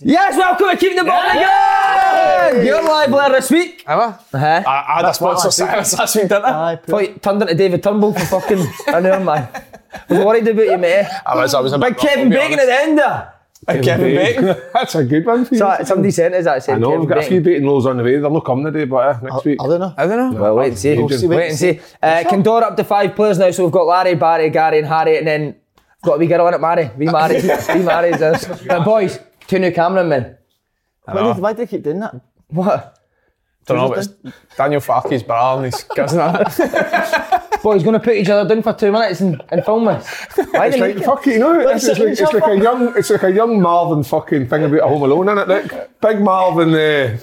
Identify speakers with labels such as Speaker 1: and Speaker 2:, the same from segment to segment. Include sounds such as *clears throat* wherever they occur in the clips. Speaker 1: Yes, welcome to Keep the Ball Again! You're live, Blair, this week.
Speaker 2: Ever?
Speaker 1: Aye.
Speaker 3: I, I had a sponsor silence last week, didn't I?
Speaker 1: Thought you turned into David Turnbull for fucking an hour, man. Was worried about you, mate.
Speaker 3: I was, I was a
Speaker 1: But
Speaker 3: bit rough,
Speaker 1: Kevin
Speaker 3: I'll be
Speaker 1: Bacon at the end there.
Speaker 3: honest. Kevin
Speaker 4: *laughs*
Speaker 3: Bacon.
Speaker 4: That's a good one for you.
Speaker 1: So, somebody sent us that. Said
Speaker 4: I know,
Speaker 1: Kevin
Speaker 4: we've got a few
Speaker 1: Bacon.
Speaker 4: beating lows on the way. They're not coming today, but uh, next week.
Speaker 2: I don't know.
Speaker 1: I don't know. Well, wait and see.
Speaker 4: We'll see,
Speaker 1: Wait and see. Uh, Condor up to five players now, so we've got Larry, Barry, Gary, and Harry, and then got a wee girl on it, Mary. We married. we married. us. But boys, two new cameramen.
Speaker 2: Why do, why do they keep doing that?
Speaker 1: What?
Speaker 3: Don't know, but it's Daniel Farkey's bar and he's gives that.
Speaker 1: Boys, gonna put each other down for two minutes and, and film this. Why
Speaker 4: It's
Speaker 1: didn't
Speaker 4: like, fuck it, you know, it's, it's, like, it's like a young, it's like a young Marvin fucking thing about Home Alone, isn't it, Nick? Big Marvin, uh,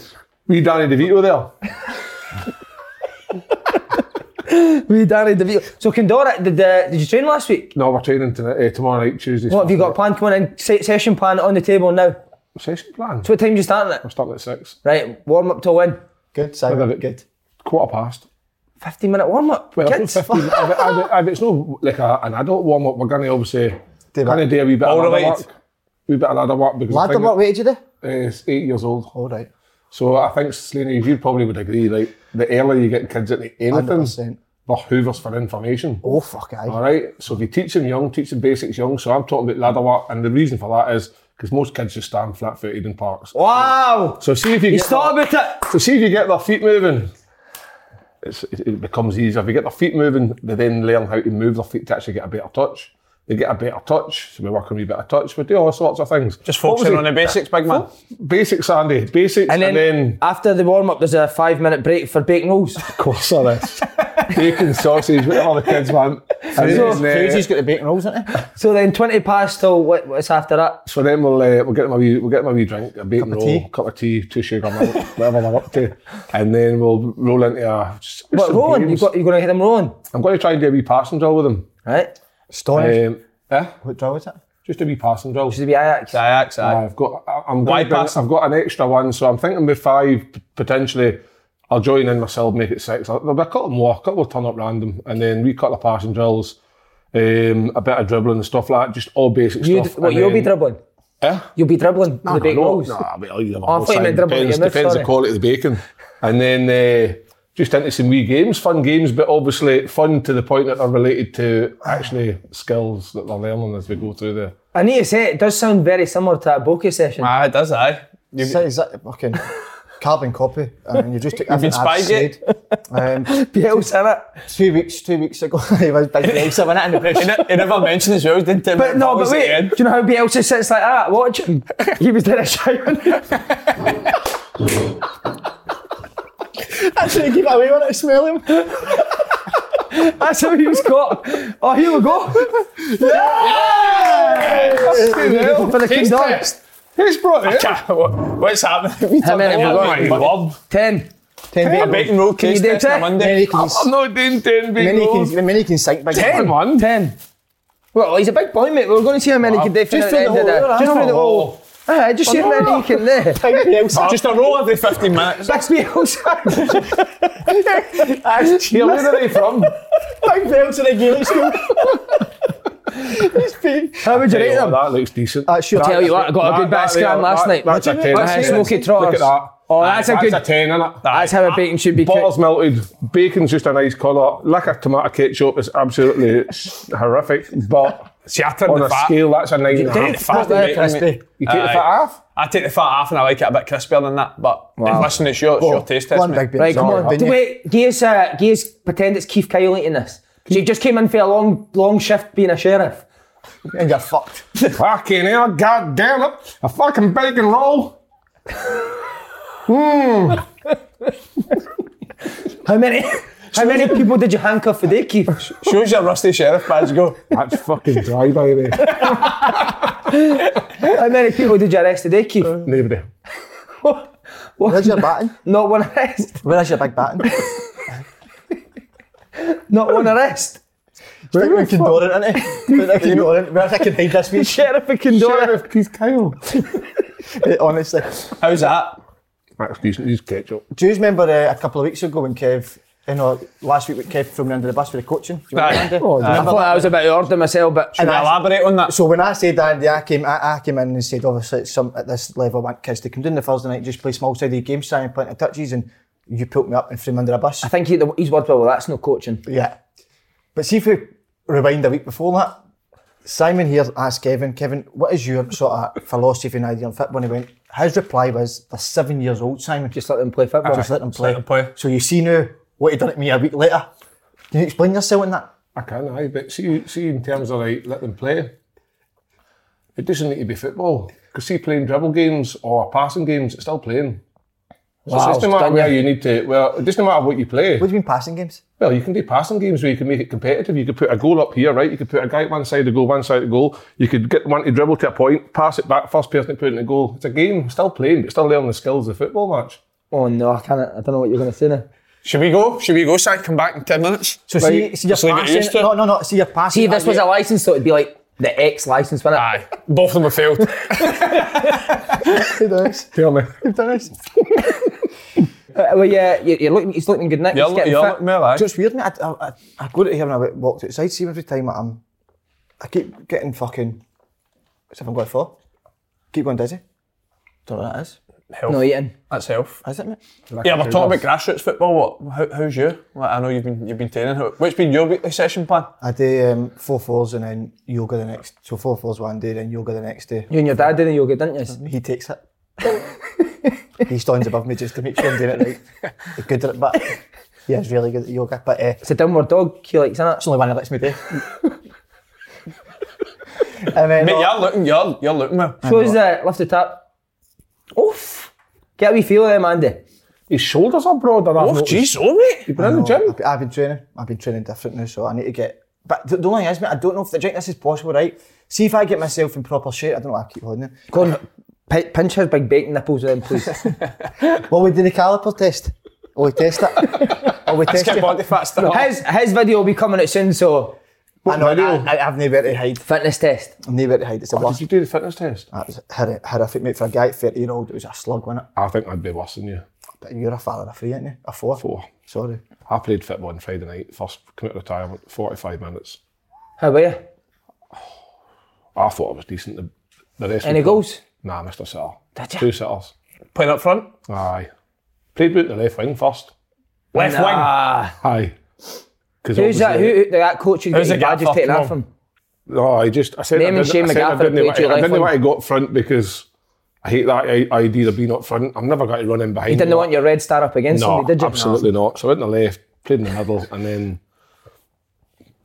Speaker 4: wee Danny DeVito there.
Speaker 1: We Danny DeVito. So Condora, did, uh, did you train last week?
Speaker 4: No, we're training tonight, uh, tomorrow night, Tuesday.
Speaker 1: What have you got planned coming in? Se- session plan on the table now.
Speaker 4: Session plan.
Speaker 1: So what time are you starting it?
Speaker 4: We're starting at six.
Speaker 1: Right, warm up till when?
Speaker 2: Good, Simon.
Speaker 4: Another-
Speaker 2: Good.
Speaker 4: Quarter past.
Speaker 1: 15 minute warm up.
Speaker 4: Well,
Speaker 1: Kids.
Speaker 4: 15, if, it- if it- if it's no like a, an adult warm up, we're going to obviously
Speaker 2: Do
Speaker 4: going to
Speaker 2: that.
Speaker 4: do a wee bit
Speaker 3: All
Speaker 4: of ladder
Speaker 3: related.
Speaker 4: work. Wee bit of ladder work because the
Speaker 2: Lad,
Speaker 4: thing
Speaker 2: what
Speaker 4: that-
Speaker 2: weight did you do?
Speaker 4: uh, is eight years old.
Speaker 2: All right.
Speaker 4: So I think Slaney, you probably would agree, like the earlier you get kids into anything,
Speaker 2: 100%.
Speaker 4: they're hoovers for information.
Speaker 2: Oh, fuck, aye.
Speaker 4: All right. So if you teach them young, teach them basics young. So I'm talking about ladder work, and the reason for that is because most kids just stand flat-footed in parks.
Speaker 2: Oh.
Speaker 1: Wow!
Speaker 4: So see if you,
Speaker 1: You
Speaker 4: get their,
Speaker 1: thought about it.
Speaker 4: so see if you get their feet moving. It's, it, it becomes easier if you get their feet moving. They then learn how to move their feet to actually get a better touch. They get a better touch, so we work on a wee bit of touch. We do all sorts of things.
Speaker 3: Just
Speaker 4: What was
Speaker 3: focusing
Speaker 4: it?
Speaker 3: on the basics, big man.
Speaker 4: Basics, Andy. Basics,
Speaker 1: And then,
Speaker 4: And then
Speaker 1: after the warm up, there's a five minute break for bacon rolls.
Speaker 4: Of course there is. Bacon, sausage, whatever the kids want. And
Speaker 2: Crazy's
Speaker 4: then, uh,
Speaker 2: got the bacon rolls, isn't he?
Speaker 1: *laughs* so then 20 past till what, what's after that?
Speaker 4: so then we'll, uh, we'll get them a wee, we'll get them a wee drink, a bacon
Speaker 2: Cup of
Speaker 4: roll,
Speaker 2: tea.
Speaker 4: cup of tea, two sugar milk, whatever they're up to, and then we'll roll into a. Just, just
Speaker 1: What,
Speaker 4: some
Speaker 1: rolling? You
Speaker 4: games.
Speaker 1: got, you're going to hit them rolling,
Speaker 4: I'm going to try and do a wee passing drill with them.
Speaker 1: right?
Speaker 2: Storage.
Speaker 4: Um, eh?
Speaker 2: what draw was it?
Speaker 4: Just a wee passing drill.
Speaker 1: Should be Ajax.
Speaker 3: Ajax, aye.
Speaker 4: I've got. I- I'm going
Speaker 3: Wide
Speaker 4: to,
Speaker 3: pass.
Speaker 4: I've got an extra one, so I'm thinking with five p- potentially. I'll join in myself, make it six. I'll- There'll be a couple more, a couple will turn up random, and then we cut the passing drills, um, a bit of dribbling and stuff like that, just all basic
Speaker 1: You,
Speaker 4: stuff.
Speaker 1: what,
Speaker 4: and
Speaker 1: you'll be
Speaker 4: then-
Speaker 1: dribbling?
Speaker 4: Eh?
Speaker 1: You'll be dribbling for the bacon
Speaker 4: no,
Speaker 1: rolls?
Speaker 4: No, I mean, I'll give them a
Speaker 1: Oh, I
Speaker 4: whole
Speaker 1: thought you
Speaker 4: sign.
Speaker 1: meant dribble
Speaker 4: Depends,
Speaker 1: again, that's
Speaker 4: depends the
Speaker 1: sorry.
Speaker 4: quality of the bacon. And then uh, just into some wee games, fun games, but obviously fun to the point that they're related to actually skills that they're learning as we go through the.
Speaker 1: I need to say, it does sound very similar to a bokeh session. *laughs*
Speaker 3: Aye, it does, aye.
Speaker 2: Is that- is that fucking carbon copy? I mean, you just took
Speaker 3: been
Speaker 2: everything I've
Speaker 3: spied
Speaker 2: said. Um,
Speaker 1: Biel's in it.
Speaker 2: two weeks, two weeks ago, *laughs* he was big legs, I went in
Speaker 1: *laughs*
Speaker 2: the press.
Speaker 3: He, ne- he never mentioned as well, didn't he?
Speaker 1: But no,
Speaker 3: What
Speaker 1: but
Speaker 3: was it
Speaker 1: wait,
Speaker 3: again?
Speaker 1: do you know how Bielsa sits like that? Watch
Speaker 3: *laughs*
Speaker 1: him. He was there shouting.
Speaker 2: Actually, give it away when I smell him.
Speaker 1: *laughs* That's how he was caught. Oh, here we go. Yeah! For the King Dog.
Speaker 4: Who's brought it?
Speaker 3: Ca- what- What's happening?
Speaker 1: How many have you got?
Speaker 3: My Bob.
Speaker 1: Ten.
Speaker 2: Ten
Speaker 3: A bacon roll
Speaker 1: you
Speaker 3: case
Speaker 1: do
Speaker 3: test on
Speaker 1: that?
Speaker 3: a Monday.
Speaker 2: Many can,
Speaker 4: Oh, I'm not doing 10 big
Speaker 2: many
Speaker 4: goals.
Speaker 2: can, many can sink big
Speaker 4: Ten, man.
Speaker 1: Ten. Well, he's a big boy, mate. We're going to see how many he can do for
Speaker 2: Just
Speaker 1: the
Speaker 2: through the
Speaker 1: end of that.
Speaker 2: hole, right?
Speaker 1: Just through the
Speaker 2: Oh.
Speaker 1: hole. Aye, just see how many he can do.
Speaker 3: Just a
Speaker 2: *laughs*
Speaker 3: roll every 15 minutes.
Speaker 1: That's Bielsa. *laughs*
Speaker 4: Here, where are they from? Oh,
Speaker 2: Big belts in a Gaelic school.
Speaker 1: How would you rate them?
Speaker 4: that looks decent.
Speaker 2: That's your-
Speaker 4: That-
Speaker 1: Tell you what, I got a
Speaker 4: that-
Speaker 1: good bit of
Speaker 4: that
Speaker 1: scram
Speaker 4: there,
Speaker 1: last
Speaker 4: that-
Speaker 1: night.
Speaker 4: That's a
Speaker 1: What do
Speaker 4: 10.
Speaker 1: you mean? That's smoky
Speaker 4: Look
Speaker 1: trotters.
Speaker 4: at that.
Speaker 1: Oh, that's a good-
Speaker 4: That's a 10, innit?
Speaker 1: That's how a bacon should be cooked.
Speaker 4: Butter's melted, bacon's just a nice colour. Like a tomato ketchup is
Speaker 3: *laughs*
Speaker 4: absolutely s- horrific, but
Speaker 3: Shattering
Speaker 4: on
Speaker 3: the
Speaker 4: a
Speaker 3: fat.
Speaker 4: scale, that's a nine and a
Speaker 3: Take
Speaker 4: half.
Speaker 3: the fat
Speaker 1: Not very
Speaker 3: bacon,
Speaker 1: crispy.
Speaker 3: mate.
Speaker 4: You take the
Speaker 3: Aye.
Speaker 4: fat half?
Speaker 3: I take the fat half and I like it a bit crispier than that, but if listen, it's your, it's your taste test,
Speaker 2: One
Speaker 3: mate.
Speaker 2: big bit.
Speaker 1: Right, come
Speaker 4: Sorry,
Speaker 1: on.
Speaker 2: didn't you?
Speaker 1: Wait, give us, uh, give us, pretend it's Keith Kyle eating this. So you just came in for a long, long shift being a sheriff.
Speaker 2: And you're fucked.
Speaker 4: Fucking hell, god damn it. A fucking bacon roll.
Speaker 1: How many, how many people did you handcuff today, Keith?
Speaker 3: Shows your rusty sheriff badge go.
Speaker 4: That's fucking dry, by
Speaker 3: *laughs*
Speaker 4: the way.
Speaker 1: How many people did you arrest today, Keith? *laughs*
Speaker 4: Nobody.
Speaker 2: Where's your batting?
Speaker 1: Not one arrest.
Speaker 2: Where's your big batting?
Speaker 1: Not one arrest.
Speaker 2: Think we condone it,
Speaker 1: *laughs*
Speaker 2: innit? Think we condone it. Where's I can hide this week?
Speaker 1: Sheriff of Condora.
Speaker 4: Sheriff Keith
Speaker 3: *laughs*
Speaker 4: Kyle.
Speaker 1: *laughs*
Speaker 2: Honestly.
Speaker 3: How's that?
Speaker 4: That's decent, he's ketchup.
Speaker 2: Do you remember uh, a couple of weeks ago when Kev, you know, last week when Kev threw me under the bus for the coaching? Do you remember,
Speaker 3: Aye.
Speaker 2: Andy?
Speaker 3: Oh,
Speaker 2: Do you remember that?
Speaker 1: was a bit order myself, but
Speaker 3: Can I elaborate on that?
Speaker 2: So when I said Andy, I came, I, I came in and said, obviously, it's some at this level, I want kids to come down the Thursday night, just play small sided games, sign plenty of touches, and you put me up and threw me under a bus.
Speaker 1: I think he, he's words were, well, that's no coaching.
Speaker 2: Yeah. But see if we rewind a week before that, Simon here asked Kevin, Kevin, what is your sort of philosophy and idea on football? And he went, his reply was, they're seven years old, Simon.
Speaker 1: Just let them play football.
Speaker 2: Just let them play.
Speaker 3: let them play.
Speaker 2: So you see now what he done at me a week later. Can you explain yourself in that?
Speaker 4: I can, aye, but see, see in terms of like, let them play. It doesn't need to be football. Because see, playing dribble games or passing games, it's still playing. So
Speaker 1: Wow,
Speaker 4: it doesn't matter
Speaker 1: done
Speaker 4: where
Speaker 1: ya.
Speaker 4: you need to, well, it doesn't matter what you play.
Speaker 2: What do you mean passing games?
Speaker 4: Well, you can do passing games where you can make it competitive. You could put a goal up here, right? You could put a guy at one side of goal, one side of goal. You could get one to dribble to a point, pass it back, first person to put it in the goal. It's a game, still playing, but still learning the skills of the football match.
Speaker 1: Oh no, I can't. I don't know what you're going to say now.
Speaker 3: Should we go? Should we go, Sai? Come back in 10 minutes?
Speaker 2: So see,
Speaker 3: Right.
Speaker 2: see your
Speaker 3: Just leave it
Speaker 2: passing.
Speaker 3: used to.
Speaker 2: No, no, no. See your passing.
Speaker 1: See, if this was a
Speaker 2: idea.
Speaker 1: license, so it'd be like the ex license, wouldn't it?
Speaker 3: Aye. Both of them have failed.
Speaker 2: You've done this.
Speaker 4: Tell me.
Speaker 2: *laughs* You've done this.
Speaker 1: Uh, well, yeah, you're, you're looking, he's looking good, Nick.
Speaker 3: You're
Speaker 1: he's
Speaker 3: lo-
Speaker 1: getting
Speaker 3: you're
Speaker 1: fit.
Speaker 3: looking well, aye.
Speaker 2: Just weird, mate. I, I, I, I go to here and I walked outside. See every time I'm, I keep getting fucking. What's if I'm going for? Keep going dizzy. Don't know what that is.
Speaker 3: Health.
Speaker 1: No eating.
Speaker 3: That's health.
Speaker 2: Is it, mate?
Speaker 3: Yeah, we're talking about grassroots football. What? How, how's you? Like, I know you've been you've been training. How- What's been your weekly session plan?
Speaker 2: I do um, four fours and then yoga the next. So four fours one day, then yoga the next day.
Speaker 1: You and your dad did the yoga, didn't you?
Speaker 2: He takes it. *laughs* he stands above me just to make sure I'm doing it right. *laughs* He's good at it, but yeah, he's really good at yoga. But uh,
Speaker 1: It's a downward dog. He likes isn't
Speaker 2: that's the only one that lets me *laughs* do. and then,
Speaker 3: Mate, you're looking, you're, you're looking well.
Speaker 1: it. Close the lift the uh, tap. Oof. Get a wee feel of him, Andy.
Speaker 4: His shoulders are broader. I've
Speaker 3: Oh,
Speaker 4: noticed.
Speaker 3: jeez, oh, mate.
Speaker 4: You've been in the gym.
Speaker 2: I've, I've been training. I've been training different now, so I need to get. But the, the only thing is, mate, I don't know if the drink this is possible, right? See if I get myself in proper shape. I don't know. why I keep holding it.
Speaker 1: Go on, pi- pinch his big bacon nipples with him,
Speaker 3: *laughs*
Speaker 1: please.
Speaker 2: Well, we do the caliper test. Oh, we test it. oh, we
Speaker 3: Let's
Speaker 2: test
Speaker 3: get
Speaker 2: it.
Speaker 3: body fat stuff.
Speaker 1: his, his video will be coming out soon, so
Speaker 2: I know. I, I have nowhere to hide.
Speaker 1: fitness test.
Speaker 2: I've nowhere to hide. It's the
Speaker 4: Did
Speaker 2: worst.
Speaker 4: you do the fitness test?
Speaker 2: That was horri- horrific, mate. For a guy at 30 year old, it was a slug, wasn't it?
Speaker 4: I think I'd be worse than you.
Speaker 2: But you're a father of three, ain't you? A four.
Speaker 4: Four.
Speaker 2: Sorry.
Speaker 4: I played football on Friday night, first come out of retirement, 45 minutes.
Speaker 1: How are you?
Speaker 4: I thought it was decent. The, the rest
Speaker 1: Any
Speaker 4: was-
Speaker 1: goals?
Speaker 4: Nah, Mr. a sitter.
Speaker 1: Did ya?
Speaker 4: Two sitters.
Speaker 3: Playing up front.
Speaker 4: Aye. Played out the left wing first.
Speaker 3: Left
Speaker 4: Aye. Because
Speaker 1: Who's that? Who, who that coach who's
Speaker 3: Who's
Speaker 1: getting
Speaker 3: the
Speaker 1: badges
Speaker 3: gaffer?
Speaker 1: taken
Speaker 3: Come
Speaker 1: off
Speaker 3: on.
Speaker 1: him?
Speaker 4: No, Oh, I just I said
Speaker 1: Name and
Speaker 4: I didn't,
Speaker 1: shame
Speaker 4: I, said I
Speaker 1: McGaffer
Speaker 4: didn't,
Speaker 1: played
Speaker 4: want
Speaker 1: you
Speaker 4: to, I
Speaker 1: left
Speaker 4: didn't
Speaker 1: wing.
Speaker 4: want to go up front because I hate that i- idea of being up front. I've never got to run in behind.
Speaker 1: You didn't want your red star up against
Speaker 4: No,
Speaker 1: him, did you?
Speaker 4: absolutely not. So I went in the left, played in the middle, and then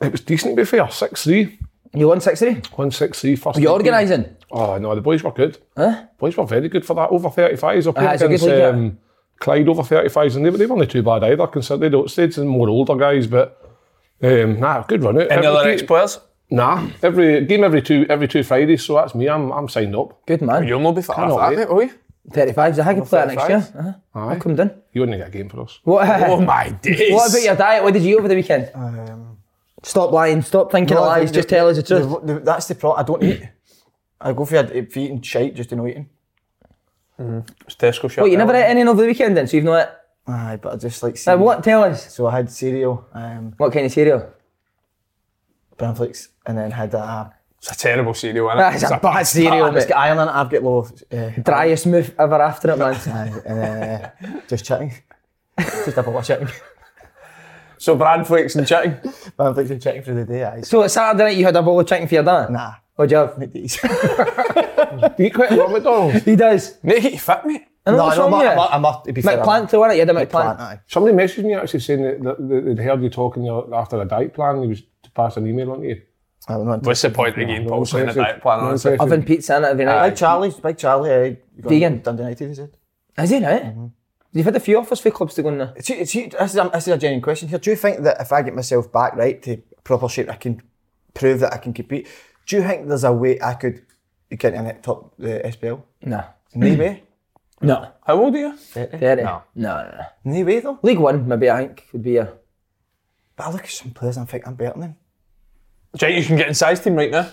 Speaker 4: it was decent to be fair. 6 3,
Speaker 1: You won 6 3?
Speaker 4: 1 6 3, first.
Speaker 1: You
Speaker 4: league game.
Speaker 1: organising?
Speaker 4: Oh no, the boys were good. Boys were very good for that. Over 35s. I played
Speaker 1: Aye, it's a good
Speaker 4: against
Speaker 1: league, yeah.
Speaker 4: um, Clyde over 35s, and they, they weren't too bad either. Considering they don't stayed some more older guys, but um, nah, good run out.
Speaker 3: Any
Speaker 4: Every
Speaker 3: other
Speaker 4: game-
Speaker 3: ex players?
Speaker 4: Nah, every game every two every two Fridays. So that's me. I'm I'm signed up.
Speaker 1: Good man.
Speaker 3: You'll not be fat
Speaker 4: Cannot
Speaker 3: after that,
Speaker 4: wait.
Speaker 3: mate, will you?
Speaker 1: 35s. I could play that next year. Uh-huh.
Speaker 4: Aye.
Speaker 1: I'll come down.
Speaker 4: You wouldn't get a game for us.
Speaker 1: What, uh,
Speaker 3: Oh, my days.
Speaker 1: what about your diet? What did you eat over the weekend?
Speaker 2: Um,
Speaker 1: Stop lying. Stop thinking of
Speaker 2: I
Speaker 1: lies.
Speaker 2: think
Speaker 1: Just
Speaker 2: the-
Speaker 1: tell us the truth.
Speaker 2: the- the- that's the problem. I don't eat. I go for a- if you're eating shite, just don't eating.
Speaker 3: It's Tesco shop.
Speaker 1: What, you never ate anything over the weekend then? So you've not ate?
Speaker 2: Aye, but I just like.
Speaker 1: Uh,
Speaker 2: cereal.
Speaker 1: what? Tell us.
Speaker 2: So I had cereal. Um,
Speaker 1: What kind of cereal?
Speaker 2: cornflakes, and then had a.
Speaker 3: It's a terrible cereal, isn't it?
Speaker 1: That's a bad cereal,
Speaker 2: It's
Speaker 1: mate.
Speaker 2: got iron in it. I've got low. Uh,
Speaker 1: Driest move ever after it, man.
Speaker 2: aye, and, uh, *laughs* just chitting. just a bowl of chitting.
Speaker 3: So bran flakes and chicken.
Speaker 2: Cornflakes and chitting through the day. Aye.
Speaker 1: So, Saturday night you had a bowl of chicken for your dad?
Speaker 2: *laughs* Nah.
Speaker 1: What'd you have?
Speaker 2: McDee's.
Speaker 4: Do *laughs* you quit at McDonald's?
Speaker 1: He does.
Speaker 3: Mate, you fit me.
Speaker 1: I know what's
Speaker 2: no,
Speaker 1: wrong with
Speaker 2: I'm,
Speaker 1: you.
Speaker 2: I'm, I'm, I'm, to be fair, I'm-
Speaker 1: McPlant, though, innit? You had a McPlant.
Speaker 2: Plant, aye.
Speaker 4: Somebody messaged me actually saying that, that, that they'd heard you talking the other- after a diet plan. He was to pass an email on to you.
Speaker 2: I'm not
Speaker 3: What's the point again, Paul? Saying a diet plan, honestly.
Speaker 4: I've
Speaker 1: Oven pizza in it every night.
Speaker 2: Big Charlie, Big Charlie, uh, you got
Speaker 1: Vegan.
Speaker 2: Dundee United, is it?
Speaker 1: Is he right? You've had a few offers for clubs to go in there.
Speaker 2: Mm-hmm. It's, it's, this, is a, this is a genuine question here. Do you think that if I get myself back right to proper shape, I can prove that I can compete? Do you think there's a way I could get in at top the *clears throat* SPL?
Speaker 1: No.
Speaker 2: No way.
Speaker 1: No.
Speaker 3: How old are you?
Speaker 1: Derry. No. No, no,
Speaker 2: No way though.
Speaker 1: League One, maybe, I think, would be a...
Speaker 2: But I look at some players and I think I'm better than them.
Speaker 3: Do you think you can get in size team right now?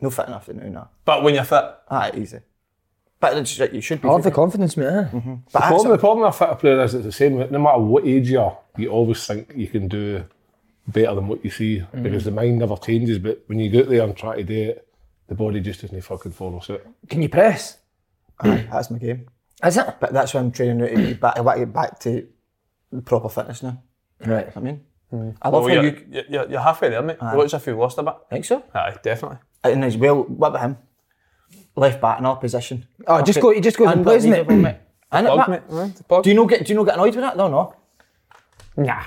Speaker 2: No fit enough to know now.
Speaker 3: But when you're fit,
Speaker 2: Ah, easy. But it's, you should be.
Speaker 1: I love the
Speaker 2: fit.
Speaker 1: confidence, mate. eh?
Speaker 2: but I,
Speaker 4: Problem, the problem with a fitter player is it's the same. No matter what age you are, you always think you can do better than what you see because the mind never changes. But when you go out there and try to do it, the body just doesn't fucking follow suit.
Speaker 1: Can you press?
Speaker 2: aye, that's my game.
Speaker 1: Is it?
Speaker 2: But that's why I'm training now to get back. I want to get back to proper fitness now.
Speaker 1: Right.
Speaker 2: I mean, I love
Speaker 3: well,
Speaker 2: how
Speaker 3: you're,
Speaker 2: you.
Speaker 3: you... you're, you're halfway there, mate. What's if you lost a bit?
Speaker 1: Think so?
Speaker 3: Aye, definitely.
Speaker 2: And as well, what about him? Left back in our position.
Speaker 1: Oh, just go, you just go and plays, mate.
Speaker 2: Unbelievable, mate. Isn't it,
Speaker 3: Plug,
Speaker 2: Matt?
Speaker 3: mate. Aye, the plug.
Speaker 2: Do you not get do you not get annoyed with that? No, no.
Speaker 3: Nah.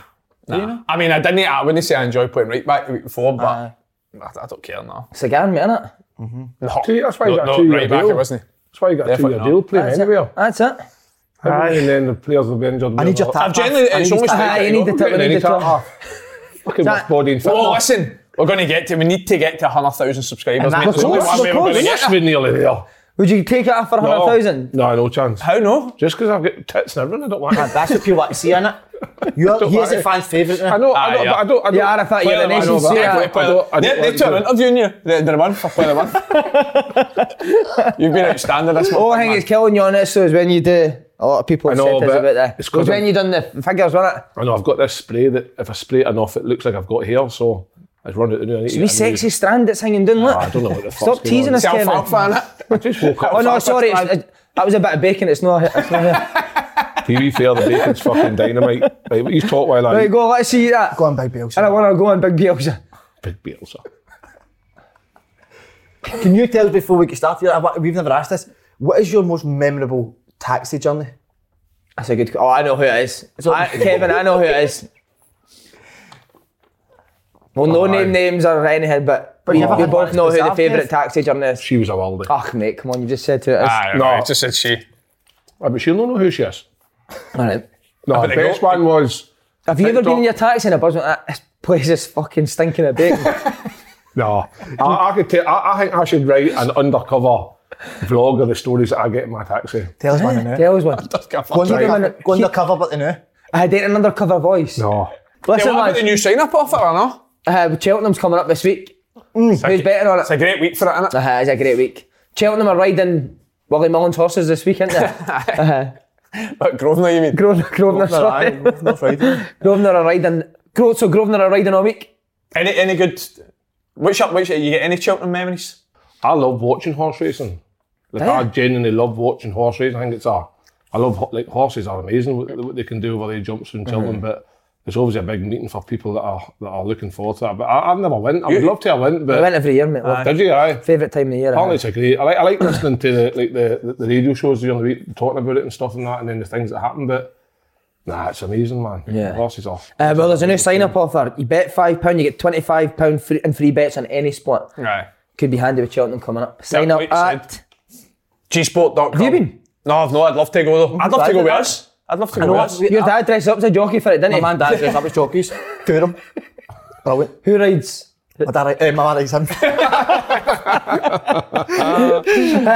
Speaker 3: Nah. I mean, I didn't. I wouldn't say I enjoy playing right back the week before, but I, I don't care now.
Speaker 1: It's a gang, mate, innit?
Speaker 3: No,
Speaker 4: See, that's why you
Speaker 3: no,
Speaker 4: got
Speaker 3: no,
Speaker 4: a two-year
Speaker 3: right back,
Speaker 4: deal.
Speaker 3: it wasn't.
Speaker 4: That's why you got
Speaker 3: Definitely
Speaker 4: a
Speaker 3: not.
Speaker 4: two-year deal playing
Speaker 1: That's
Speaker 4: anywhere.
Speaker 1: it. That's it.
Speaker 4: Aye. And then the players have been injured.
Speaker 2: I need your
Speaker 3: I've
Speaker 2: tap.
Speaker 3: generally,
Speaker 2: I
Speaker 3: it's
Speaker 2: need
Speaker 3: only
Speaker 2: to-
Speaker 1: Ah, you need the top, you need the top.
Speaker 4: *laughs* Fucking
Speaker 1: That-
Speaker 4: rough body and
Speaker 3: Oh,
Speaker 4: fitness.
Speaker 3: listen, we're going to get to. We need to get to hundred thousand subscribers,
Speaker 2: And
Speaker 3: mate.
Speaker 2: that's-
Speaker 3: There's only
Speaker 1: Of
Speaker 3: one way we're
Speaker 1: course,
Speaker 3: gonna
Speaker 1: of
Speaker 3: get
Speaker 4: Yes,
Speaker 3: there.
Speaker 4: we're nearly there. Oh.
Speaker 1: Would you take it off for 100,000?
Speaker 4: No, no chance.
Speaker 3: How no?
Speaker 4: Just because I've got tits and everything, I don't want
Speaker 2: Man, That's what people like to
Speaker 1: *laughs*
Speaker 2: see in it. You're,
Speaker 4: Don't
Speaker 2: he is a
Speaker 4: worry.
Speaker 2: fan's favourite.
Speaker 4: I know, I
Speaker 3: Aye,
Speaker 4: know,
Speaker 3: Ah, yeah.
Speaker 4: but I don't. I don't
Speaker 1: Yeah, I thought you
Speaker 4: Well,
Speaker 1: were the
Speaker 4: I
Speaker 1: nation
Speaker 4: know, but-
Speaker 1: seer.
Speaker 4: I don't- I don't- I don't
Speaker 3: They, they
Speaker 4: want
Speaker 3: turn
Speaker 4: to-
Speaker 3: interviewing you at the end of the month for player of *laughs* the month. You've been outstanding this month.
Speaker 1: Oh, I think it's killing you on this, though, is when you do. A lot of people
Speaker 4: I
Speaker 1: have
Speaker 4: know,
Speaker 1: said this
Speaker 4: but
Speaker 1: about that.
Speaker 4: it's
Speaker 1: It's
Speaker 4: 'cause
Speaker 1: when
Speaker 4: I'm-
Speaker 1: you done the figures, wasn't it?
Speaker 4: I know I've got this spray that if I spray it enough, it looks like I've got hair. So it's run out the new. I need to
Speaker 1: It's a wee
Speaker 4: get a new-
Speaker 1: sexy strand that's hanging down, look.
Speaker 4: *laughs* Ah, I don't know what the fuck's
Speaker 1: Stop
Speaker 4: going
Speaker 1: teasing
Speaker 4: on.
Speaker 1: us, Kevin.
Speaker 3: Self-alpha,
Speaker 4: *laughs* I
Speaker 3: innit?
Speaker 4: just woke up.
Speaker 1: Oh, no, sorry. It's,
Speaker 4: *laughs*
Speaker 1: it, that was a bit of bacon. It's not... It's not here.
Speaker 4: To be fair, the bacon's fucking dynamite. Right, you talk while I
Speaker 1: Right,
Speaker 4: eat.
Speaker 1: go. Let's see that.
Speaker 2: Go on, Big Bielsa.
Speaker 1: And I want to go on Big Bielsa.
Speaker 4: Big Bielsa.
Speaker 2: Can you tell us before we get started? I want- We've never asked this. What is your most memorable taxi journey?
Speaker 1: That's a good... Oh, I know who it is. I, Kevin, I know who it is. Well, no name names or anything, but,
Speaker 2: But
Speaker 1: we,
Speaker 2: you ever
Speaker 1: we
Speaker 2: had
Speaker 1: both
Speaker 2: one
Speaker 1: know who the
Speaker 2: yourself, Kev?
Speaker 1: favourite taxi journey is.
Speaker 4: She was a worldie. Ah,
Speaker 1: Fuck, mate, come on, you just said who it is.
Speaker 3: Aye,
Speaker 4: No. Ah,
Speaker 3: no. I just said she.
Speaker 4: but she'll not know who she is.
Speaker 1: All right.
Speaker 4: No,
Speaker 3: bet
Speaker 4: the
Speaker 3: they
Speaker 4: best
Speaker 3: go-
Speaker 4: one was.
Speaker 1: Have you ever
Speaker 4: TikTok.
Speaker 1: been in your taxi and a buzz went, "Ah, this place is fucking stinking of bacon? *laughs*
Speaker 4: No, I, I could tell. I, I think I should write an undercover vlog of the stories that I get in my taxi.
Speaker 2: Tell us one in
Speaker 1: Tell us one.
Speaker 2: Go under,
Speaker 1: Keep him in-
Speaker 2: cover, go
Speaker 1: keep-
Speaker 2: undercover, but they know.
Speaker 1: I did an undercover voice.
Speaker 4: No,
Speaker 1: Listen,
Speaker 3: What about the
Speaker 1: lads,
Speaker 3: new sign-up offer or no?
Speaker 1: uh, Cheltenham's coming up this week. Who's betting on it?
Speaker 3: It's a great week for it, innit?
Speaker 1: Uh, it's a great week. Cheltenham are riding Willie Mullins horses this week, aren't
Speaker 2: *laughs*
Speaker 1: they?
Speaker 3: *laughs* But Grosvenor, you mean?
Speaker 1: Grosvenor, Grosvenor, sorry. *laughs*
Speaker 2: No Friday.
Speaker 1: Grosvenor are riding. Gro- so Grosvenor are riding all week.
Speaker 3: *laughs* Any any good? Which up? Which you get any Cheltenham memories?
Speaker 4: I love watching horse racing. Like I genuinely love watching horse racing. I think it's a, I love ho- like horses are amazing what, what they can do over their jumps and children.
Speaker 1: Mm-hmm.
Speaker 4: But there's always a big meeting for people that are that are looking forward to that. But I, I've never went. I would love to have went,
Speaker 1: I
Speaker 2: Uh,
Speaker 4: but
Speaker 1: went every year, mate. Loved it.
Speaker 4: did you? Aye.
Speaker 1: Favourite time of the year.
Speaker 4: Apparently it's a great. I like, I like listening to the like the, the, the radio shows during the week talking about it and stuff and that, and then the things that happen. But nah, it's amazing, man.
Speaker 1: Yeah.
Speaker 4: horses are.
Speaker 1: Uh, well, there's a new sign-up offer. You bet five pound, you get twenty-five pound free and free bets on any sport.
Speaker 3: Aye.
Speaker 1: Could be handy with Cheltenham coming up. Sign
Speaker 3: Yeah,
Speaker 1: up
Speaker 3: wait,
Speaker 1: at.
Speaker 3: Gsport.com.
Speaker 1: Have you been?
Speaker 3: No, I've not. I'd love to go though. I'd love to go with us. I'd love to go with us.
Speaker 1: Your dad dressed up as a jockey for it, didn't
Speaker 2: My
Speaker 1: he? *laughs*
Speaker 2: man dad dressed up as jockeys. Two of them. Brilliant.
Speaker 1: Who rides?
Speaker 2: My dad, uh, my dad is him.
Speaker 1: Uh,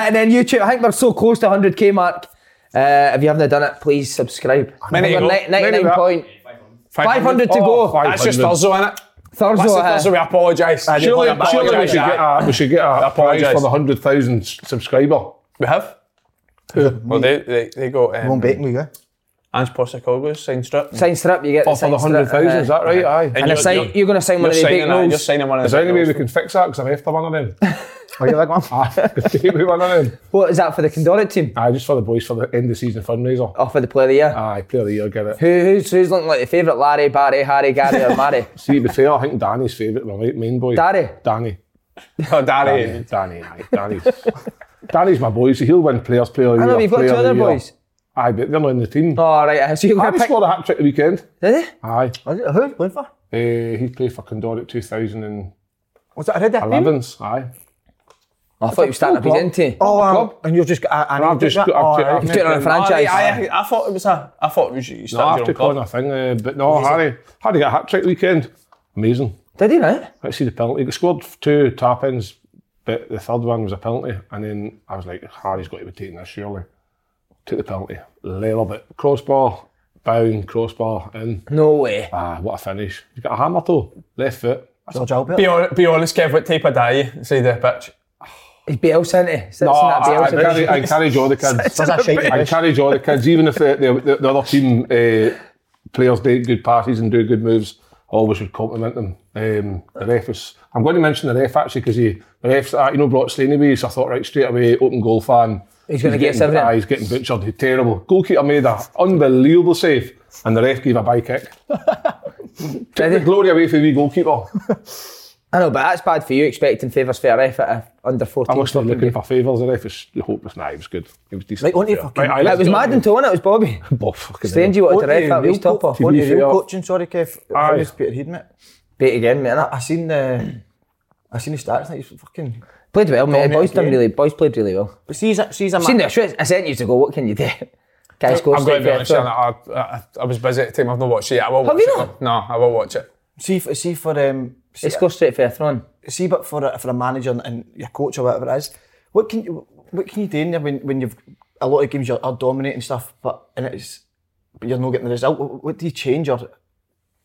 Speaker 1: and then YouTube. I think we're so close to 100k mark. Uh, if you haven't done it, please subscribe.
Speaker 3: Many
Speaker 1: We're
Speaker 3: to go.
Speaker 1: ni-
Speaker 4: Many
Speaker 1: 99
Speaker 4: to go.
Speaker 1: point. 500 to
Speaker 4: Oh,
Speaker 1: go.
Speaker 4: five.
Speaker 3: That's just
Speaker 4: 500.
Speaker 3: Thursday, innit?
Speaker 1: Thursday.
Speaker 3: That's the
Speaker 1: uh,
Speaker 3: Thursday we apologise.
Speaker 4: Surely,
Speaker 3: Apologise.
Speaker 4: surely we should get a we should get a prize
Speaker 3: Apologise.
Speaker 4: for the hundred thousand subscriber.
Speaker 3: We have. Well, they, they, they got. Um,
Speaker 2: One bacon we go.
Speaker 3: Ange Postacoglu's signed strip.
Speaker 1: Sign strip, you get
Speaker 4: Oh,
Speaker 1: the
Speaker 4: for
Speaker 1: sign
Speaker 4: the hundred
Speaker 1: strip, uh,
Speaker 4: thousand,
Speaker 1: aye.
Speaker 4: is that right? Aye.
Speaker 1: And
Speaker 3: you're-
Speaker 1: if sign,
Speaker 3: you're-
Speaker 1: you're, going to sign
Speaker 3: You're
Speaker 1: one of the big
Speaker 3: signing, a, you're
Speaker 1: rules.
Speaker 3: signing one of
Speaker 4: Is
Speaker 3: the
Speaker 4: there any way
Speaker 3: big
Speaker 4: we
Speaker 3: roles.
Speaker 4: can fix that? Because I'm after one
Speaker 1: *laughs*
Speaker 4: of them.
Speaker 2: Oh, you like one?
Speaker 4: Take me one of them.
Speaker 1: What is that for the Condorate team?
Speaker 4: Aye, just for the boys for the end of season fundraiser.
Speaker 1: Or for the player of the year?
Speaker 4: Aye, player of the year, get it.
Speaker 1: Who, who's, who's looking like the favourite? Larry, Barry, Harry, Gary,
Speaker 4: *laughs*
Speaker 1: or Mary?
Speaker 4: See, to be fair, I think Danny's favourite, my mate, main boy.
Speaker 1: Daddy?
Speaker 4: Danny.
Speaker 3: Oh, Daddy.
Speaker 4: Danny, Danny, *laughs* aye. Danny's, Danny's my boy, so he'll win players, player of the
Speaker 1: I
Speaker 4: year.
Speaker 1: know, you've got
Speaker 4: player
Speaker 1: two
Speaker 4: of the
Speaker 1: other
Speaker 4: year.
Speaker 1: boys.
Speaker 4: Aye, but they're not in the team.
Speaker 1: All right, oh, right, so you're
Speaker 4: I
Speaker 1: going to pick.
Speaker 4: scored a hat trick the weekend.
Speaker 1: Did he?
Speaker 4: Aye.
Speaker 2: Who's playing for?
Speaker 4: Uh, he played for Condorcet 2011s.
Speaker 2: Was it already?
Speaker 4: Aye.
Speaker 1: I thought you were starting up his into.
Speaker 2: Oh, um,
Speaker 4: Club.
Speaker 2: and you've just got. I, I
Speaker 4: I've
Speaker 2: need to
Speaker 4: just
Speaker 2: do that.
Speaker 4: got- I've
Speaker 2: Oh,
Speaker 4: got-
Speaker 2: right.
Speaker 4: I've
Speaker 1: He's doing it on a
Speaker 3: Oh,
Speaker 1: franchise.
Speaker 3: I, I, I thought it was a. I thought it was you
Speaker 4: No, I have to
Speaker 3: started your own
Speaker 4: call
Speaker 3: club.
Speaker 4: a thing, uh, but no, Harry, Harry got a hat trick weekend. Amazing.
Speaker 1: Did he, right?
Speaker 4: Let's see the penalty. He scored two tap ins, but the third one was a penalty. And then I was like, Harry's got to be taking this surely. Took the penalty, level it. Crossbar, bound, crossbar, in.
Speaker 1: No way.
Speaker 4: Ah, what a finish. He's got a hammer though, left foot.
Speaker 2: George Albert.
Speaker 3: Be, hon- be honest, Kev, what type of day you see the pitch?
Speaker 1: He's Bielsa, isn't he? Sits in
Speaker 4: No,
Speaker 1: that
Speaker 4: Oh, I, I,
Speaker 1: Bielsa division.
Speaker 4: encourage,
Speaker 1: *laughs*
Speaker 4: I encourage all the kids.
Speaker 2: That's a shite
Speaker 4: I
Speaker 2: dish.
Speaker 4: encourage all the kids, even if the, the, the, the other team uh, players make good passes and do good moves, I always would compliment them. Um, the ref was. I'm going to mention the ref actually because he the ref's uh, you know brought Slaney away, so I thought right straight away open goal fan.
Speaker 1: He's gonna get
Speaker 4: getting-
Speaker 1: seven in.
Speaker 4: aye, He's getting butchered. He's terrible. Goalkeeper made an unbelievable save, and the ref gave a
Speaker 1: *laughs*
Speaker 4: bye kick. Take the glory away from the wee goalkeeper.
Speaker 1: I know, but that's bad for you expecting favours for a ref at a under 14.
Speaker 4: I was still
Speaker 1: club.
Speaker 4: looking for favours. The ref was hopeless. Nah, he was good. He was decent.
Speaker 2: Like, only
Speaker 4: Yeah.
Speaker 2: fucking-
Speaker 4: aye,
Speaker 1: It
Speaker 4: let's
Speaker 1: was
Speaker 4: go.
Speaker 1: Madden to win it, was Bobby.
Speaker 4: Oh, fucking
Speaker 1: Strange you wanted to ref that
Speaker 2: Real
Speaker 1: was topper.
Speaker 2: coach- only
Speaker 4: be
Speaker 2: real
Speaker 4: fair.
Speaker 2: coaching, sorry, Kev.
Speaker 4: Aye.
Speaker 2: Aye. Peter Heed, mate.
Speaker 1: Beat again, mate. innit?
Speaker 2: I seen the. I seen the stats. Like, he's fucking.
Speaker 1: Played well, mate.
Speaker 2: Dominant
Speaker 1: Boys done
Speaker 2: game.
Speaker 1: really. Boys played really well.
Speaker 2: But see, he's a, see, he's a
Speaker 1: Seen the
Speaker 2: man.
Speaker 1: assurance. I sent you to go. What can you do? Guy scores.
Speaker 3: I'm going
Speaker 1: straight
Speaker 3: to be
Speaker 1: there,
Speaker 3: honest,
Speaker 1: so-
Speaker 3: Shannon, I, I, I was busy at the time. I've not watched it yet. I will
Speaker 1: Have
Speaker 3: watch
Speaker 1: you
Speaker 3: it.
Speaker 1: not?
Speaker 3: No, I will watch it.
Speaker 2: See, for, see for um, see,
Speaker 1: It scores straight for a throw.
Speaker 2: see, but for a, for a manager and- and your coach or whatever it is, what can you what can you do in there when, when you've a lot of games you're, are dominating stuff, but and it's but you're not getting the result. What, what do you change or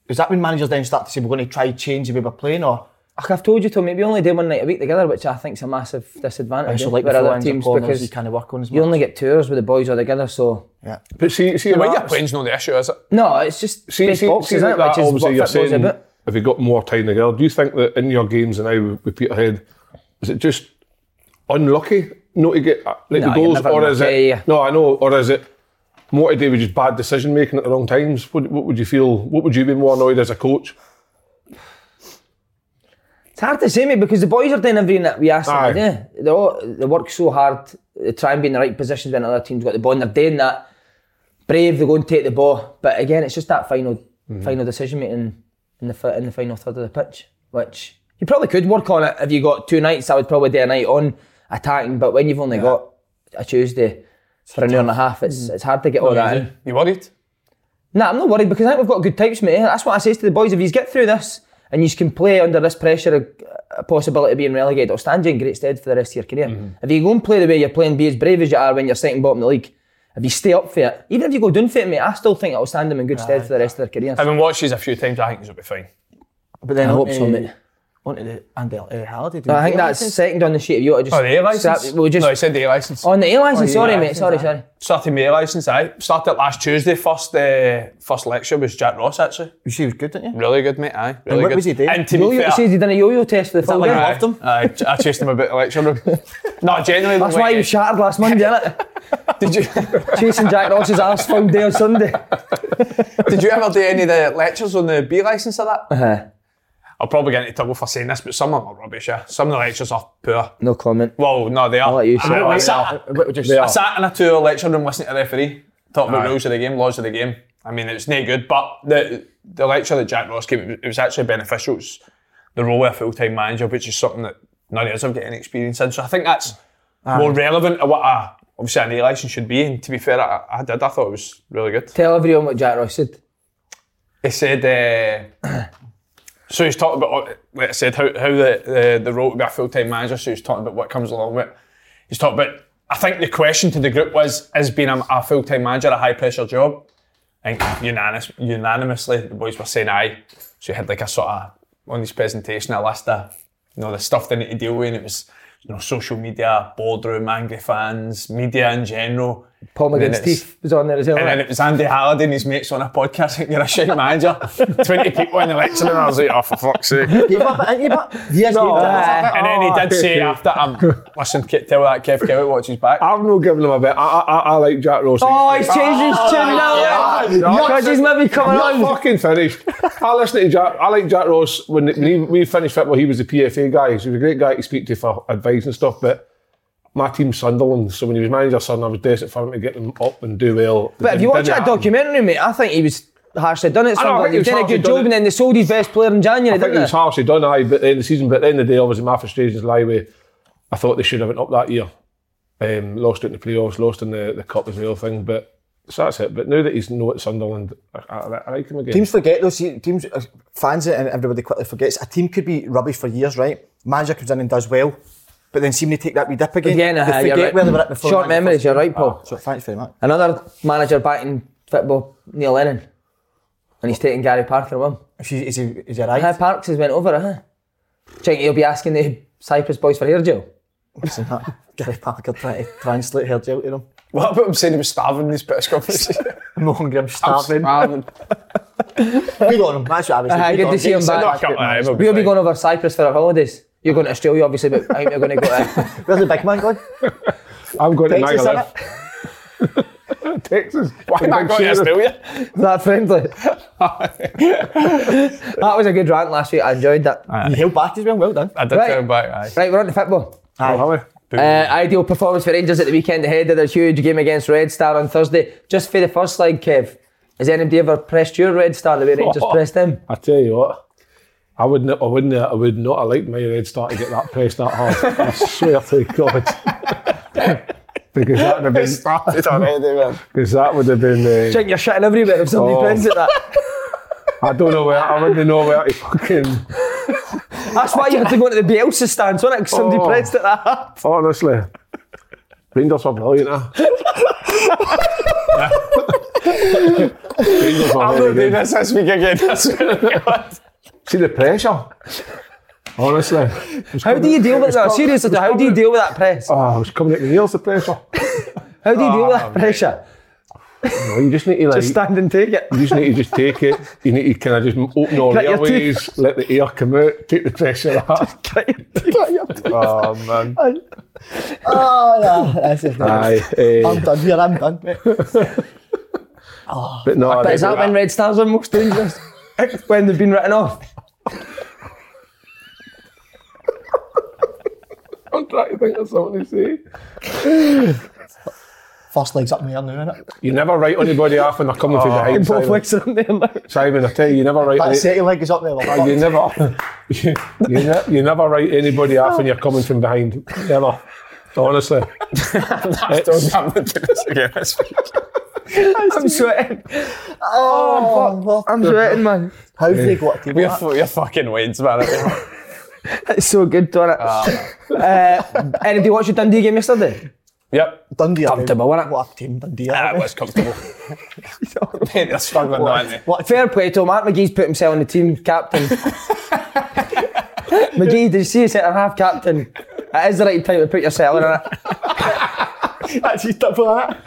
Speaker 2: is that when managers then start to say we're going to try change the way we're playing or
Speaker 1: Like I've told you to maybe only do one night a week together, which I think's a massive
Speaker 2: I
Speaker 1: disadvantage.
Speaker 2: so like
Speaker 1: with
Speaker 2: the
Speaker 1: other
Speaker 2: other
Speaker 1: teams
Speaker 2: corners you
Speaker 1: because
Speaker 2: kind of work on as
Speaker 1: you
Speaker 2: much.
Speaker 1: only get tours with the boys all together. So
Speaker 4: But see, see,
Speaker 3: The way you're
Speaker 4: that's-
Speaker 3: playing's not the issue, is it?
Speaker 1: no, it's just
Speaker 4: see,
Speaker 1: big
Speaker 4: see,
Speaker 1: boxes,
Speaker 4: see
Speaker 1: isn't
Speaker 4: that,
Speaker 1: it? Which is what
Speaker 4: obviously you're
Speaker 1: football's
Speaker 4: saying.
Speaker 1: about.
Speaker 4: If you got more time together, do you think that in your games and now with- with Peterhead, is it just unlucky not to get uh,
Speaker 1: No,
Speaker 4: like the
Speaker 1: you're
Speaker 4: goals,
Speaker 1: never
Speaker 4: or is
Speaker 1: unlucky,
Speaker 4: it?
Speaker 1: yeah.
Speaker 4: No, I know, or is it more to do with just bad decision making at the wrong times? What, what would you feel? What would you be more annoyed as a coach?
Speaker 1: It's hard to say, mate, because the boys are doing everything that we ask them
Speaker 4: Aye.
Speaker 1: to do. They, all, they work so hard, they try and be in the right positions when other teams got the ball, and they're doing that. Brave, they go and take the ball. But again, it's just that final final decision making in the, fi- in the final third of the pitch, which you probably could work on it if you got two nights. I would probably do a night on attacking, but when you've only got a Tuesday for an hour and a half, it's, it's hard to get all that in.
Speaker 3: You worried?
Speaker 1: Nah, I'm not worried because I think we've got good types, mate. That's what I says to the boys. If you get through this and you can play under this pressure, of a possibility of being relegated, it'll stand you in great stead for the rest of your career. If you go and play the way you're playing, be as brave as you are when you're second bottom of the league. If you stay up for it, even if you go down for it, mate, I still think it'll stand them in good stead for the rest of their career.
Speaker 3: Having watched these a few times, I think you'll be fine.
Speaker 2: but then
Speaker 1: I hope
Speaker 2: on,
Speaker 1: so,
Speaker 2: uh,
Speaker 1: mate.
Speaker 2: Onto the and uh, Halliday.
Speaker 1: I think that's second on the sheet. If you ought to just
Speaker 3: Oh, the A licence?
Speaker 1: Slap- uh, we'll just
Speaker 3: no, I said the A licence.
Speaker 1: on the A license.
Speaker 2: Oh,
Speaker 1: sorry,
Speaker 2: yeah,
Speaker 1: mate. Sorry,
Speaker 2: licence,
Speaker 1: sorry.
Speaker 3: Started my A licence, I started last Tuesday. First uh, first lecture was Jack Ross, actually.
Speaker 2: you see, he was good, didn't you?
Speaker 3: Really good, mate, aye. Really
Speaker 2: what
Speaker 3: good.
Speaker 2: was he doing?
Speaker 3: And to be
Speaker 1: Yo-yo
Speaker 3: fair,
Speaker 1: says he done a yo-yo test for the full
Speaker 3: Aye,
Speaker 1: game.
Speaker 3: aye,
Speaker 2: loved him?
Speaker 3: aye, ch- I chased him about the lecture room. no, genuinely.
Speaker 1: That's why he was shattered last Monday, *laughs* innit?
Speaker 3: Did you,
Speaker 1: Chasing Jack Ross's arse full day on Sunday.
Speaker 3: did you ever do any of the lectures on the B licence of that? I'll probably get into trouble for saying this, but some of them are rubbish, yeah. Some of the lectures are poor.
Speaker 1: No comment.
Speaker 3: Well, no, they are.
Speaker 1: I'll let you
Speaker 3: I,
Speaker 1: say it.
Speaker 3: I sat,
Speaker 2: What would you
Speaker 3: I sat in a two hour lecture room listening to the referee talk about rules of the game, laws of the game. I mean, it's not good, but the the lecture that Jack Ross gave, it was- it was actually beneficial. It's the role of a full time manager, which is something that none of us have got any experience in. So I think that's more relevant to what a, obviously an A license should be. And to be fair, I, I did. I thought it was really good.
Speaker 1: Tell everyone what Jack Ross said. Oh
Speaker 3: He said. Uh, *clears throat* so he's talking about, uh, like I said, how, how the, the the role to be a full time manager. So he's talking about what comes along with. it. He's talking about. I think the question to the group was: Is being a, a full time manager a high pressure job? I think unanimous, unanimously, the boys were saying aye. So he had like a sort of on his presentation a list of you know the stuff they need to deal with. And it was you know social media, boardroom, angry fans, media in general.
Speaker 1: Paul
Speaker 3: then
Speaker 1: McGinn
Speaker 3: it's-
Speaker 1: Steve was on there as well.
Speaker 3: And then it was Andy Halliday and his mates on a podcast saying you're a shit *laughs* manager. 20 people in the lecture and I was like, oh, for fuck's sake. And
Speaker 2: Gave up, ain't you, but
Speaker 1: *laughs*
Speaker 2: yes,
Speaker 1: No,
Speaker 2: gave up.
Speaker 1: aye.
Speaker 3: then he did *laughs* say after, um, listen, Ke- tell that Kev Kelly watch his back.
Speaker 4: I've not given him a bet. I, I, I, I like Jack Ross.
Speaker 1: Oh, he's changed his chin now. Because he's maybe coming
Speaker 4: I'm
Speaker 1: on.
Speaker 4: not
Speaker 1: *laughs*
Speaker 4: fucking finished. I listen to Jack. I like Jack Ross when, when he, we finished football. He was the PFA guy. He was a great guy to speak to for advice and stuff. But my team Sunderland. So when he was manager of Sunderland, I was desperate for him to get them up and do well.
Speaker 1: But if you watch that documentary, mate, I think he was harshly done it.
Speaker 4: I know, I
Speaker 1: Sunderland.
Speaker 4: think
Speaker 1: He
Speaker 4: he was
Speaker 1: done a
Speaker 4: harshly
Speaker 1: good
Speaker 4: done
Speaker 1: job,
Speaker 4: it.
Speaker 1: and then they sold his best player in January,
Speaker 4: I think
Speaker 1: didn't
Speaker 4: it was
Speaker 1: they?
Speaker 4: harshly done, aye, but then the season, but at the end of the day, obviously my frustrations lie with I thought they should have went up that year. Um, lost it in the playoffs, lost in the, the cup is the other thing, but so that's it. But now that he's no at Sunderland, I, I, I like him again.
Speaker 2: Teams forget those teams, uh, fans and everybody quickly forgets. A team could be rubbish for years, right? Manager comes in and does well, but then seem to take that wee dip again.
Speaker 1: Again,
Speaker 2: they
Speaker 1: aye,
Speaker 2: forget
Speaker 1: you're right.
Speaker 2: where they were at before.
Speaker 1: Short
Speaker 2: the manager
Speaker 1: memories,
Speaker 2: first
Speaker 1: you're right,
Speaker 2: came.
Speaker 1: Paul.
Speaker 2: Ah, So thanks very much.
Speaker 1: Another manager back in football, Neil Lennon. And he's taking Gary Parker with him.
Speaker 2: Is he, is he, is he
Speaker 1: High
Speaker 2: right?
Speaker 1: Parks has went over, huh? Do you think he'll be asking the Cyprus boys for hair gel?
Speaker 2: Listen, that *laughs* Gary Parker trying to translate her gel to them.
Speaker 3: *laughs*
Speaker 2: *laughs*
Speaker 3: What about him saying he was starving in his
Speaker 1: *laughs*
Speaker 3: press conference?
Speaker 2: I'm not hungry, I'm starving.
Speaker 3: *laughs* starving.
Speaker 2: Good on him, that's what I was
Speaker 1: Aye,
Speaker 2: saying.
Speaker 1: Ah, good to see him
Speaker 2: Get
Speaker 1: back.
Speaker 2: some basket, man.
Speaker 1: We'll be going over Cyprus for our holidays. You're going to Australia, obviously, but I think we're going to go uh, *laughs* to
Speaker 2: Where's the big man going?
Speaker 4: I'm going to
Speaker 2: Texas,
Speaker 4: Nigeria. *laughs*
Speaker 2: innit?
Speaker 4: Texas. Why
Speaker 3: Am I going to Australia?
Speaker 1: that friendly. *laughs* that was a good rant last week. I enjoyed that.
Speaker 2: You held back as well, well done.
Speaker 3: I did
Speaker 1: Right.
Speaker 3: tell him back, aye.
Speaker 1: Right, we're on to football. Uh, ideal performance for Rangers at the weekend ahead of their huge game against Red Star on Thursday. Just for the first slide, Kev, has anybody ever pressed your Red Star the way *laughs* Rangers pressed him?
Speaker 4: I tell you what, I wouldn't, I wouldn't, I would not have liked my red star to get that press that hard. I swear to God. *laughs* because that would have been, *laughs*
Speaker 3: Started already, man.
Speaker 4: because that would have been, uh,
Speaker 1: Think you're shitting everywhere if somebody
Speaker 4: Oh.
Speaker 1: prints it that.
Speaker 4: I don't know where, I wouldn't know where to fucking.
Speaker 1: That's why you had to go to the Bielsa stance, wasn't it? 'Cause somebody
Speaker 4: Oh.
Speaker 1: pressed it that hard.
Speaker 4: Honestly. Rangers were brilliant, eh? Rangers were
Speaker 3: I'm
Speaker 4: very
Speaker 3: not doing
Speaker 4: good.
Speaker 3: this this week again.
Speaker 1: *laughs*
Speaker 3: I swear *laughs* to God.
Speaker 4: See the pressure? *laughs* Honestly. It was
Speaker 1: How do
Speaker 4: coming-
Speaker 1: you deal
Speaker 4: it
Speaker 1: with
Speaker 4: was
Speaker 1: that?
Speaker 4: coming-
Speaker 1: Seriously,
Speaker 4: it was
Speaker 1: how do you
Speaker 4: coming-
Speaker 1: deal with that press?
Speaker 4: Oh, it was coming at me heels, the pressure.
Speaker 1: How do you deal with that pressure?
Speaker 4: No, you just need to like...
Speaker 1: Just stand and take it. *laughs*
Speaker 4: you just need to just take it. You need to kind of just open all
Speaker 1: Cut your
Speaker 4: airways, let the air come out, take the pressure out.
Speaker 3: Oh, man.
Speaker 1: Ah,
Speaker 2: Oh, no, this is not.
Speaker 4: Aye, eh,
Speaker 2: I'm done here, I'm done. mate.
Speaker 4: but no,
Speaker 1: But is that when Red Stars are most dangerous? *laughs* when they've been written off? *laughs*
Speaker 4: I'm trying to think of something to say.
Speaker 2: First leg's up in the air now, innit?
Speaker 4: You never write anybody off when they're coming through behind.
Speaker 1: Both
Speaker 4: Simon.
Speaker 1: legs are on there now.
Speaker 4: Simon, I tell you, you never write.
Speaker 2: That
Speaker 4: any-
Speaker 2: second leg is up there. like,
Speaker 4: Oh, you never, *laughs* you, you, ne- you never write anybody off when you're coming from behind. Never. Honestly. It's-
Speaker 3: I'm not doing this again this week.
Speaker 1: I'm sweating.
Speaker 2: Oh, fuck.
Speaker 1: I'm sweating, man.
Speaker 2: How have they got to do
Speaker 3: You're,
Speaker 2: that?
Speaker 3: fu- you're fucking wins, man.
Speaker 1: It's so good, don't it? *laughs* uh, anybody watch your Dundee game yesterday?
Speaker 3: yep.
Speaker 2: Dundee are
Speaker 1: Comfortable, wasn't it?
Speaker 2: What a team Dundee
Speaker 3: That
Speaker 2: are.
Speaker 1: *laughs*
Speaker 3: was comfortable. Man, they're struggling, aren't they?
Speaker 2: What a team.
Speaker 1: Fair play to him. Mark McGee's put himself on the team captain. *laughs* McGee, did you see a centre half captain? It is the right time to put yourself in it.
Speaker 2: Actually, double that.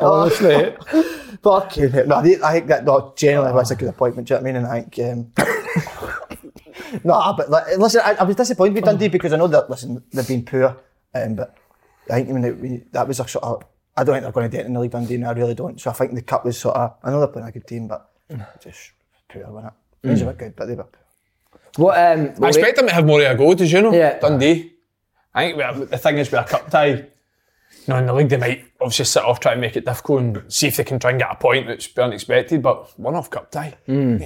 Speaker 4: Honestly.
Speaker 2: Oh, Fucking hell. No, I think- I think that no, generally was a good appointment, do you know what I mean? And I think. Um, *laughs* no, but like, listen, I, I was disappointed with Dundee because I know that, listen, they've been poor, um, but I think I mean, that, we, that was a sort of. I don't think they're going to do it in the league Dundee, and I really don't. So I think the cup was sort of. I know they're playing a good team, *sighs* but just poor, wasn't it? These were good, but they were *laughs* poor.
Speaker 1: What, um,
Speaker 3: I expect them to have more of a go, did you know?
Speaker 1: Yeah.
Speaker 3: Dundee. I think we have- the thing is with a cup tie, no, in the league they might obviously sit off, try and make it difficult and see if they can try and get a point which be unexpected, but one off cup tie.
Speaker 1: Hmm.
Speaker 3: You're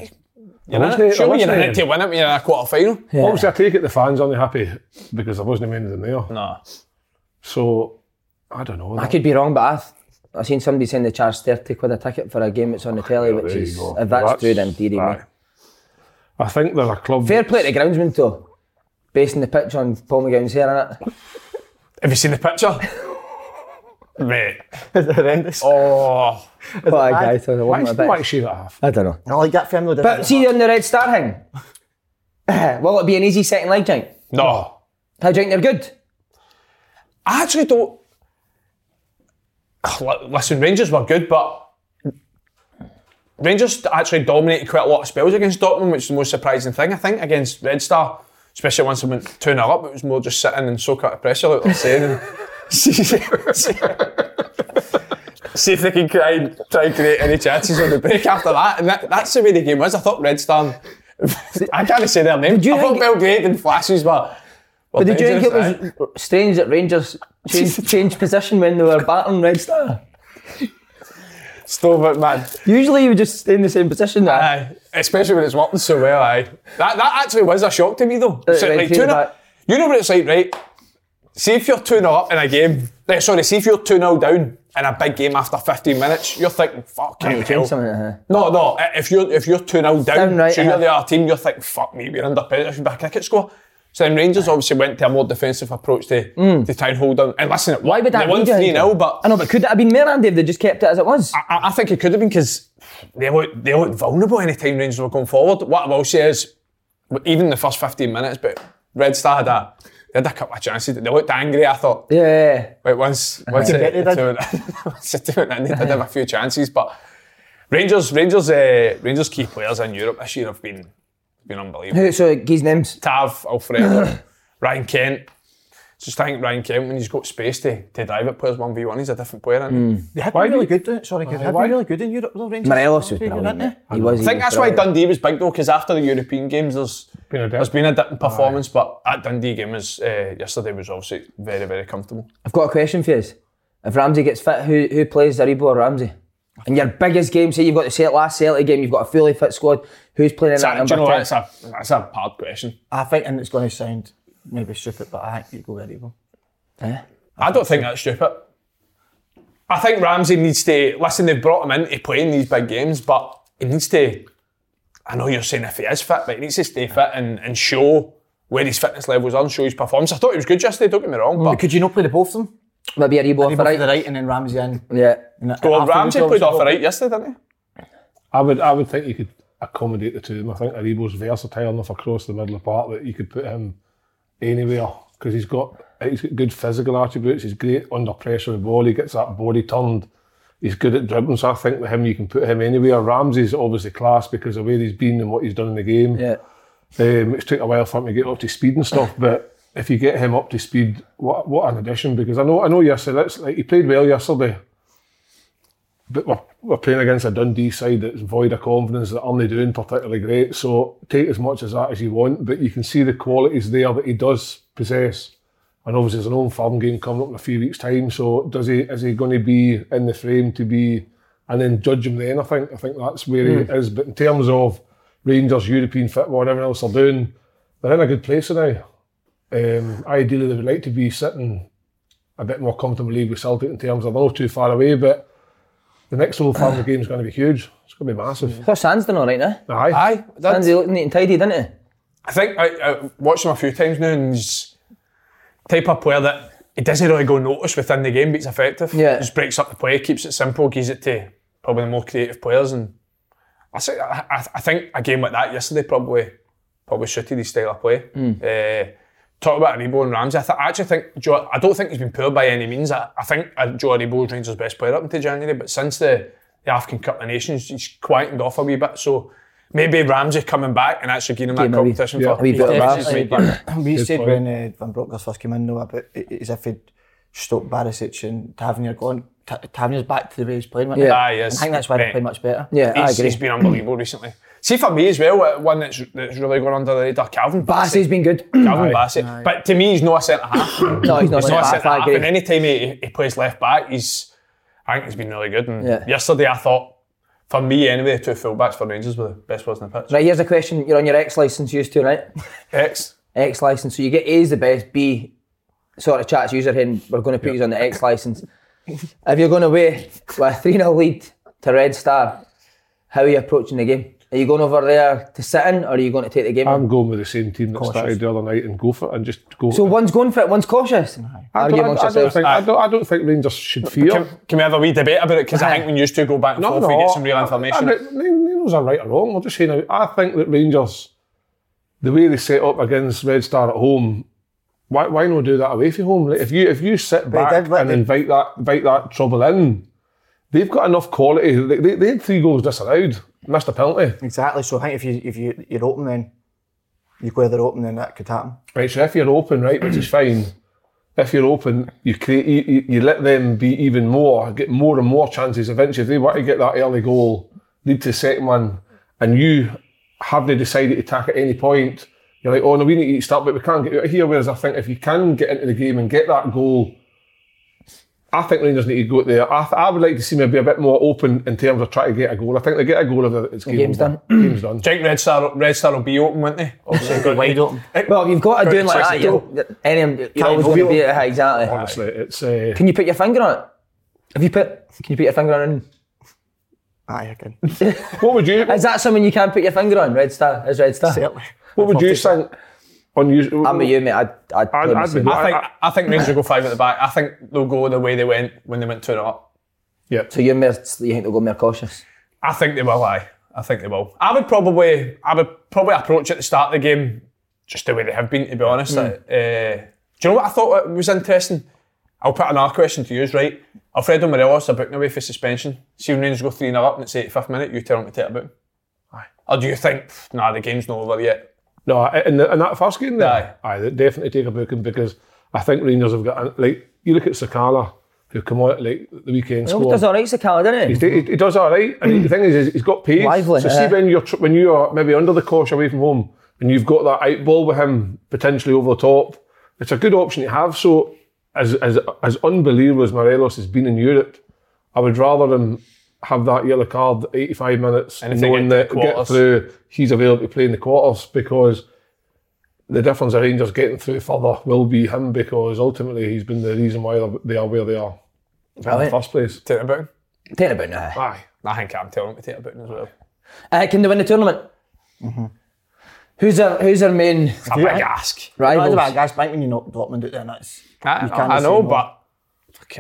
Speaker 3: in
Speaker 4: Wasn't
Speaker 3: it.
Speaker 4: it-
Speaker 3: Surely you're
Speaker 4: wasn't
Speaker 3: in
Speaker 4: it-
Speaker 3: it to win it when you're in a quarter
Speaker 1: *laughs*
Speaker 3: final.
Speaker 4: Obviously, I take it the fans aren't happy because there wasn't a man in there.
Speaker 3: No.
Speaker 4: So, I don't know.
Speaker 1: I could be wrong, but I've, I've seen somebody saying they charge 30 quid a ticket for a game that's on the telly,
Speaker 4: Well,
Speaker 1: which
Speaker 4: there you
Speaker 1: is,
Speaker 4: go.
Speaker 1: if that's,
Speaker 4: That's-
Speaker 1: true, then dearie me.
Speaker 4: aye. I think there's a club.
Speaker 1: Fair play to the groundsman, though. Basing the pitch on Paul McGowan's hair,
Speaker 4: *laughs*
Speaker 1: innit?
Speaker 3: Have you seen
Speaker 1: *laughs*
Speaker 3: the picture? Mate.
Speaker 2: It's horrendous.
Speaker 3: Oh.
Speaker 1: What a guy, though. the one
Speaker 4: Why is
Speaker 1: with
Speaker 4: he
Speaker 1: a bit-
Speaker 4: like shave it off?
Speaker 1: I don't know.
Speaker 2: I like that film though. didn't
Speaker 1: But
Speaker 2: it?
Speaker 1: see on the Red Star thing, *coughs* will it be an easy second leg, Jink?
Speaker 3: No.
Speaker 1: How do you think they're good?
Speaker 3: I actually don't. *sighs* Li- Listen, Rangers were good, but Rangers actually dominated quite a lot of spells against Dortmund, which is the most surprising thing, I think, against Red Star. Especially once they went 2 0 up, it was more just sitting and soak up the pressure, like I was saying. and *laughs* see, see- see if they can try, try and create any chances on the break after that. And that, that's the way the game was. I thought Red Star. *laughs* I can't say their name.
Speaker 1: you
Speaker 3: I thought
Speaker 1: think-
Speaker 3: Belgrade and Flashes were.
Speaker 1: But did you think it was strange that Rangers
Speaker 4: *laughs*
Speaker 1: changed, changed position when they were battling Red Star?
Speaker 3: Stove it, man.
Speaker 1: Usually you would just stay in the same position. That
Speaker 3: Aye, especially when it's working so well. Aye, that that actually was a shock to me though.
Speaker 1: That it
Speaker 3: So,
Speaker 1: went
Speaker 3: like,
Speaker 1: through
Speaker 3: two
Speaker 1: the
Speaker 3: nil-
Speaker 1: back.
Speaker 3: you know what it's like, right? See if you're two 0 up in a game. eh, sorry, see if you're two 0 down in a big game after 15 minutes. You're thinking, fuck hell.
Speaker 1: something uh-huh. like that.
Speaker 3: No, no. eh, If you're if you're two 0 down,
Speaker 1: Down, right, uh-huh.
Speaker 3: so you're
Speaker 1: aye.
Speaker 3: the other team. You're thinking, fuck me, we're under pressure. Should be a cricket score. So then Rangers obviously went to a more defensive approach to, to try and hold on. And listen,
Speaker 1: Mm. Why would that
Speaker 3: they won
Speaker 1: be, do you
Speaker 3: three
Speaker 1: think?
Speaker 3: 0 but
Speaker 1: I know, but could that have been more Andy if they just kept it as it was?
Speaker 3: I, I think it could have been because they looked they looked vulnerable any time Rangers were going forward. What I will say is, even the first 15 minutes, but Red Star had a, they had a couple of chances. They looked angry, I thought.
Speaker 1: yeah.
Speaker 3: Wait, once, once
Speaker 2: bet they did.
Speaker 3: *laughs* did. and they did have a few chances, but Rangers, Rangers, uh, Rangers key players in Europe this year have been been unbelievable.
Speaker 1: Who- So Gee's names.
Speaker 3: Tav, Alfredo, *coughs* Ryan Kent. Just think Ryan Kent when he's got space to, to drive at players one v one, he's a different player. Isn't he?
Speaker 2: They had been really good. eh? Sorry, they had been really good in Europe. though, Rangers.
Speaker 1: Morelos was
Speaker 2: Didn't they?
Speaker 1: brilliant. mate. He was.
Speaker 3: I think that's why Dundee was big though, because after the European games, there's
Speaker 4: Been a dip.
Speaker 3: there's been a dip in performance, but that Dundee game was uh, yesterday was obviously very very comfortable.
Speaker 1: I've got a question for you. If Ramsey gets fit, who who plays Aribo or Ramsey? In your biggest game, say you've got the set last Celtic game, you've got a fully fit squad. Who's playing in that
Speaker 3: That, do
Speaker 1: number
Speaker 3: you know
Speaker 1: 10?
Speaker 3: what? That's a that's a hard question.
Speaker 2: I think, and it's going to sound maybe stupid, but I think you go very well.
Speaker 3: I don't think that's stupid. I think Ramsey needs to listen. They've brought him in to play in these big games, but he needs to. I know you're saying if he is fit, but he needs to stay fit and, and show where his fitness levels are and show his performance. I thought he was good yesterday. Don't get me wrong, but
Speaker 2: Could you not play the both of them?
Speaker 1: Maybe Aribo off
Speaker 2: Both
Speaker 1: the
Speaker 2: right.
Speaker 1: right.
Speaker 2: the right and then Ramsey in.
Speaker 1: Yeah.
Speaker 3: well, Ramsey played off the right yesterday, didn't he?
Speaker 4: I would I would think you could accommodate the two of them. I think Aribo's versatile enough across the middle of the park that you could put him anywhere because he's got he's got good physical attributes. He's great under pressure of the ball. He gets that body turned. He's good at dribbling, so I think with him you can put him anywhere. Ramsey's obviously class because of where he's been and what he's done in the game.
Speaker 1: Yeah.
Speaker 4: Um, it's took a while for him to get up to speed and stuff, but if you get him up to speed, what what an addition! Because I know I know yesterday that's like he played well yesterday, but we're, we're playing against a Dundee side that's void of confidence that aren't doing particularly great. So take as much as that as you want, but you can see the qualities there that he does possess. And obviously, there's an own farm game coming up in a few weeks' time. So does he is he going to be in the frame to be, and then judge him then? I think I think that's where he is. But in terms of Rangers, European football, and everything else they're doing, they're in a good place now. Um, ideally, they would like to be sitting a bit more comfortably with Celtic in terms of they're not too far away, but the next Old Farm game is going to be huge. It's going to be massive.
Speaker 1: Plus, Sands done all right now.
Speaker 4: Aye.
Speaker 3: Aye, that's-
Speaker 1: Sands, he looked neat and tidy, didn't he?
Speaker 3: I think I, I watched him a few times now, and he's type of player that he doesn't really go notice within the game, but he's effective.
Speaker 1: Yeah.
Speaker 3: just breaks up the play, keeps it simple, gives it to probably the more creative players, and I say I, I- I think a game like that yesterday probably probably suited his style of play.
Speaker 1: Hmm.
Speaker 3: Eh, talk about Aribo and Ramsey. I, th- I actually think Joe, I don't think he's been poor by any means. I, I think uh, Joe Aribo is Rangers' best player up until January, but since the, the African Cup of Nations, he's quietened off a wee bit. So. Maybe Ramsey coming back and actually giving him that
Speaker 1: Giving him a wee-
Speaker 3: competition
Speaker 4: yeah,
Speaker 3: for
Speaker 4: a wee
Speaker 1: bit of
Speaker 3: Matches
Speaker 1: that.
Speaker 3: might
Speaker 2: *coughs*
Speaker 3: be-
Speaker 2: We
Speaker 4: Good
Speaker 2: said
Speaker 4: point.
Speaker 2: when uh, Van Bronckhorst first came in, though, about it, it's as if he'd stopped Barisic and Tavernier gone. Ta- Tavernier's back to the way he's playing. wasn't he?
Speaker 1: Yeah.
Speaker 3: Ah, yes.
Speaker 2: I think that's why they
Speaker 3: Right.
Speaker 2: play much better.
Speaker 1: Yeah, I
Speaker 3: He's,
Speaker 1: agree.
Speaker 3: he's been unbelievable recently. See, for me as well, uh, one that's, that's really gone under the radar,
Speaker 1: Bassey's
Speaker 3: Calvin Bassett.
Speaker 1: Ah, been good.
Speaker 3: Calvin Bassett. But to me, he's not a centre half.
Speaker 1: *coughs* no, he's not.
Speaker 3: he's not a
Speaker 1: I-
Speaker 3: centre
Speaker 1: I
Speaker 3: half.
Speaker 1: agree.
Speaker 3: And any time he, he plays left back, he's I think he's been really good. And
Speaker 1: Yeah.
Speaker 3: yesterday, I thought, for me anyway, the two full backs for Rangers were the best players in the pitch.
Speaker 1: Right, here's a question. You're on your X license used to, right?
Speaker 3: X.
Speaker 1: X license. So you get A is the best, B sort of chats user heading, we're going to put you on the X license. if you're going away with a 3 0 lead to Red Star, how are you approaching the game? Are you going over there to sit in or are you going to take the game? on?
Speaker 4: I'm going with the same team that started the other night and go for it and just go.
Speaker 1: so one's going for it, one's cautious.
Speaker 4: I don't,
Speaker 1: Argue
Speaker 4: I-
Speaker 1: amongst
Speaker 4: I don't
Speaker 1: yourselves.
Speaker 4: think, I, don't, I don't think Rangers should fear.
Speaker 3: Can, can we have a wee debate about it? Because
Speaker 1: Uh-huh.
Speaker 3: I think we used to go back and forth and get some real
Speaker 4: I-
Speaker 3: information.
Speaker 4: I, I, Neil's are right or wrong. We're just saying. I think that Rangers, the way they set up against Red Star at home, why why not do that away from home? Like, if you if you sit
Speaker 2: But
Speaker 4: back
Speaker 2: they did let
Speaker 4: and
Speaker 2: the-
Speaker 4: invite that invite that trouble in, they've got enough quality. They, they, they had three goals disallowed, missed a penalty.
Speaker 2: Exactly. So I think if you if you you're open, then you go they're open, then that could happen.
Speaker 4: Right, so if you're open, right, which is fine. If you're open, you create, you- you, you let them be even more, get more and more chances. Eventually, if they want to get that early goal, lead to the second one, and you haven't decided to attack at any point, you're like, oh no, we need to start, but we can't get out of here. Whereas I think if you can get into the game and get that goal, I think Rangers need to go out there. I, th- I would like to see maybe a bit more open in terms of trying to get a goal. I think they get a goal if it's game
Speaker 1: game's
Speaker 4: over. Game's done.
Speaker 3: Jake Red Star, Red Star will be open, won't they? Obviously, got
Speaker 2: Wide open.
Speaker 1: Well, if you've got a doing like that,
Speaker 3: Exactly.
Speaker 1: you're, any, you're always
Speaker 2: move
Speaker 1: going to be
Speaker 2: it.
Speaker 1: yeah, exactly.
Speaker 4: Honestly, it's uh,
Speaker 1: *laughs* Can you put your finger on it? Have you put? Can you put your finger on? it?
Speaker 2: Aye, I can.
Speaker 4: what would you?
Speaker 1: Is that something you can put your finger on? Red Star is Red Star. *laughs*
Speaker 2: Certainly.
Speaker 4: What would you think on you?
Speaker 1: I'm with you, mate. I'd, I'd,
Speaker 4: I'd-
Speaker 1: play
Speaker 4: I'd
Speaker 1: myself.
Speaker 4: be-
Speaker 3: I think
Speaker 4: I-
Speaker 3: I, think Rangers will go five at the back. I think they'll go the way they went when they went two and up.
Speaker 1: So you're more, you think they'll go more cautious?
Speaker 3: I think they will. Aye, I think they will. I would probably, I would probably approach at the start of the game just the way they have been. To be honest, Uh, do you know what I thought was interesting? I'll put another question to you, right? Alfredo Morelos are booking away for suspension. See when Rangers go 3 0 up and it's 85th minute, you tell them to take a boot. Aye. Or do you think, "Pff, nah, the game's not over yet?
Speaker 4: No, I- in, the, in that first game, there,
Speaker 3: Aye.
Speaker 4: aye, they'd definitely take a booking because I think Rangers have got like you look at Sakala who come out like the
Speaker 1: He
Speaker 4: weekend squad.
Speaker 1: does all right, Sakala, doesn't he?
Speaker 4: He, he, he does all right, and the thing is, is he's got pace.
Speaker 1: Lively,
Speaker 4: so
Speaker 1: eh?
Speaker 4: see when you're tr- when you are maybe under the cosh away from home, and you've got that out ball with him potentially over the top. It's a good option to have. So as as as unbelievable as Morelos has been in Europe, I would rather him have that yellow card at 85 minutes,
Speaker 3: Anything
Speaker 4: knowing
Speaker 3: into
Speaker 4: that
Speaker 3: the
Speaker 4: get
Speaker 3: quarters.
Speaker 4: through, he's available to play in the quarters because the difference of Rangers getting through further will be him because ultimately he's been the reason why they're- they are where they are in the
Speaker 1: Brilliant.
Speaker 4: first place.
Speaker 3: Take a booting?
Speaker 1: Ten about now.
Speaker 4: Aye.
Speaker 3: I think I'm telling them to take a booting as well.
Speaker 1: Uh, can they win the tournament?
Speaker 2: Mm-hmm.
Speaker 1: Who's our Who's our main
Speaker 3: A big ask.
Speaker 2: That's
Speaker 1: rivals?
Speaker 2: about guys bank when you knock Dortmund out there, and that's
Speaker 3: I,
Speaker 2: you can't
Speaker 3: I
Speaker 2: say
Speaker 3: know,
Speaker 2: no.
Speaker 3: but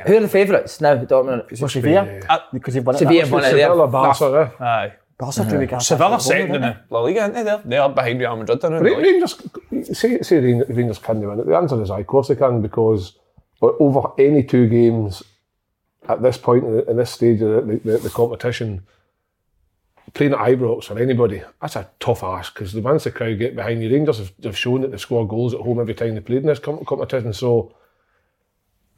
Speaker 1: Who are the favourites now? Dortmund.
Speaker 2: It's Sevilla because they've won it.
Speaker 1: Sevilla
Speaker 2: that
Speaker 1: have won
Speaker 2: much.
Speaker 1: it. Yeah.
Speaker 4: Sevilla, Barca, eh?
Speaker 3: aye.
Speaker 2: Barca drew with Galatasaray.
Speaker 3: Sevilla second in the La Liga, aren't they? They're, they're behind Real Madrid, aren't
Speaker 4: Ra-
Speaker 3: they?
Speaker 4: Rangers, say, say Ran- Rangers can they win it. The answer is aye, of course they can because o- over any two games at this point in the- in this stage of the, the, the competition, playing at Ibrox or anybody, that's a tough ask because the once the crowd get behind you, Rangers have, have shown that they've scored goals at home every time they played in this com- competition. So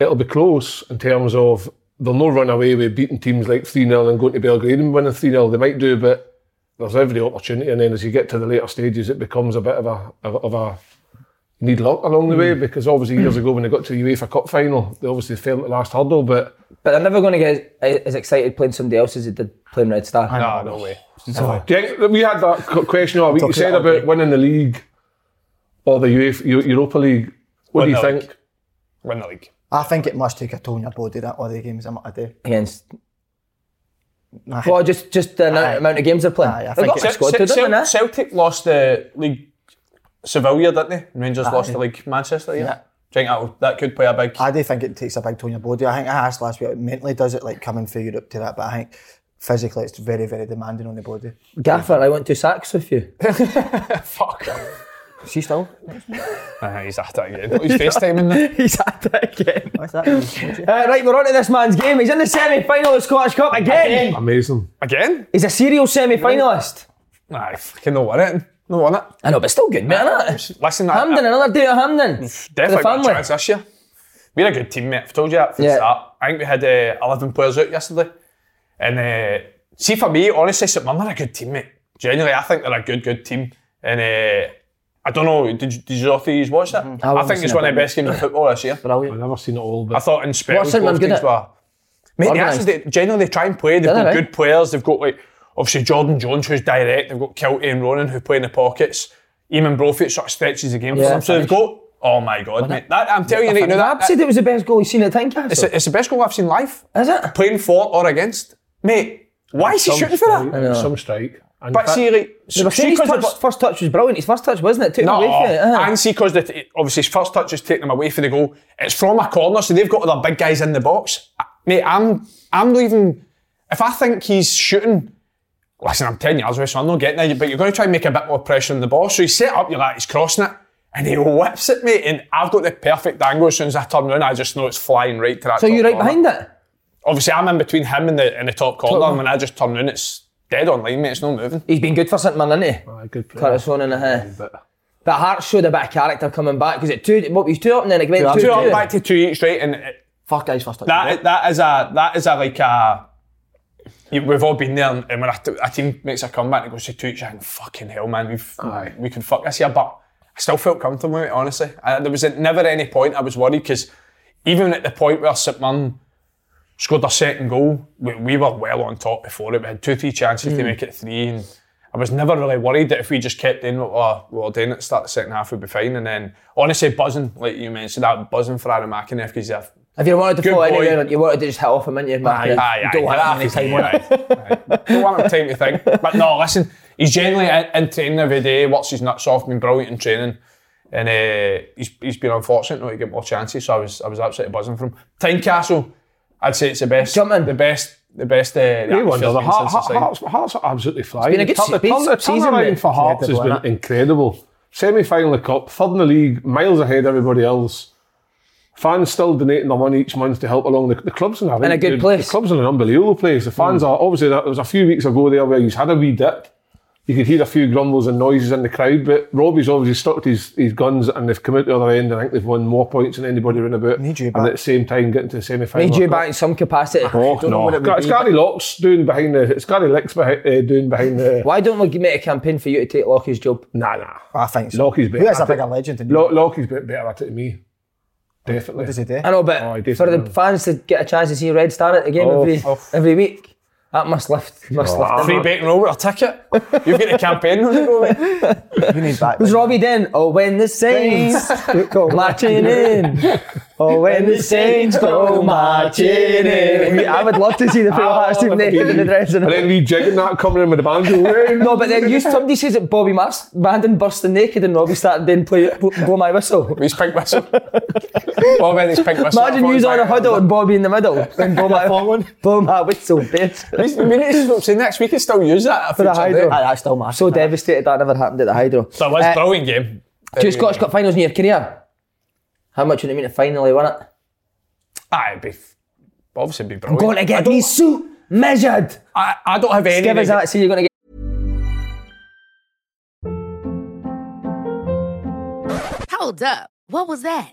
Speaker 4: it'll be close in terms of they'll no run away with beating teams like 3 0 and going to Belgrade and winning 3 0. They might do, but there's every opportunity, and then as you get to the later stages, it becomes a bit of a of, a- of a you need luck along the way
Speaker 3: Mm.
Speaker 4: because obviously years ago when they got to the UEFA Cup final, they obviously failed at the last hurdle. But
Speaker 1: But they're never going to get as as excited playing somebody else as they did playing Red Star.
Speaker 3: No, no way.
Speaker 4: do you think that we had that cu- question all week? You said about winning the league or the UEFA Eu- Europa League. What
Speaker 3: Win
Speaker 4: do you
Speaker 3: the
Speaker 4: think?
Speaker 3: league. Win the league.
Speaker 2: I think it must take a toll on your body that other games I'm not a day.
Speaker 1: Against
Speaker 2: Nah,
Speaker 1: well, just just the amount,
Speaker 2: Aye.
Speaker 1: amount of games they're playing.
Speaker 2: Aye, I
Speaker 1: They've
Speaker 2: think
Speaker 1: got a
Speaker 2: it's-
Speaker 1: squad to
Speaker 3: Cel-
Speaker 1: them, eh?
Speaker 3: Cel- Celtic lost the league Sevilla, didn't they? Rangers lost the league Manchester, yeah.
Speaker 2: Yeah.
Speaker 3: Do you think that'll- oh, that could play a big
Speaker 2: I do think it takes a big toll on your body. I think I asked last week, mentally does it like coming through Europe to that, but I think physically it's very, very demanding on the body.
Speaker 1: Gaffer, I want two sacks with
Speaker 2: *laughs*
Speaker 1: you.
Speaker 3: fuck?
Speaker 2: See still?
Speaker 3: *laughs* Ah, he's after it again. He's FaceTiming there.
Speaker 1: He's at it again.
Speaker 2: What's Oh, that?
Speaker 1: Uh, right, we're on to this man's game. He's in the semi-final of the Scottish Cup again.
Speaker 4: Amazing.
Speaker 3: Again?
Speaker 1: He's a serial semi-finalist.
Speaker 3: Nah, he fucking no won it. No won it.
Speaker 1: I know, but still good, man.
Speaker 3: *laughs*
Speaker 1: Isn't it?
Speaker 3: Listen, I,
Speaker 1: Hamden,
Speaker 3: I
Speaker 1: another day at Hamden.
Speaker 3: definitely
Speaker 1: for the
Speaker 3: got a
Speaker 1: family.
Speaker 3: chance this year. We're a good team, mate. I've told you that from
Speaker 1: Yeah.
Speaker 3: the start. I think we had uh, 11 players out yesterday. And uh, see, for me, honestly, St Mirren are a good team, mate. Genuinely, I think they're a good, good team. And uh, I don't know, did, you- did you all three watch that? I,
Speaker 1: haven't
Speaker 3: think it's
Speaker 1: seen
Speaker 3: one
Speaker 1: it,
Speaker 3: of the best games of football this year.
Speaker 4: I've
Speaker 1: Brilliant.
Speaker 4: never seen it all,
Speaker 3: I
Speaker 4: but
Speaker 3: thought in Spain,
Speaker 1: What's St Mirren
Speaker 3: both
Speaker 1: good
Speaker 3: teams
Speaker 1: at?
Speaker 3: were. Mate, they
Speaker 1: Organised.
Speaker 3: actually, they, generally, they try and play. They've
Speaker 1: They're
Speaker 3: got
Speaker 1: right.
Speaker 3: good players. They've got, like, obviously, Jordan Jones, who's direct. They've got Kelty and Ronan, who play in the pockets. Eamon Brophy sort of stretches the game
Speaker 1: Yeah,
Speaker 3: for them. So they've got, oh my God, mate. That, I'm telling you right now,
Speaker 1: I've
Speaker 3: that,
Speaker 1: said it was the best goal he's seen at Tynecastle.
Speaker 3: it's,
Speaker 1: Is
Speaker 3: the- it's the best goal I've seen live.
Speaker 1: it?
Speaker 3: Playing for or against. Mate, why is he
Speaker 4: some
Speaker 3: shooting for
Speaker 4: strike-
Speaker 3: that?
Speaker 4: Some strike. And
Speaker 3: But
Speaker 4: fa-
Speaker 3: see, like,
Speaker 1: They were saying
Speaker 3: see,
Speaker 1: his
Speaker 3: 'cause
Speaker 1: touch,
Speaker 3: the-
Speaker 1: first touch was brilliant. His first touch, wasn't it? Took him
Speaker 3: No,
Speaker 1: away from it. uh-huh.
Speaker 3: and see, because obviously his first touch is taking him away from the goal. It's from a corner, so they've got their big guys in the box. I- Mate, I'm I'm leaving. If I think he's shooting, listen, I'm 10 yards away, so I'm not getting there, but you're going to try and make a bit more pressure on the ball. So you set up, you're like, he's crossing it. And he whips it, mate, and I've got the perfect angle. As soon as I turn around, I just know it's flying right to that.
Speaker 1: So
Speaker 3: top
Speaker 1: you right
Speaker 3: corner.
Speaker 1: behind it?
Speaker 3: Obviously, I'm in between him and the and the top corner,
Speaker 1: corner.
Speaker 3: and when I just turn around, it's dead on line, mate. It's not moving.
Speaker 1: He's been good for eh? St. Man, isn't he?
Speaker 4: Aye, good player.
Speaker 1: Curtis Ronan, uh,
Speaker 4: But
Speaker 1: but Hart showed a bit of character coming back because it two what was two up and then it went
Speaker 2: Two
Speaker 1: two,
Speaker 2: up,
Speaker 3: Two up,
Speaker 1: two.
Speaker 3: back to two each, right? And it,
Speaker 2: Fuck guys first touch.
Speaker 3: That that is a that is a like a. You, we've all been there, and and when a, t- a team makes a comeback and goes to two each, I think fucking hell, man, we've
Speaker 4: Aye.
Speaker 3: we could fuck this here. But I still felt comfortable with it, honestly. I, there was at never any point I was worried because even at the point where St. Mirren scored their second goal, we, we were well on top before it. We had two, three chances to make it three, and I was never really worried that if we just kept doing what we were- we were doing at the start of the second half, we'd be fine. And then honestly, buzzing like you mentioned, that buzzing for Aaron McInerney because he's a
Speaker 1: If you wanted to
Speaker 3: Good
Speaker 1: fall
Speaker 3: boy.
Speaker 1: anywhere, you wanted to just hit off him, didn't you? Mark?
Speaker 3: Aye, aye,
Speaker 1: You
Speaker 3: aye.
Speaker 1: don't want
Speaker 3: That
Speaker 1: that many
Speaker 3: is-
Speaker 1: time on it.
Speaker 3: aye, aye.
Speaker 1: *laughs*
Speaker 3: Don't want him time to think. But no, listen, he's generally in, in training every day, works his nuts off, been brilliant in training. And uh, he's, he's been unfortunate not to get more chances, so I was I was absolutely buzzing for him. Tynecastle, I'd say it's the best.
Speaker 1: Jump in.
Speaker 3: The best, the best. Uh,
Speaker 4: No
Speaker 3: reaction
Speaker 4: wonder the
Speaker 3: since
Speaker 4: Hart,
Speaker 3: the signing.
Speaker 4: Hearts, Hearts are absolutely flying.
Speaker 1: been a good
Speaker 4: the, turn- the,
Speaker 1: se-
Speaker 4: turn- the
Speaker 1: season,
Speaker 4: turnaround
Speaker 1: mate.
Speaker 4: for Hearts has
Speaker 2: Incredible,
Speaker 4: been incredible. Semi final of cup, third in the league, miles ahead everybody else. Fans still donating their money each month to help along. The, the club's in a,
Speaker 1: In a good
Speaker 4: the,
Speaker 1: place. Mm.
Speaker 4: The club's in an unbelievable place. The fans are obviously there was a few weeks ago there where he's had a wee dip. You could hear a few grumbles and noises in the crowd, but Robbie's obviously stuck to his, his guns and they've come out the other end. and I think they've won more points than anybody round about.
Speaker 2: Need you
Speaker 4: and
Speaker 2: back.
Speaker 4: at the same time, getting to the semi final.
Speaker 1: Need you back in some capacity.
Speaker 4: Oh,
Speaker 2: know
Speaker 4: no.
Speaker 2: what it would
Speaker 4: It's
Speaker 2: be,
Speaker 4: Gary Locks doing behind the. It's Gary Licks behind, uh, doing behind the.
Speaker 1: Why don't we make a campaign for you to take Lockie's job?
Speaker 4: Nah, nah.
Speaker 2: I think so.
Speaker 4: Lockie's better.
Speaker 2: Who is a
Speaker 4: at it.
Speaker 2: bigger legend than you?
Speaker 4: Lo- Lockie's bit better at it than me. Definitely.
Speaker 2: What does he do?
Speaker 1: I know, but
Speaker 4: Oh, I do
Speaker 1: for the
Speaker 4: think-
Speaker 1: fans to get a chance to see Red Star at the game
Speaker 4: Oh,
Speaker 1: every, every week, that must *laughs* lift. Must lift.
Speaker 3: Free bait and roll with a ticket. You've got a campaign on the go, mate.
Speaker 2: You need back.
Speaker 1: Who's Robbie then? Oh, when the Saints *laughs* go marching in. *laughs* Oh, when the Saints go marching in. Oh, I would love to see *laughs* the Pro Hearts team naked in the dressing
Speaker 4: And
Speaker 1: room.
Speaker 4: then rejigging that, coming in with the banjo.
Speaker 2: *laughs*
Speaker 1: No, but then you, somebody says that Bobby Mars Brandon bursting naked and Robbie started then play Bl- blow my whistle.
Speaker 3: With his
Speaker 1: *laughs*
Speaker 3: pink whistle. Well, with his pink whistle.
Speaker 1: Imagine you on a huddle and Bobby in the *laughs* middle and blow my, *laughs* blow my whistle, bitch.
Speaker 3: We need to see next week and still use that.
Speaker 1: For the hydro.
Speaker 3: eh?
Speaker 2: Aye, that's still massive.
Speaker 1: So devastated that never happened at the Hydro.
Speaker 3: That was
Speaker 1: Uh,
Speaker 3: brilliant game.
Speaker 1: Two Scottish Cup finals in your career. How much would it mean to finally win it?
Speaker 3: Aye, it'd be f- obviously it'd be brilliant.
Speaker 1: Going to
Speaker 3: I
Speaker 1: get
Speaker 3: don't-
Speaker 1: me suit measured.
Speaker 3: I, I don't have any.
Speaker 1: Give us
Speaker 3: neg-
Speaker 1: that. See, you're going to get.
Speaker 5: Hold up. What was that?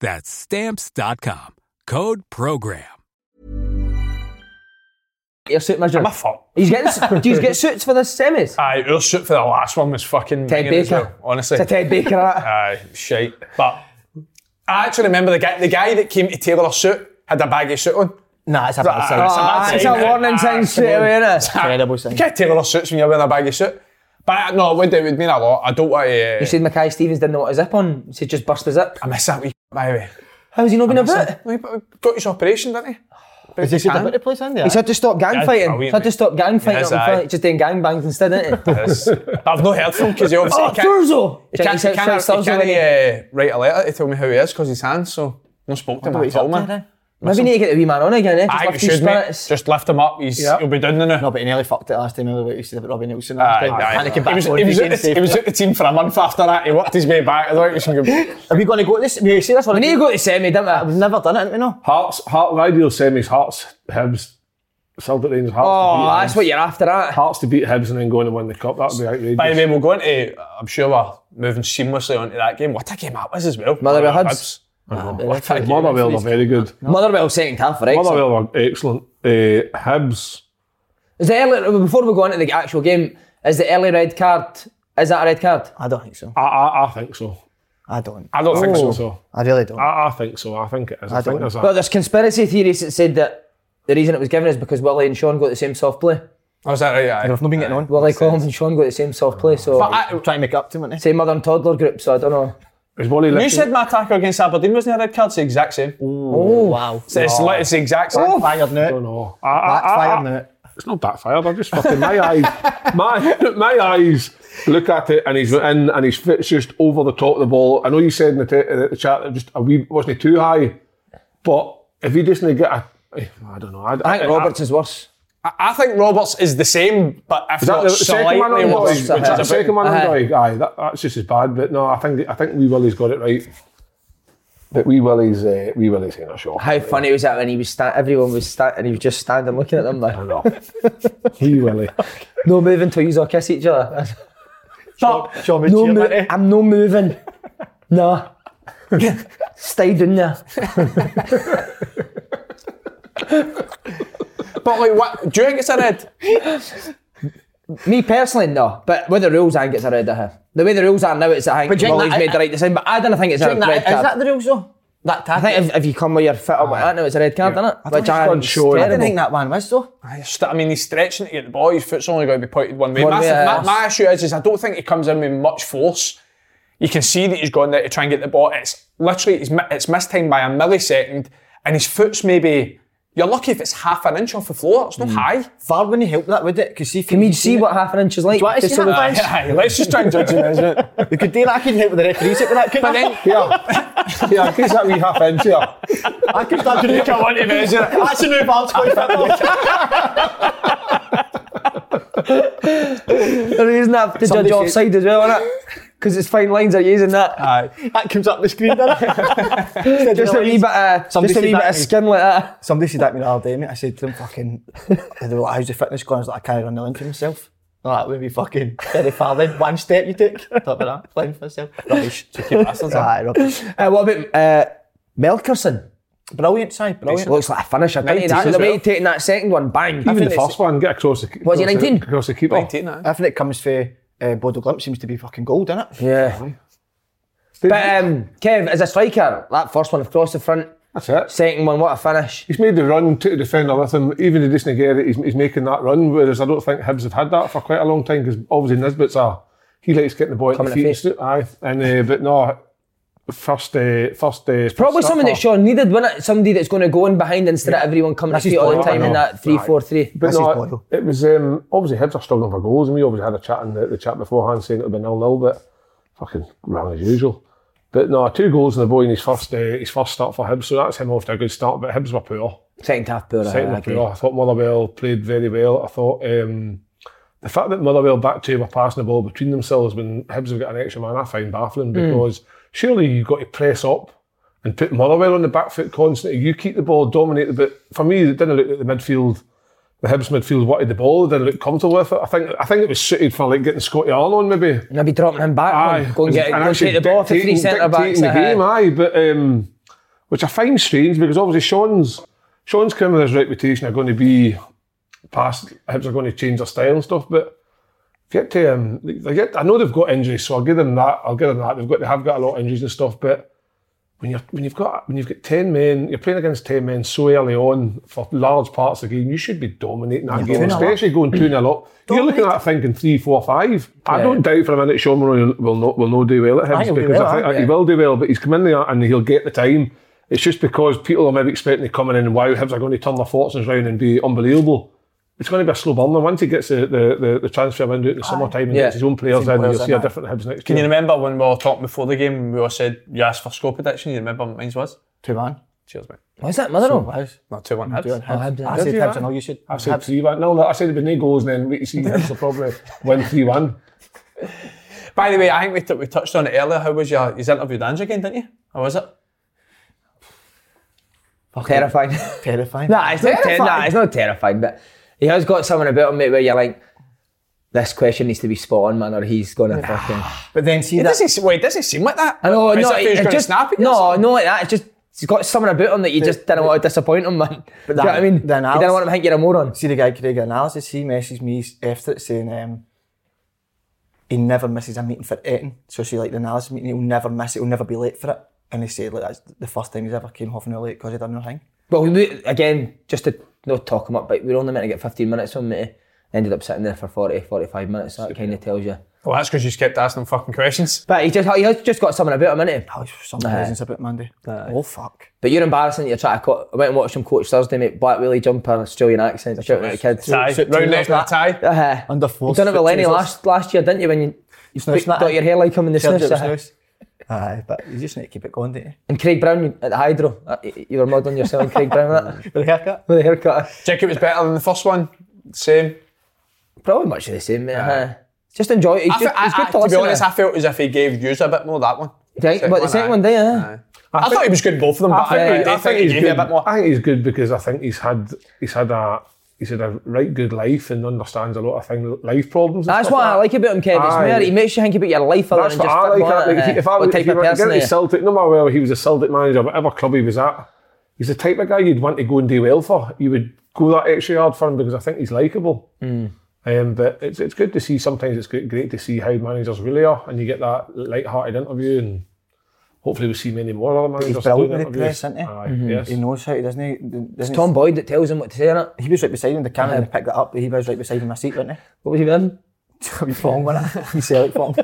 Speaker 6: That's stamps.com. Code program.
Speaker 1: Your suit measured.
Speaker 3: I'm a Ah, fuck.
Speaker 1: He's getting. do you
Speaker 3: *laughs*
Speaker 1: get suits for the semis?
Speaker 3: Aye, our shoot for the last one was fucking.
Speaker 1: Ted
Speaker 3: banging as
Speaker 1: Baker.
Speaker 3: well, honestly.
Speaker 1: It's a Ted Baker. That.
Speaker 3: Aye, shite. But I actually remember the guy, the guy that came to tailor our suit had a baggy suit on.
Speaker 2: Nah, it's a bad
Speaker 3: Ah,
Speaker 2: sign.
Speaker 1: Ah, it's a
Speaker 3: sign,
Speaker 1: warning
Speaker 3: eh? Ah,
Speaker 1: sign
Speaker 3: it's a
Speaker 1: straight away, innit?
Speaker 2: Incredible sign.
Speaker 3: You can't tailor our suits when you're wearing a baggy suit. But I- no, it would, it would mean a lot. I don't want to. Uh,
Speaker 1: You said Mackay Stevens didn't know what his zip on. He said just burst his zip.
Speaker 3: I miss that wee. By the way,
Speaker 1: How's he not been about?
Speaker 3: No, he got- got his operation, didn't he?
Speaker 2: Is he said a bit of place in there?
Speaker 1: He's had to stop gang
Speaker 3: Yeah,
Speaker 1: fighting.
Speaker 3: brilliant,
Speaker 1: He's had to
Speaker 3: mate.
Speaker 1: stop gang fighting up
Speaker 3: Yes,
Speaker 1: in front.
Speaker 3: aye.
Speaker 1: He's just doing gang bangs instead,
Speaker 3: *laughs*
Speaker 1: isn't he?
Speaker 3: Yes. I've not heard from him because he obviously
Speaker 1: oh,
Speaker 3: he can't.
Speaker 1: Thurzo!
Speaker 3: He can't, he can't, he can't uh, write a letter to tell me who he is because his hands, so no spoke to him
Speaker 2: what he's
Speaker 3: at all,
Speaker 2: up to
Speaker 3: man.
Speaker 1: Maybe need to get the wee man on again, eh?
Speaker 3: Aye, we
Speaker 1: lift his
Speaker 3: should, mate.
Speaker 1: spirits.
Speaker 3: Just lift him up. He's,
Speaker 4: Yeah.
Speaker 3: He'll be down there now.
Speaker 2: No, but he nearly fucked it last time. Remember what you said about Robbie Nielsen last
Speaker 3: uh, Aye,
Speaker 2: time?
Speaker 3: aye.
Speaker 2: And he came back
Speaker 3: He was,
Speaker 2: on
Speaker 3: he, was
Speaker 2: again
Speaker 3: out the,
Speaker 2: safe.
Speaker 3: he was out the team for a month after that. He worked his way back. I thought it was going to
Speaker 2: Are we going to go to this? We see this one.
Speaker 1: We need to go to semi, don't we?
Speaker 2: We've never done it, you know.
Speaker 4: Hearts, heart, the ideal semis, Hearts, Hibs, Celtic Rangers, Hearts. to
Speaker 1: Oh,
Speaker 4: beat
Speaker 1: that's
Speaker 4: Hibs.
Speaker 1: what you're after, that.
Speaker 4: Hearts to beat Hibs and then going and win the cup. That would be outrageous.
Speaker 3: By the way, we'll go into, I'm sure we're moving seamlessly onto that game. What a game that was as well.
Speaker 1: Motherwell Hibs.
Speaker 3: What a game.
Speaker 4: Motherwell are very good.
Speaker 1: Motherwell second half, right?
Speaker 4: Motherwell are excellent. Uh, Hibs.
Speaker 1: Is the early, before we go into the actual game, is the early red card, is that a red card?
Speaker 2: I don't think so.
Speaker 4: I, I, I think so.
Speaker 2: I don't.
Speaker 3: I don't think
Speaker 4: I think
Speaker 3: so.
Speaker 4: so.
Speaker 2: I really don't.
Speaker 4: I, I think so. I think it is. I,
Speaker 2: don't-
Speaker 4: think there's
Speaker 1: But
Speaker 4: a,
Speaker 1: there's conspiracy theories that said that the reason it was given is because Willie and Sean got the same soft play.
Speaker 3: Oh, is that right? Aye.
Speaker 2: I've not been getting on.
Speaker 1: Willie Collins and Sean got the same soft play, so
Speaker 2: I'm trying to make up to him.
Speaker 1: same mother and toddler group, so I don't know.
Speaker 4: is Wally
Speaker 3: You
Speaker 4: Lipton-
Speaker 3: said my tackle against Aberdeen wasn't a red card. It's the exact same.
Speaker 1: Oh, wow.
Speaker 3: So it's, like, it's the exact same.
Speaker 2: Oh, fired
Speaker 4: I
Speaker 2: now.
Speaker 4: don't know. I, I, I,
Speaker 2: Backfired
Speaker 4: I,
Speaker 2: now.
Speaker 4: it's not backfired. I just fucking my eyes, my my eyes look at it, and he's in, and his foot's just over the top of the ball. I know you said in the, t- in the chat that just a wee wasn't it too high, but if he doesn't get a, eh, I don't know. I,
Speaker 1: I think Roberts is worse.
Speaker 3: I, I think Roberts is the same, but if
Speaker 4: Is
Speaker 3: not
Speaker 4: that the
Speaker 3: slightly
Speaker 4: second man on
Speaker 3: worse,
Speaker 4: boy?
Speaker 3: which
Speaker 4: Is
Speaker 3: is
Speaker 4: that
Speaker 3: a
Speaker 4: the
Speaker 3: bit-
Speaker 4: second man on
Speaker 1: Aye.
Speaker 4: boy? Aye, that, that's just as bad. But no, I think I think Wee Willie's got it right. But Wee Willie's uh, Wee Willie's ain't a shot.
Speaker 1: How funny was that when he was sta- everyone was sta- and he was just standing looking at them like,
Speaker 4: No, he Willie.
Speaker 1: no moving till you all kiss each *laughs* other.
Speaker 2: Show me
Speaker 1: No,
Speaker 2: cheer,
Speaker 1: mo-
Speaker 2: mate.
Speaker 1: I'm no moving. no. *laughs* Stay down there.
Speaker 3: But like, what? Do you think it's a red?
Speaker 1: Me personally, no. But with the rules, I think it's a red here. The way the rules are now, it's I
Speaker 2: But
Speaker 1: think
Speaker 2: do you think
Speaker 1: Raleigh's
Speaker 2: that-
Speaker 1: made the right decision. But I don't think it's a
Speaker 2: Do you
Speaker 1: red
Speaker 2: think that- Is
Speaker 1: card.
Speaker 2: that the rules though? That
Speaker 1: I
Speaker 2: tackle.
Speaker 1: think if, if you come with your fit up like that, now it's a red card, isn't it?
Speaker 2: Uh, I don't think it's
Speaker 1: think
Speaker 4: good
Speaker 1: is
Speaker 4: showing.
Speaker 2: I didn't
Speaker 1: terrible.
Speaker 2: think that one was though.
Speaker 3: I just- I mean, he's stretching to get the ball. His foot's only going to be pointed one way.
Speaker 1: One
Speaker 3: my,
Speaker 1: way,
Speaker 3: my,
Speaker 1: yes.
Speaker 3: my issue is, is I don't think he comes in with much force. You can see that he's gone there to try and get the ball. It's literally it's, mi- it's missed time by a millisecond, and his foot's maybe. You're lucky if it's half an inch off the floor. It's not
Speaker 4: Hmm.
Speaker 3: high.
Speaker 2: VAR wouldn't help that, would it? Because see if
Speaker 1: Can we see what half an inch is like?
Speaker 2: Do you want to
Speaker 1: Just
Speaker 2: see
Speaker 1: so we-
Speaker 2: that?
Speaker 3: Aye, let's just try and judge him, isn't
Speaker 4: *laughs*
Speaker 3: it?
Speaker 2: We could do that. I couldn't help with the referees with that. But then
Speaker 4: Yeah, yeah. Gives that wee half inch here.
Speaker 2: I could start *laughs* doing it.
Speaker 3: want to measure *laughs* it.
Speaker 2: That's a new VAR score football.
Speaker 1: *laughs* There isn't that to judge
Speaker 2: Somebody said-
Speaker 1: offside as well,
Speaker 2: *laughs*
Speaker 1: isn't it? Because it's fine lines are using that.
Speaker 2: That comes up the screen, *laughs* doesn't it?
Speaker 1: just a wee bit of,
Speaker 2: Somebody
Speaker 1: just a
Speaker 2: said
Speaker 1: wee
Speaker 2: that
Speaker 1: bit of
Speaker 2: to me.
Speaker 1: skin like that.
Speaker 2: Somebody said that to me the other day, mate. I said to them, fucking, they were like, how's the fitness going? I was like, I can't run the length for myself. They're Like, would be fucking very far then. One step you took. Thought about that, length for myself. Rubbish. Aye, rubbish.
Speaker 1: Uh, what about uh, Melkerson?
Speaker 2: Brilliant, side, brilliant.
Speaker 1: Looks like a finisher. didn't he?
Speaker 3: 19
Speaker 1: That-
Speaker 3: as
Speaker 1: The way
Speaker 3: well.
Speaker 1: he taking that second one, bang.
Speaker 4: Even the first one, get across the
Speaker 1: Was he
Speaker 4: across the-
Speaker 1: 19?
Speaker 4: Across the keeper.
Speaker 2: I think it comes for uh, Bodo Glimp seems to be fucking gold, innit?
Speaker 1: Yeah. But um, Kev, as a striker, that first one across the front,
Speaker 4: That's it.
Speaker 1: second one, what a finish.
Speaker 4: He's made the run to the defender with him. Even if he doesn't get it, he's, he's making that run. Whereas I don't think Hibs have had that for quite a long time because obviously Nisbet's a he likes getting the boy at the
Speaker 1: Coming
Speaker 4: feet.
Speaker 1: at
Speaker 4: and stu- Aye, and uh, but no, first uh, first uh,
Speaker 1: Probably something that Sean needed, wasn't it? Somebody that's going to go in behind instead of everyone coming to
Speaker 2: That's his
Speaker 1: feet all the
Speaker 2: point,
Speaker 1: time
Speaker 4: I
Speaker 1: in
Speaker 4: know.
Speaker 1: that 3
Speaker 4: Aye.
Speaker 1: 4 3.
Speaker 4: But
Speaker 2: That's his
Speaker 4: no,
Speaker 2: boil.
Speaker 4: it, it was um, obviously Hibs are struggling for goals, and we obviously had a chat in the, the chat beforehand saying it would be nil nil, but fucking ran as usual. But no, two goals in the boy in his first uh, his first start for Hibs, so that's him off to a good start. But Hibs were poor.
Speaker 1: Second half poor.
Speaker 4: Second
Speaker 1: I
Speaker 4: half,
Speaker 1: agree.
Speaker 4: well, Oh, I thought Motherwell played very well. I thought um, the fact that Motherwell back two were passing the ball between themselves when Hibs have got an extra man, I find baffling because surely you've got to press up and put Motherwell on the back foot constantly. You keep the ball, dominate the bit. For me, it didn't look like the midfield. The Hibs midfield wanted the ball, they didn't look comfortable with it. I think I think it was suited for like getting Scotty Arnold on maybe.
Speaker 1: Maybe dropping him back. one. Go and, get, go and
Speaker 4: actually
Speaker 1: take the ball off the three
Speaker 4: dictating-
Speaker 1: centre backs.
Speaker 4: dictating the game, aye, but um, which I find strange because obviously Sean's Sean's coming with his reputation are going to be past Hibs are going to change their style and stuff, but get to um, they get, I know they've got injuries, so I'll give them that. I'll give them that. They've got they have got a lot of injuries and stuff, but when you're when you've got when you've got ten men, you're playing against ten men so early on for large parts of the game, you should be dominating that game,
Speaker 2: two-nil up.
Speaker 4: especially going two 0 up. You're looking at it thinking three, four, five. I don't doubt for a minute Sean Murray will not will not do well at Hibs
Speaker 2: I think he'll do
Speaker 4: because
Speaker 2: well,
Speaker 4: I think
Speaker 2: aren't
Speaker 4: he
Speaker 2: he?
Speaker 4: will do well, but he's come in there and he'll get the time. It's just because people are maybe expecting to come in and wow, Hibs are going to turn their fortunes round and be unbelievable. It's going to be a slow burn. And once he gets the, the, the, the transfer window in the summertime and
Speaker 1: Yeah.
Speaker 4: gets his own players
Speaker 2: Same
Speaker 4: in,
Speaker 2: players
Speaker 4: you'll
Speaker 2: in,
Speaker 4: see a
Speaker 2: aye.
Speaker 4: different Hibs next
Speaker 3: Can you
Speaker 4: year.
Speaker 3: remember when we were talking before the game? We all said you asked for score prediction. You remember what mine was?
Speaker 2: Two man.
Speaker 3: Cheers, mate.
Speaker 1: Why is that Motherwell?
Speaker 3: No, 2 1
Speaker 2: Doing
Speaker 3: Hibs.
Speaker 1: Oh, Hibs,
Speaker 2: I
Speaker 1: Hibs,
Speaker 2: said
Speaker 1: you
Speaker 2: Hibs,
Speaker 1: are.
Speaker 2: I know you should.
Speaker 4: I said three one. No, no, I said it'd be no goals, and then we see Hibs will probably win three one.
Speaker 3: By the way, I think we, t- we touched on it earlier. How was your. You interviewed Ange again, didn't you? How was it?
Speaker 1: terrifying. *laughs*
Speaker 2: Terrifying.
Speaker 1: nah, it's not ter- nah, it's not terrifying, but he has got something about him, mate, where you're like, this question needs to be spot on, man, or he's gonna fucking.
Speaker 2: But then see
Speaker 3: It
Speaker 2: that.
Speaker 3: doesn't, well, it doesn't seem like that.
Speaker 1: I know,
Speaker 3: It's
Speaker 1: no,
Speaker 3: if he was
Speaker 1: it, it
Speaker 3: gonna
Speaker 1: just
Speaker 3: snap at you or
Speaker 1: no,
Speaker 3: something.
Speaker 1: no, like that. It's just he's got something about him that you just didn't want to disappoint him, man. Do you know what I
Speaker 2: that-
Speaker 1: mean?
Speaker 2: then
Speaker 1: you didn't
Speaker 2: Alex-
Speaker 1: want him to think you're a moron.
Speaker 2: See the guy Craig analysis. He messaged me after it saying um, he never misses a meeting for eating. So she like the analysis meeting. He'll never miss it. He'll never be late for it. And he said like that's the first time he's ever came half an hour late because he done nothing.
Speaker 1: Well, we, again, just to not talk him up, but we were only meant to get 15 minutes on mate. Ended up sitting there for 40, 45 minutes. So that kind of tells you.
Speaker 3: Well, that's because you just kept asking him fucking questions.
Speaker 1: But he just he has just got something about him, innit?
Speaker 2: Oh, it's some presence about Monday. Oh fuck.
Speaker 1: But you're embarrassing that you're trying to. Co- I went and watched him coach Thursday, mate. Black Willie jumper, Australian accent, shouting at the kids.
Speaker 3: Tie.
Speaker 2: so-
Speaker 3: Round neck with a tie.
Speaker 1: Uh,
Speaker 2: Under four.
Speaker 1: you done it with Lenny
Speaker 2: Jesus.
Speaker 1: last, last year, didn't you? When you, you
Speaker 2: Snooze
Speaker 1: put- got
Speaker 2: nutting.
Speaker 1: your hair like him in the
Speaker 2: Sergio
Speaker 1: snooze. uh,
Speaker 2: Snooze. Aye, but you just need to keep it going, don't you?
Speaker 1: And Craig Brown at the Hydro. Uh, y- you were muddling yourself and Craig Brown
Speaker 2: *laughs*
Speaker 1: innit?
Speaker 2: With a haircut.
Speaker 1: with a haircut.
Speaker 3: Do you think it was better than the first one? Same.
Speaker 1: Probably much the same, mate. uh, just enjoy it. He's
Speaker 3: I
Speaker 1: good,
Speaker 3: fe- I-
Speaker 1: he's good
Speaker 3: I-
Speaker 1: to
Speaker 3: to be
Speaker 1: listen
Speaker 3: honest, I felt as if he gave you a bit more that one.
Speaker 1: Right, but the second one there, eh?
Speaker 3: I, thought he was good both of them. but I,
Speaker 1: think-
Speaker 3: did
Speaker 1: I
Speaker 3: think, he gave you a
Speaker 4: good.
Speaker 3: bit more.
Speaker 4: I think he's good because I think he's had he's had a he's had a right good life and understands a lot of things, life problems. and
Speaker 1: That's
Speaker 4: stuff
Speaker 1: what I like about him, Kev. It's
Speaker 4: Aye.
Speaker 1: more, he makes you think about your life a lot
Speaker 4: That's Oh,
Speaker 1: and
Speaker 4: what
Speaker 1: just
Speaker 4: I
Speaker 1: football,
Speaker 4: like.
Speaker 1: innit?
Speaker 4: If, he- if I
Speaker 1: what
Speaker 4: was
Speaker 1: type
Speaker 4: if he
Speaker 1: of
Speaker 4: were to
Speaker 1: person uh,
Speaker 4: get
Speaker 1: he
Speaker 4: to
Speaker 1: is.
Speaker 4: Celtic, no matter whether he was a Celtic manager, whatever club he was at, he's the type of guy you'd want to go and do well for. You would go that extra yard for him because I think he's likeable.
Speaker 1: Hmm.
Speaker 4: Um, but it's it's good to see. Sometimes it's good, great to see how managers really are, and you get that light-hearted interview, and hopefully we'll see many more other managers.
Speaker 2: brilliant
Speaker 4: doing
Speaker 2: with the
Speaker 4: interviews.
Speaker 2: press, isn't he?
Speaker 4: Aye,
Speaker 1: Mm-hmm.
Speaker 4: yes.
Speaker 2: He knows how he doesn't. He, doesn't
Speaker 1: It's Tom Boyd that tells him what to say, innit?
Speaker 2: He was right beside him. The camera didn't pick that up. But he was right beside him in my seat, wasn't he?
Speaker 1: What was he doing?
Speaker 2: He form,
Speaker 1: *laughs*
Speaker 2: wasn't it? He said it form.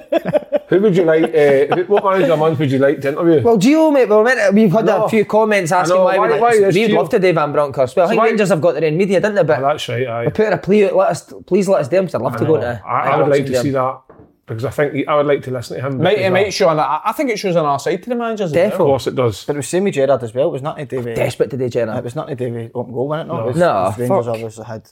Speaker 4: Who would you like? Uh, who- what manager of month would you like to interview?
Speaker 1: Well, Gio, mate, well, mate, we've had
Speaker 4: No.
Speaker 1: a few comments asking
Speaker 4: know,
Speaker 1: why,
Speaker 4: why-
Speaker 1: we'd,
Speaker 4: why is
Speaker 1: we'd
Speaker 4: Gio-
Speaker 1: love to Dave Van Bronckhorst. Well, I think
Speaker 4: why-
Speaker 1: Rangers have got their own media, didn't they? But
Speaker 4: That's right.
Speaker 1: I
Speaker 4: Aye.
Speaker 1: put out a plea out, let us, please let us do them, 'cause I'd love to go to.
Speaker 4: I, I would like to see that because I think he, I would like to listen to him.
Speaker 3: Might,
Speaker 4: because
Speaker 3: it
Speaker 4: I-
Speaker 3: might show, on, I I think it shows on our side to the managers. as well.
Speaker 4: Of course it does.
Speaker 2: But it was same with Gerard as well. It was nothing to do with.
Speaker 1: Desperate today,
Speaker 2: It
Speaker 1: Jenna.
Speaker 2: was nothing to do with open goal, wasn't it? No, it was,
Speaker 1: No,
Speaker 2: it was Rangers
Speaker 1: fuck.
Speaker 2: obviously had.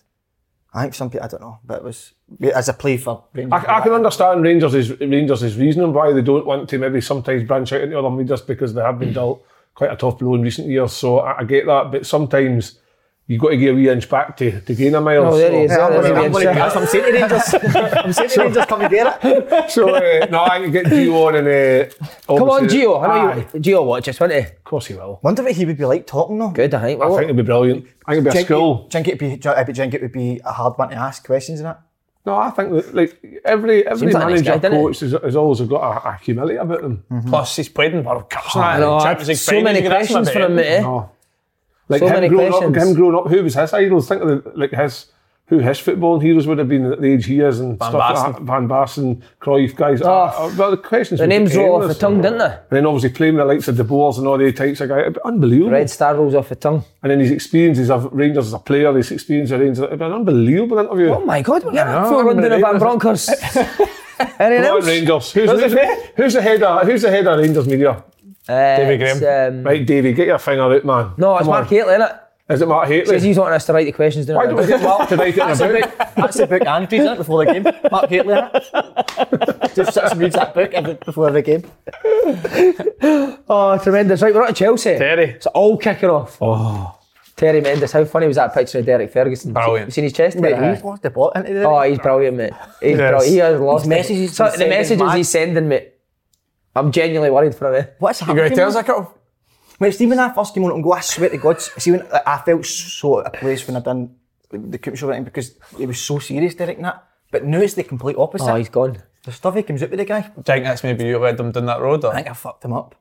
Speaker 2: I think some people I don't know, but it was as a play for Rangers.
Speaker 4: I, I can understand Rangers' is, Rangers' is reasoning why they don't want to maybe sometimes branch out into other medias because they have been dealt quite a tough blow in recent years. So I, I get that, but sometimes you've got to get a wee inch back to, to gain a mile.
Speaker 1: Oh, there he is.
Speaker 4: so, uh,
Speaker 1: there,
Speaker 2: I'm
Speaker 1: there he
Speaker 2: gonna-
Speaker 1: is.
Speaker 4: *laughs*
Speaker 2: that's what I'm saying to Rangers. I'm saying to Rangers, come and get it.
Speaker 4: so uh, no, I can get Gio on and uh,
Speaker 1: Come on,
Speaker 4: obviously-
Speaker 1: Gio. I know
Speaker 4: Aye,
Speaker 1: you, Gio, watch us, won't he?
Speaker 4: Of course he will.
Speaker 2: Wonder what he would be like talking though.
Speaker 1: Good, I think.
Speaker 4: I
Speaker 1: Well,
Speaker 4: think it'd be brilliant. I think it'd be a
Speaker 2: Think
Speaker 4: school.
Speaker 2: it- Think it'd be, I bet think it would be a hard one to ask questions in it.
Speaker 4: No, I think that, like every every
Speaker 1: Seems like a nice
Speaker 4: manager
Speaker 1: guy, doesn't it?
Speaker 4: coach has, has always got a, a humility about them.
Speaker 3: Plus, he's played in World Cups.
Speaker 4: I
Speaker 3: and
Speaker 4: know,
Speaker 3: that,
Speaker 4: I-
Speaker 3: Champions League
Speaker 1: Oh, so
Speaker 3: finals,
Speaker 1: many
Speaker 3: you could ask him
Speaker 1: questions
Speaker 3: about
Speaker 1: for him,
Speaker 3: it.
Speaker 1: mate. eh?
Speaker 4: No. Like
Speaker 1: So
Speaker 4: him
Speaker 1: many
Speaker 4: growing up,
Speaker 1: questions.
Speaker 4: him growing up, who was his idols? Think of the, like his who his football heroes would have been at the age he is and stuff like that.
Speaker 3: Basten.
Speaker 4: Van Basten, Cruyff, guys. Uh, uh, well, the questions.
Speaker 1: Oh. The
Speaker 4: would be
Speaker 1: names roll off the
Speaker 4: endless.
Speaker 1: tongue, didn't they?
Speaker 4: And then obviously playing with the likes of De Boers and all the types of guys, it'd be unbelievable.
Speaker 1: Red Star rolls off the tongue.
Speaker 4: And then his experiences of Rangers as a player, his experience of Rangers, it'd be an unbelievable interview.
Speaker 1: Oh my God, we're getting
Speaker 4: I
Speaker 1: a
Speaker 4: know,
Speaker 1: full
Speaker 4: I'm
Speaker 1: rundown of
Speaker 4: the
Speaker 1: Van
Speaker 4: Rangers.
Speaker 1: Bronckhorst. *laughs* Anything
Speaker 4: Come on,
Speaker 1: else?
Speaker 4: Rangers. Who's, who's, the, who's the head of who's the head of Rangers media?
Speaker 1: Uh,
Speaker 3: David
Speaker 1: it's, um,
Speaker 4: Right, Davey, get your finger out, man.
Speaker 1: No, it's
Speaker 4: Come
Speaker 1: Mark
Speaker 4: on.
Speaker 1: Haley, innit?
Speaker 4: Is it Mark
Speaker 1: Because
Speaker 4: Haley?
Speaker 1: he's wanting us to write the questions down.
Speaker 4: Why don't we get Mark to write it in a
Speaker 2: That's
Speaker 4: book?
Speaker 2: the book. That's the book Andrew's in it before the game. Mark Haley in
Speaker 1: *laughs*
Speaker 2: it. Just sits and reads that book every, before every game.
Speaker 1: Oh, tremendous. Right, we're at Chelsea.
Speaker 3: Terry.
Speaker 1: It's all kicking off. Oh. Terry Mendes, how funny was that picture of Derek Ferguson?
Speaker 3: Brilliant.
Speaker 1: You seen his chest? there?
Speaker 2: He's lost the ball into the
Speaker 1: Oh, he's brilliant, mate. He's
Speaker 3: Yes.
Speaker 1: brilliant. He has lost it.
Speaker 2: messages
Speaker 1: So,
Speaker 2: he's
Speaker 1: the
Speaker 2: sending,
Speaker 1: messages
Speaker 2: man.
Speaker 1: he's sending, mate. I'm genuinely worried for him. eh?
Speaker 2: What's
Speaker 3: You going to
Speaker 2: happening?
Speaker 3: tell us a couple?
Speaker 2: Mate, see, when I first came on and go, I swear to God, see, when I I felt so out of place when I done the Coop Show writing because it was so serious, Derek, and that. But now it's the complete opposite.
Speaker 1: Oh, he's gone.
Speaker 2: the stuff he comes up with the guy,
Speaker 3: Do you think that's maybe you led them down that road? Or?
Speaker 2: I think I fucked him up.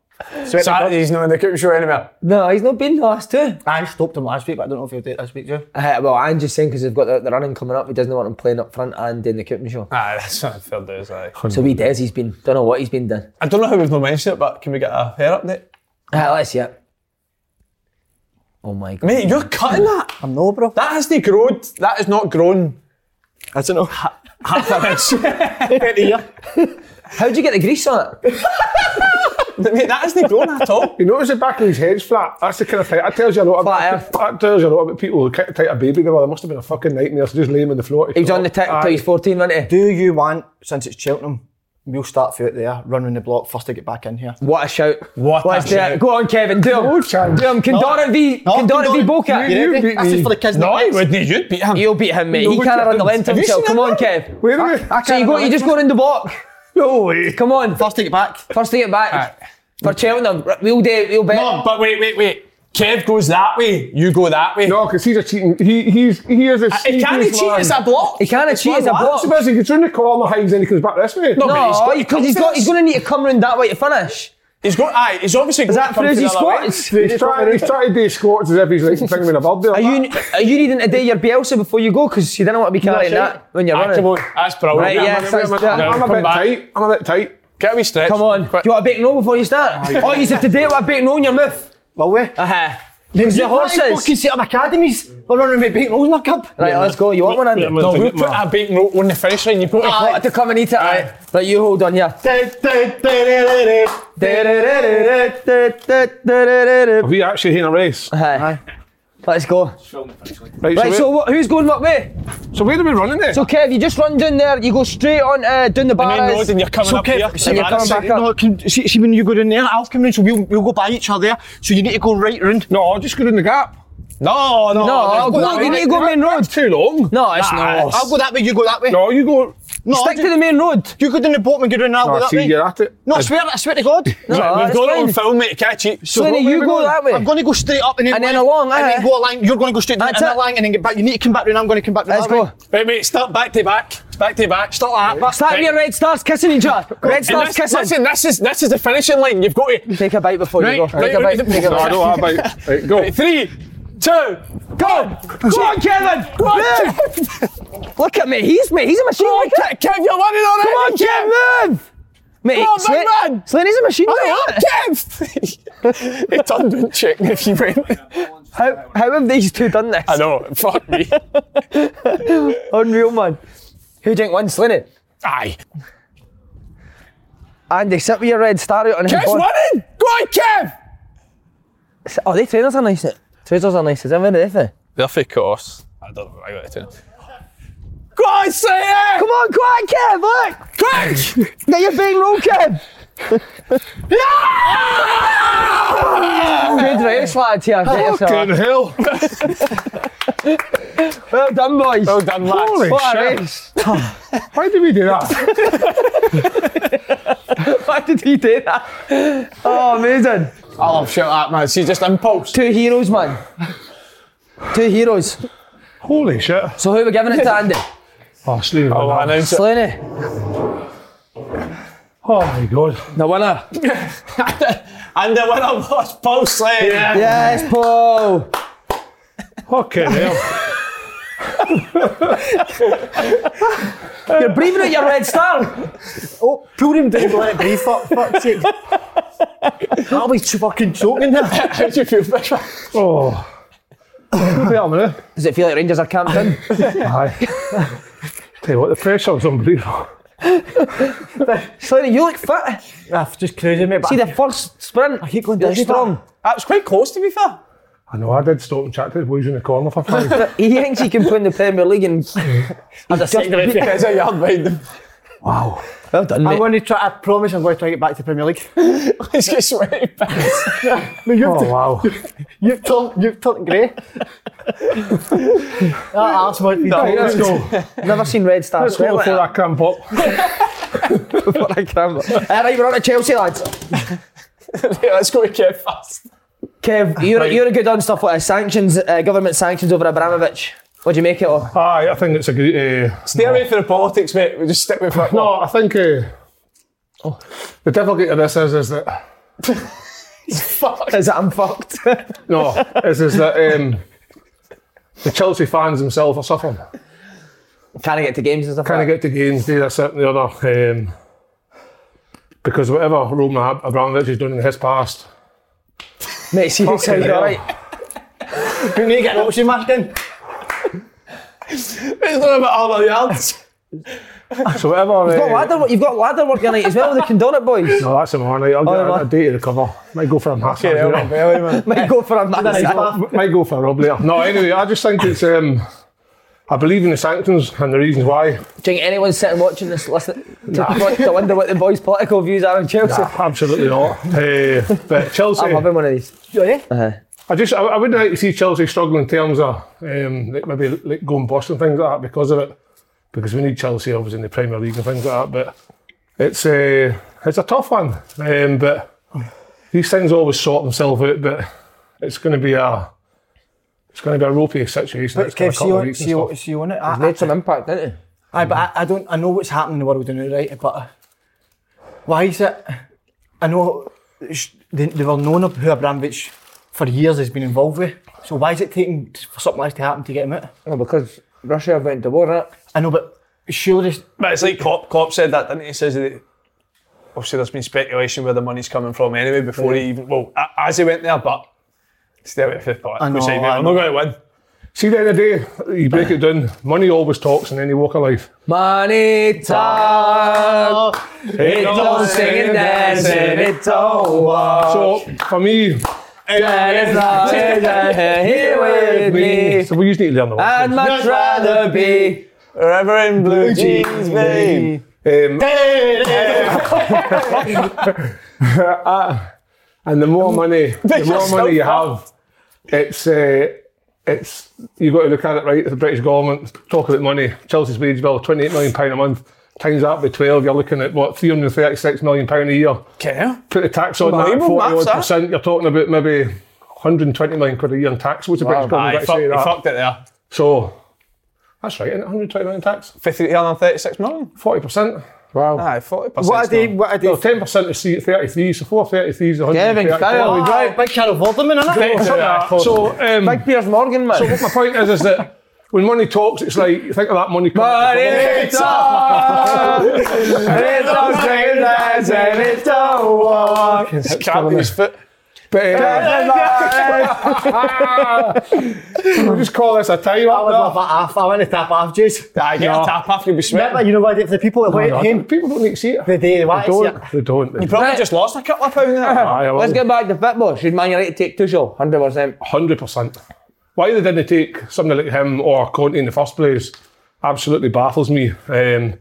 Speaker 3: Saturday's not in the Coop Show anymore.
Speaker 1: No, he's not been last two.
Speaker 2: I stopped him last week, but I don't know if he'll do it this week, Joe.
Speaker 1: Uh, well, I'm just saying because they've got the, the running coming up. He doesn't want him playing up front and doing the Coopman show.
Speaker 3: Ah, *laughs* that's not fair days, aye.
Speaker 1: So he does. He's been. Don't know what he's been done.
Speaker 3: I don't know how we've not mentioned it, but can we get a hair update?
Speaker 1: Uh, let's see it. Oh my god.
Speaker 3: Mate, you're cutting that.
Speaker 2: I'm no, bro.
Speaker 3: That hasn't grown. That has not grown
Speaker 2: I don't know.
Speaker 3: half an inch.
Speaker 1: How'd you get the grease on it?
Speaker 3: Mate, that isn't grown at all.
Speaker 4: You notice the back of his head's flat. That's the kind of thing. That tells you a lot.
Speaker 1: Flat
Speaker 4: About,
Speaker 1: earth.
Speaker 4: that tells you a lot about people who kicked out a baby. They were. There must have been a fucking nightmare to just lay him on the floor.
Speaker 1: He was on the tick
Speaker 4: Aye.
Speaker 1: until he's 14, wasn't he?
Speaker 2: Do you want, since it's Cheltenham, we'll start foot there, run round the block first to get back in here.
Speaker 1: What a shout.
Speaker 3: What a
Speaker 1: Let's do it.
Speaker 3: shout.
Speaker 1: Go on, Kevin. Do him.
Speaker 4: No chance.
Speaker 1: Do him. Condorant v.
Speaker 2: No,
Speaker 1: Condorant v.
Speaker 2: Condorant.
Speaker 1: Boca.
Speaker 2: You- you beat That's me. just for the kids next.
Speaker 3: No, Oh, he wouldn't. You'd beat him.
Speaker 1: You'll beat him, mate.
Speaker 4: No,
Speaker 1: he
Speaker 4: we
Speaker 1: can't
Speaker 4: can't.
Speaker 1: run the length
Speaker 4: Have you
Speaker 1: himself.
Speaker 4: seen
Speaker 1: Come
Speaker 4: that
Speaker 1: on,
Speaker 4: man?
Speaker 1: Kev.
Speaker 4: Wait a minute.
Speaker 1: So you go, you just go round the block.
Speaker 4: No way.
Speaker 1: Come on.
Speaker 2: First to get back.
Speaker 1: First to get back.
Speaker 3: Aye.
Speaker 1: For Cheltenham, r- we'll do it, we'll bet.
Speaker 3: No, but wait, wait, wait. Kev goes that way. You go that way.
Speaker 4: No, because he's a cheating. He he's he is a.
Speaker 3: Uh, He can't
Speaker 4: sneaky
Speaker 3: cheat
Speaker 4: man.
Speaker 3: as a block.
Speaker 1: He can't cheat as a
Speaker 4: Well,
Speaker 1: block.
Speaker 4: That's the best. He gets round the corner, hides, and he comes back this way.
Speaker 3: No, but he's got- he
Speaker 1: because he's
Speaker 3: comes
Speaker 1: got, he's
Speaker 3: to us.
Speaker 1: going to need to come round that way to finish.
Speaker 3: He's got. Aye, he's obviously.
Speaker 1: Is
Speaker 3: gonna
Speaker 1: that
Speaker 3: come to
Speaker 1: Frizzy
Speaker 3: the other way.
Speaker 1: squats?
Speaker 4: He's trying, he's trying to do squats as if he's like thinking with a bird there.
Speaker 1: Are you are you needing to do your Bielsa before you go? Because you don't want to be carrying
Speaker 3: That's
Speaker 1: that when you're
Speaker 3: Aye, come
Speaker 1: running.
Speaker 3: on. That's brilliant.
Speaker 1: Right,
Speaker 3: Yeah,
Speaker 1: yeah,
Speaker 3: man,
Speaker 1: so it's
Speaker 3: man,
Speaker 1: done.
Speaker 3: man,
Speaker 4: I'm a
Speaker 3: come
Speaker 4: bit
Speaker 3: back.
Speaker 4: tight. I'm a bit tight.
Speaker 3: Get a wee stretch.
Speaker 1: Come on.
Speaker 3: Quick.
Speaker 1: Do you want a big roll before you start? oh, you have to do it with a big roll in your mouth.
Speaker 2: Will we?
Speaker 1: Uh-huh. Because the
Speaker 2: fucking
Speaker 1: horses.
Speaker 2: set up academies. We're running with beating Rosen Cup.
Speaker 1: Right, let's go. You want one, Andy?
Speaker 3: No, we'll put a bacon roll on the finish line. You've got
Speaker 2: Ah,
Speaker 3: to.
Speaker 1: I had to come and eat it.
Speaker 3: Aye.
Speaker 1: Right, you hold on, yeah.
Speaker 4: Are we actually in a race?
Speaker 1: Aye. Let's go.
Speaker 4: Right,
Speaker 1: Uh, Right, so
Speaker 4: so,
Speaker 1: what, who's going what way?
Speaker 4: where, so where are we running then?
Speaker 1: So Kev, you just run down there, you go straight on uh, down the
Speaker 3: the main road
Speaker 1: barriers.
Speaker 3: and you're coming up here.
Speaker 1: so you're coming back up.
Speaker 2: No, can, see, see when you go down there, I'll come in, so we'll, we'll go by each other there. So you need to go right round.
Speaker 4: no, I'll just go in the gap.
Speaker 3: No, no.
Speaker 1: No, I'll go, you need to go main road.
Speaker 4: That's too long.
Speaker 1: No, it's not.
Speaker 2: I'll go that way, you go that way.
Speaker 4: No, you go.
Speaker 2: no I'll
Speaker 1: Stick
Speaker 2: do-
Speaker 1: to the main road.
Speaker 2: You go down the boat and go down, I'll
Speaker 4: No,
Speaker 2: go that
Speaker 4: see,
Speaker 2: way.
Speaker 4: you're at it.
Speaker 2: No, I swear, I swear to
Speaker 3: *laughs*
Speaker 2: God.
Speaker 1: No,
Speaker 3: We've
Speaker 1: it's
Speaker 3: got it
Speaker 1: fine.
Speaker 3: on film, mate. Catch it.
Speaker 1: So Lenny, you go that way.
Speaker 2: I'm going to go straight up and then,
Speaker 1: And then
Speaker 2: left,
Speaker 1: along,
Speaker 2: and
Speaker 1: aye.
Speaker 2: then go along. You're going to go straight down
Speaker 1: That's
Speaker 2: and then
Speaker 1: it.
Speaker 2: along and then get back. You need to come back round. I'm going to come back round.
Speaker 1: Let's
Speaker 2: that way.
Speaker 1: go.
Speaker 3: Wait, wait. Start back to back. Back to back. Start that. back.
Speaker 1: Start
Speaker 3: Right.
Speaker 1: with your red stars kissing each other. Red
Speaker 3: And
Speaker 1: stars
Speaker 3: this-
Speaker 1: kissing.
Speaker 3: Listen, this is this is the finishing line. You've got to.
Speaker 1: Take a bite before
Speaker 3: Right,
Speaker 1: you go.
Speaker 3: right,
Speaker 1: Take a
Speaker 3: right,
Speaker 1: bite.
Speaker 3: right.
Speaker 1: Take a
Speaker 4: No, I
Speaker 1: bite.
Speaker 4: don't have bite. Right, go.
Speaker 3: Three, two,
Speaker 1: Go! Go on, Kevin!
Speaker 3: Go on,
Speaker 1: Move! Look at me. He's me. He's a machine.
Speaker 3: Come on,
Speaker 1: Look at-
Speaker 3: Kev, you're running on it.
Speaker 1: Come on, Kev, move! Mate,
Speaker 3: Come on,
Speaker 1: Slane-
Speaker 3: big man.
Speaker 1: Slane's a machine.
Speaker 3: Hurry
Speaker 1: look
Speaker 3: up,
Speaker 1: at
Speaker 3: *laughs* Kev! it turned and checked if you went.
Speaker 1: How, how have these two done this?
Speaker 3: I know, fuck *laughs* me.
Speaker 1: Unreal, man. Who do you think won, Slaney?
Speaker 3: Aye.
Speaker 1: Andy, sit with your red star out on his
Speaker 3: Kev's
Speaker 1: board.
Speaker 3: running! Go on, Kev!
Speaker 1: Oh, they trainers are nice. Trousers are nice. Is that very different?
Speaker 3: Therefore, course. I don't know, I got it. in. Go on, say it!
Speaker 1: Come on, quiet, Kev, look!
Speaker 3: *laughs* Quick!
Speaker 1: Get your big roll, Kev! *laughs* Good race, lads, here. Get yourself up.
Speaker 4: Fucking hell.
Speaker 1: Well done, boys.
Speaker 3: well done, lads.
Speaker 4: Holy
Speaker 1: what a
Speaker 4: shit.
Speaker 1: race.
Speaker 4: Why did we do that?
Speaker 1: Why did he do that? Oh, amazing.
Speaker 3: I love shit like that, man. See, just impulse.
Speaker 1: Two heroes, man. Two heroes.
Speaker 4: Holy shit.
Speaker 1: So who are we giving it to, *laughs* Andy?
Speaker 4: Oh, Slaney.
Speaker 3: Oh, I
Speaker 4: won that.
Speaker 3: announce it.
Speaker 1: Slaney,
Speaker 4: Oh, my God.
Speaker 1: the winner.
Speaker 3: And the winner was Paul Slade. Yeah.
Speaker 1: Yes, Paul.
Speaker 4: Fucking hell.
Speaker 1: You're breathing out your red star.
Speaker 2: Oh, pull him down, let it be. Fuck, fuck's sake. I'll be fucking choking now.
Speaker 3: How do you feel, Fisher?
Speaker 4: Oh. Wait a minute.
Speaker 1: Does it feel like Rangers are camped *laughs* in?
Speaker 4: Aye. Tell you what, the pressure's unbelievable.
Speaker 1: Slaney, you look fit.
Speaker 2: That's Ah, just crazy, mate.
Speaker 1: See the first sprint.
Speaker 2: keep going
Speaker 1: You're
Speaker 2: down,
Speaker 1: strong.
Speaker 3: That was quite close, to be fair.
Speaker 4: I know, I did stop and chat to the boys in the corner for five.
Speaker 1: He thinks he can play in the Premier League
Speaker 2: *laughs*
Speaker 1: and. As a *laughs* secondary
Speaker 3: Because I yard behind them.
Speaker 1: Well done,
Speaker 2: I'm
Speaker 1: mate.
Speaker 2: going to try, I promise I'm going to try to get back to the Premier League.
Speaker 3: Let's get sweaty. pants.
Speaker 2: *laughs* No, you've,
Speaker 4: Oh, wow.
Speaker 2: you've turned, you've turned grey. that arse might be
Speaker 4: Right,
Speaker 2: dying.
Speaker 4: let's go.
Speaker 1: Never seen red stars.
Speaker 4: Let's go before I cramp up.
Speaker 3: *laughs*
Speaker 1: All Uh, right, we're on to Chelsea, lads.
Speaker 3: Yeah, *laughs* Let's go to Kev fast.
Speaker 4: Ah,
Speaker 1: Kev, you're, you're a good on stuff like this. sanctions, uh, government sanctions over Abramovich. What do you make it of?
Speaker 4: Aye, I think it's a good. Uh,
Speaker 3: Stay away from the politics, mate. We'll just stick with football.
Speaker 4: no, I think uh, the difficulty of this is is that
Speaker 1: Is that I'm fucked?
Speaker 4: *laughs* no, is is that um, the Chelsea fans themselves are suffering.
Speaker 1: Can't get to games and stuff.
Speaker 4: Kind
Speaker 1: like
Speaker 4: of get to games, do this, that, and the other. Um, because whatever Roman Ab- Abramovich has done in his past,
Speaker 1: that. Mate, see you
Speaker 4: Fucking
Speaker 1: sound
Speaker 4: hell.
Speaker 1: alright.
Speaker 2: You need to get an oxygen mask in.
Speaker 3: It's not about all the yards.
Speaker 4: So whatever.
Speaker 1: You've got
Speaker 4: eh,
Speaker 1: ladder, work- you've got ladder work your night as well, the Condonit boys.
Speaker 4: No, that's tomorrow night. I'll
Speaker 1: Oh,
Speaker 4: get
Speaker 1: yeah,
Speaker 4: a, a
Speaker 1: man.
Speaker 4: day to recover. Might go for a massage.
Speaker 3: hell,
Speaker 4: later.
Speaker 3: my belly, man.
Speaker 1: *laughs* Might go for a massage.
Speaker 4: M- Might go for a rub later. No, anyway, I just think it's. Um, I believe in the sanctions and the reasons why.
Speaker 1: Do you think anyone's sitting watching this listen to, to wonder what the boys' political views are on Chelsea?
Speaker 4: Nah, absolutely not.
Speaker 2: *laughs*
Speaker 4: Eh, but Chelsea,
Speaker 1: I'm having one of these.
Speaker 2: yeah.
Speaker 4: I just I, I would like to see Chelsea struggle in terms of um, like maybe like going bust and things like that because of it. Because we need Chelsea obviously in the Premier League and things like that. But it's a it's a tough one. Um, but these things always sort themselves out. But it's going to be a it's going to be a ropey situation.
Speaker 2: But
Speaker 4: It's gonna
Speaker 2: Kev,
Speaker 4: cut
Speaker 2: see
Speaker 4: the
Speaker 2: on,
Speaker 4: weeks and
Speaker 2: see on,
Speaker 4: stuff.
Speaker 2: see on it. I,
Speaker 1: Made some impact, didn't it?
Speaker 2: Aye, but I, I don't. I know what's happening in the world now, right? But uh, why is it? I know it's- they, they were known of who Abramovich for years has been involved with. So why is it taking for something like this to happen to get him out?
Speaker 1: No, Oh, because Russia went to war, innit?
Speaker 2: I know, but surely it's-
Speaker 3: *laughs* But it's like Klopp, Klopp said that, didn't he? He says that obviously there's been speculation where the money's coming from anyway before he even, well, a- as he went there, but stay away from the part.
Speaker 2: I know,
Speaker 3: Side,
Speaker 2: I
Speaker 3: I'm
Speaker 2: know.
Speaker 3: not going to win.
Speaker 4: See, at the end of the day, you break it down. Money always talks in any walk of life.
Speaker 1: Money talk, it don't sing and dance, and it don't walk.
Speaker 4: So
Speaker 3: Uh,
Speaker 4: for me,
Speaker 1: That is not it, that you're here with me.
Speaker 4: so we just need to learn the words.
Speaker 1: I'd much rather be
Speaker 3: Forever in blue jeans, babe.
Speaker 4: Um, *laughs* uh, and the
Speaker 3: *laughs*
Speaker 4: more money, the more money you have, it's uh, it's you got to look at it right. The British government talk about money. Chelsea's wage bill, twenty eight million pound a month. Times that by twelve, you're looking at what three hundred thirty six million pound a year.
Speaker 3: Care?
Speaker 4: Put the tax on that,
Speaker 3: Unbelievable,
Speaker 4: forty odd
Speaker 3: that's
Speaker 4: percent. You're talking about maybe one hundred twenty million quid a year in tax. What's the British government
Speaker 3: Aye,
Speaker 4: got to
Speaker 3: fuck,
Speaker 4: say
Speaker 3: he
Speaker 4: to that?
Speaker 3: fucked it there.
Speaker 4: So that's right, is One hundred twenty million tax,
Speaker 3: 336 million?
Speaker 4: forty percent. Wow.
Speaker 3: Aye, 40%.
Speaker 2: what a day! What a day!
Speaker 4: Well, ten percent is thirty-three, so four thirty-three is one hundred.
Speaker 1: Kevin Kyle.
Speaker 2: Right, big Carol Vorderman, innit?
Speaker 4: So, um,
Speaker 1: Big Piers Morgan, man.
Speaker 4: so what my point is is that when money talks, it's like think of that money.
Speaker 1: Money talk, it don't sing and dance, and it don't walk.
Speaker 3: It's cramped in his foot.
Speaker 4: But, uh, *laughs* we just call this a tie
Speaker 2: I would love
Speaker 4: up.
Speaker 2: that half. I want to tap half, Jace.
Speaker 3: I get a tap after you'll be sweating.
Speaker 2: Remember, you know what I did for the people that went
Speaker 4: no,
Speaker 2: him?
Speaker 4: people don't need to see it.
Speaker 2: They do, they want to see
Speaker 4: don't. They don't. They *laughs*
Speaker 3: you probably
Speaker 1: Right.
Speaker 3: just lost a couple of pounds there.
Speaker 4: don't.
Speaker 1: Let's get back to football. Should Man United take Tuchel? 100%.
Speaker 4: hundred percent. Why they didn't take somebody like him or Conte in the first place absolutely baffles me. Um,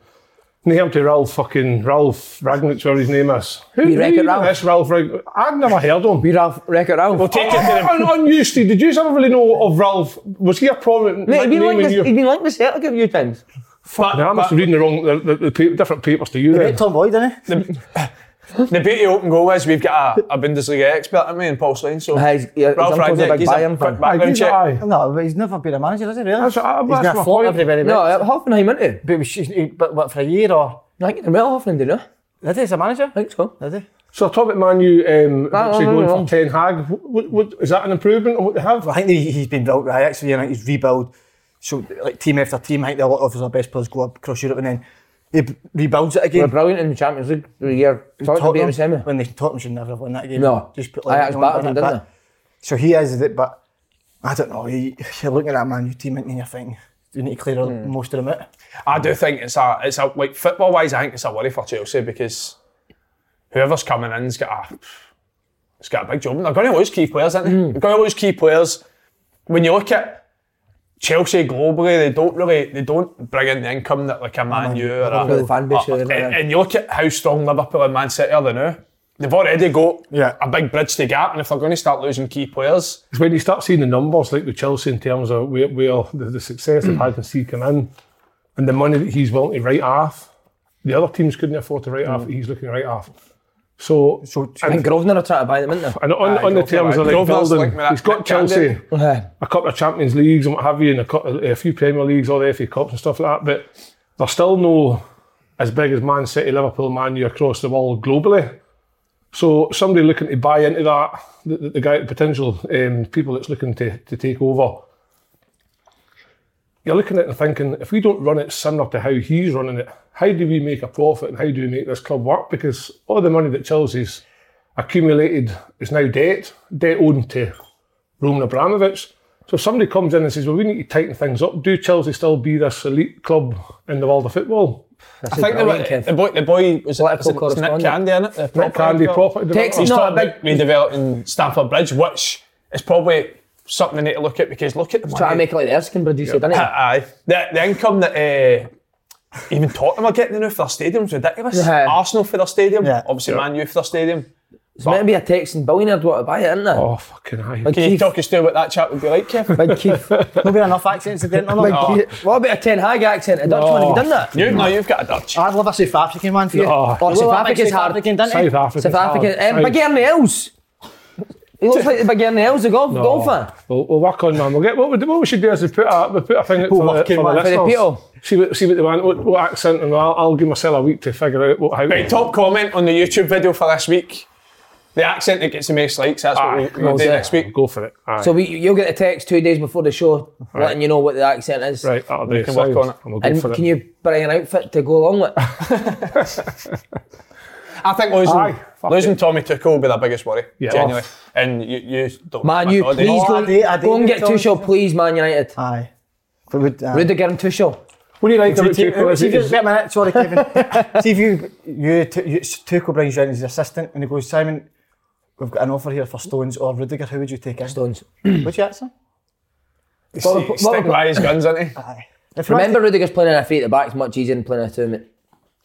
Speaker 4: named to Ralph fucking Ralph Ragnick, whatever his name is. Who,
Speaker 1: We reckon
Speaker 4: even
Speaker 1: Ralph.
Speaker 4: This Ralph Ragnick. I'd never heard of him. Oh,
Speaker 1: Be Ralph, wreck it Ralph. Oh. We'll
Speaker 3: take it to
Speaker 4: I'm I'm used to. Did you ever really know of Ralph? Was he a prominent
Speaker 1: Mate, he'd been
Speaker 4: name
Speaker 1: linked
Speaker 4: in
Speaker 1: with, he'd
Speaker 4: your?
Speaker 1: been linked with Celtic a few times.
Speaker 3: But,
Speaker 4: No, I must
Speaker 3: but
Speaker 4: be reading the wrong, the, the, the pa- different papers to you
Speaker 2: Hit
Speaker 4: then.
Speaker 2: Tom Boyd, didn't he?
Speaker 3: the beauty of open goal is we've got a, a Bundesliga expert in me and Paul Slane, so
Speaker 1: Aye, he's- yeah, his
Speaker 3: Ralph
Speaker 1: uncle's a
Speaker 3: Ragnick,
Speaker 1: big
Speaker 3: he's a
Speaker 1: Bayern
Speaker 3: quick
Speaker 1: fan.
Speaker 3: background
Speaker 4: he's,
Speaker 3: check.
Speaker 4: aye.
Speaker 2: No, but he's never been a manager, has he? Really?
Speaker 4: That's- I- that's
Speaker 2: he's going
Speaker 4: my
Speaker 2: to flop
Speaker 4: point.
Speaker 2: every minute.
Speaker 1: No, uh, Hoffenheim, isn't he?
Speaker 2: But it was, he, but what for a year or?
Speaker 1: I think they're well Hoffenheim, do you know?
Speaker 2: Did he as a manager?
Speaker 1: I think so.
Speaker 2: Did he?
Speaker 4: So talk about Man U um,
Speaker 1: no,
Speaker 4: actually
Speaker 1: no,
Speaker 4: going
Speaker 1: no.
Speaker 4: for Ten Hag. What, what, is that an improvement on what they have?
Speaker 2: I think he, he's been built right. Actually, I think he's rebuild. So like team after team, I think a lot of our best players go up across Europe and then he b- rebuilds it
Speaker 1: They were
Speaker 2: again.
Speaker 1: brilliant in the Champions League the year. Tottenham beat them semi.
Speaker 2: when they Tottenham should never have won that game.
Speaker 1: No,
Speaker 2: just put
Speaker 1: Ajax
Speaker 2: on it,
Speaker 1: battered them, didn't
Speaker 2: but- So he is it, but I don't know. He, you're looking at that Man U team and you're thinking, you need to clear
Speaker 1: Hmm.
Speaker 2: most of them out.
Speaker 3: I do think it's a it's a like football wise, I think it's a worry for Chelsea because whoever's coming in's got a it's got a big job. And They're going to lose key players, aren't they?
Speaker 1: Mm.
Speaker 3: They're going to lose key players. When you look at Chelsea globally, they don't really they don't bring in the income that like a Man U or a,
Speaker 1: Liverpool fan base,
Speaker 3: a-
Speaker 1: yeah, they're
Speaker 3: and,
Speaker 1: not there.
Speaker 3: and you look at how strong they and Man City are they now. They've already got
Speaker 2: Yeah.
Speaker 3: a big bridge to gap, and if they're going to start losing key players,
Speaker 4: It's when you start seeing the numbers, like with Chelsea, in terms of where, where the, the success they've had and see come in, and the money that he's willing to write off, the other teams couldn't afford to write off. He's looking to write off. So,
Speaker 2: So
Speaker 1: I think Grosvenor are trying to buy them, aren't
Speaker 4: and on,
Speaker 3: Aye,
Speaker 4: on the
Speaker 3: Grosvenor,
Speaker 4: terms
Speaker 3: aye.
Speaker 4: of like
Speaker 3: Grosvenor's
Speaker 4: building,
Speaker 3: linked with that
Speaker 4: he's got
Speaker 3: Nick
Speaker 4: Chelsea,
Speaker 3: Candy.
Speaker 1: they?
Speaker 4: a couple of Champions Leagues and what have you, and a, couple, a few Premier Leagues, all the FA Cups and stuff like that. But they're still no as big as Man City, Liverpool, Man U across the world globally. So somebody looking to buy into that, the, the- the guy, the potential um, people that's looking to, to take over, you're looking at it and thinking, if we don't run it similar to how he's running it, how do we make a profit and how do we make this club work? Because all the money that Chelsea's accumulated is now debt, debt owed to Roman Abramovich. So if somebody comes in and says, well, we need to tighten things up, do Chelsea still be this elite club in the world of football?
Speaker 1: This
Speaker 3: I
Speaker 1: is
Speaker 3: think the,
Speaker 1: brilliant,
Speaker 3: boy-
Speaker 1: Kev.
Speaker 3: the boy, the boy was,
Speaker 1: Political
Speaker 3: it, was it, it's Nick
Speaker 1: correspondent.
Speaker 3: Candy, isn't it? The
Speaker 4: Not Candy
Speaker 3: developer.
Speaker 4: Property
Speaker 1: Takes-
Speaker 4: Development.
Speaker 3: He's
Speaker 1: No,
Speaker 3: talking about
Speaker 1: big-
Speaker 3: redeveloping Stamford Bridge, which is probably something they need to look at because look at the money.
Speaker 1: Trying to make it like the Erskine producer, didn't he?
Speaker 3: *laughs* Aye. The, the income that uh, even Tottenham are getting now for their stadium's ridiculous.
Speaker 1: Yeah.
Speaker 3: Arsenal for their stadium,
Speaker 2: Yeah.
Speaker 3: obviously Man U for their stadium.
Speaker 1: It's meant to be a Texan billionaire what to buy it, isn't it?
Speaker 4: Oh, fucking aye.
Speaker 1: Big
Speaker 3: Can you
Speaker 1: Keith.
Speaker 3: talk us through what that chat would be like, Kev?
Speaker 1: Big
Speaker 2: *laughs*
Speaker 1: Keith.
Speaker 2: Not got enough accents to dent on
Speaker 1: Big
Speaker 2: them.
Speaker 1: Keith. What about a Ten Hag accent? A Dutch one, have you done that?
Speaker 3: you, no, you've got a Dutch.
Speaker 2: I'd love a South African man for you.
Speaker 4: Oh.
Speaker 2: Or
Speaker 1: Well,
Speaker 2: South
Speaker 1: I think eh?
Speaker 2: African's
Speaker 1: it's hard.
Speaker 2: hard again, didn't
Speaker 4: South
Speaker 2: he?
Speaker 4: Africa. Oh,
Speaker 1: South African. Um, Big Ernie Els. He looks like the Big Ernie Els, the golf, golfer.
Speaker 4: Oh. We'll, we'll work on man. We'll get what we, what we should do is we put a we put a thing out
Speaker 2: We'll
Speaker 4: for, the,
Speaker 2: work in
Speaker 4: for
Speaker 2: one
Speaker 4: the
Speaker 2: for the
Speaker 4: listeners.
Speaker 1: people.
Speaker 4: See what see what they want, what, what accent, and I'll, I'll give myself a week to figure out what how.
Speaker 3: Right, top comment on the YouTube video for this week. The accent that gets the most likes, that's
Speaker 4: Aye,
Speaker 3: what we'll, we'll
Speaker 4: we'll
Speaker 3: do
Speaker 1: do it.
Speaker 3: next week.
Speaker 4: Go for it. Aye.
Speaker 1: So we, you'll get a text two days before the show letting you know what the accent is.
Speaker 4: right, that'll do.
Speaker 3: we can work
Speaker 4: sound,
Speaker 3: on it.
Speaker 4: And we'll go
Speaker 1: And
Speaker 4: for
Speaker 1: can
Speaker 4: it.
Speaker 1: you bring an outfit to go
Speaker 4: *laughs*
Speaker 1: along with?
Speaker 3: I think losing,
Speaker 4: Aye, fuck
Speaker 3: losing
Speaker 4: it.
Speaker 3: Tommy Tuchel will be the biggest worry,
Speaker 4: Yeah. Oh.
Speaker 3: genuinely. And you, you don't.
Speaker 1: Man,
Speaker 3: my
Speaker 1: you
Speaker 3: God, they-
Speaker 1: please
Speaker 2: Oh,
Speaker 1: go,
Speaker 2: I did- I
Speaker 1: go and
Speaker 2: did
Speaker 1: get Tuchel,
Speaker 2: Tuchel.
Speaker 1: please, Man United.
Speaker 2: Aye. But would, uh,
Speaker 1: Rudiger and Tuchel.
Speaker 4: What do you like
Speaker 2: See
Speaker 4: about
Speaker 2: if you-
Speaker 4: Tuchel? Is
Speaker 2: see
Speaker 4: he-
Speaker 2: if you-
Speaker 4: is-
Speaker 2: wait a minute,
Speaker 1: *laughs*
Speaker 2: sorry, Kevin. See if you, you, t- you Tuchel brings you in as his assistant and he goes, Simon, we've got an offer here for Stones or Rudiger, who would you take in?
Speaker 1: Stones.
Speaker 2: Would you answer?
Speaker 3: he's
Speaker 1: what- what-
Speaker 3: sticking by his guns,
Speaker 1: *laughs*
Speaker 3: isn't he?
Speaker 2: Aye. If
Speaker 1: Remember Rudiger's playing in a three at the back is much easier than playing in a two, mate.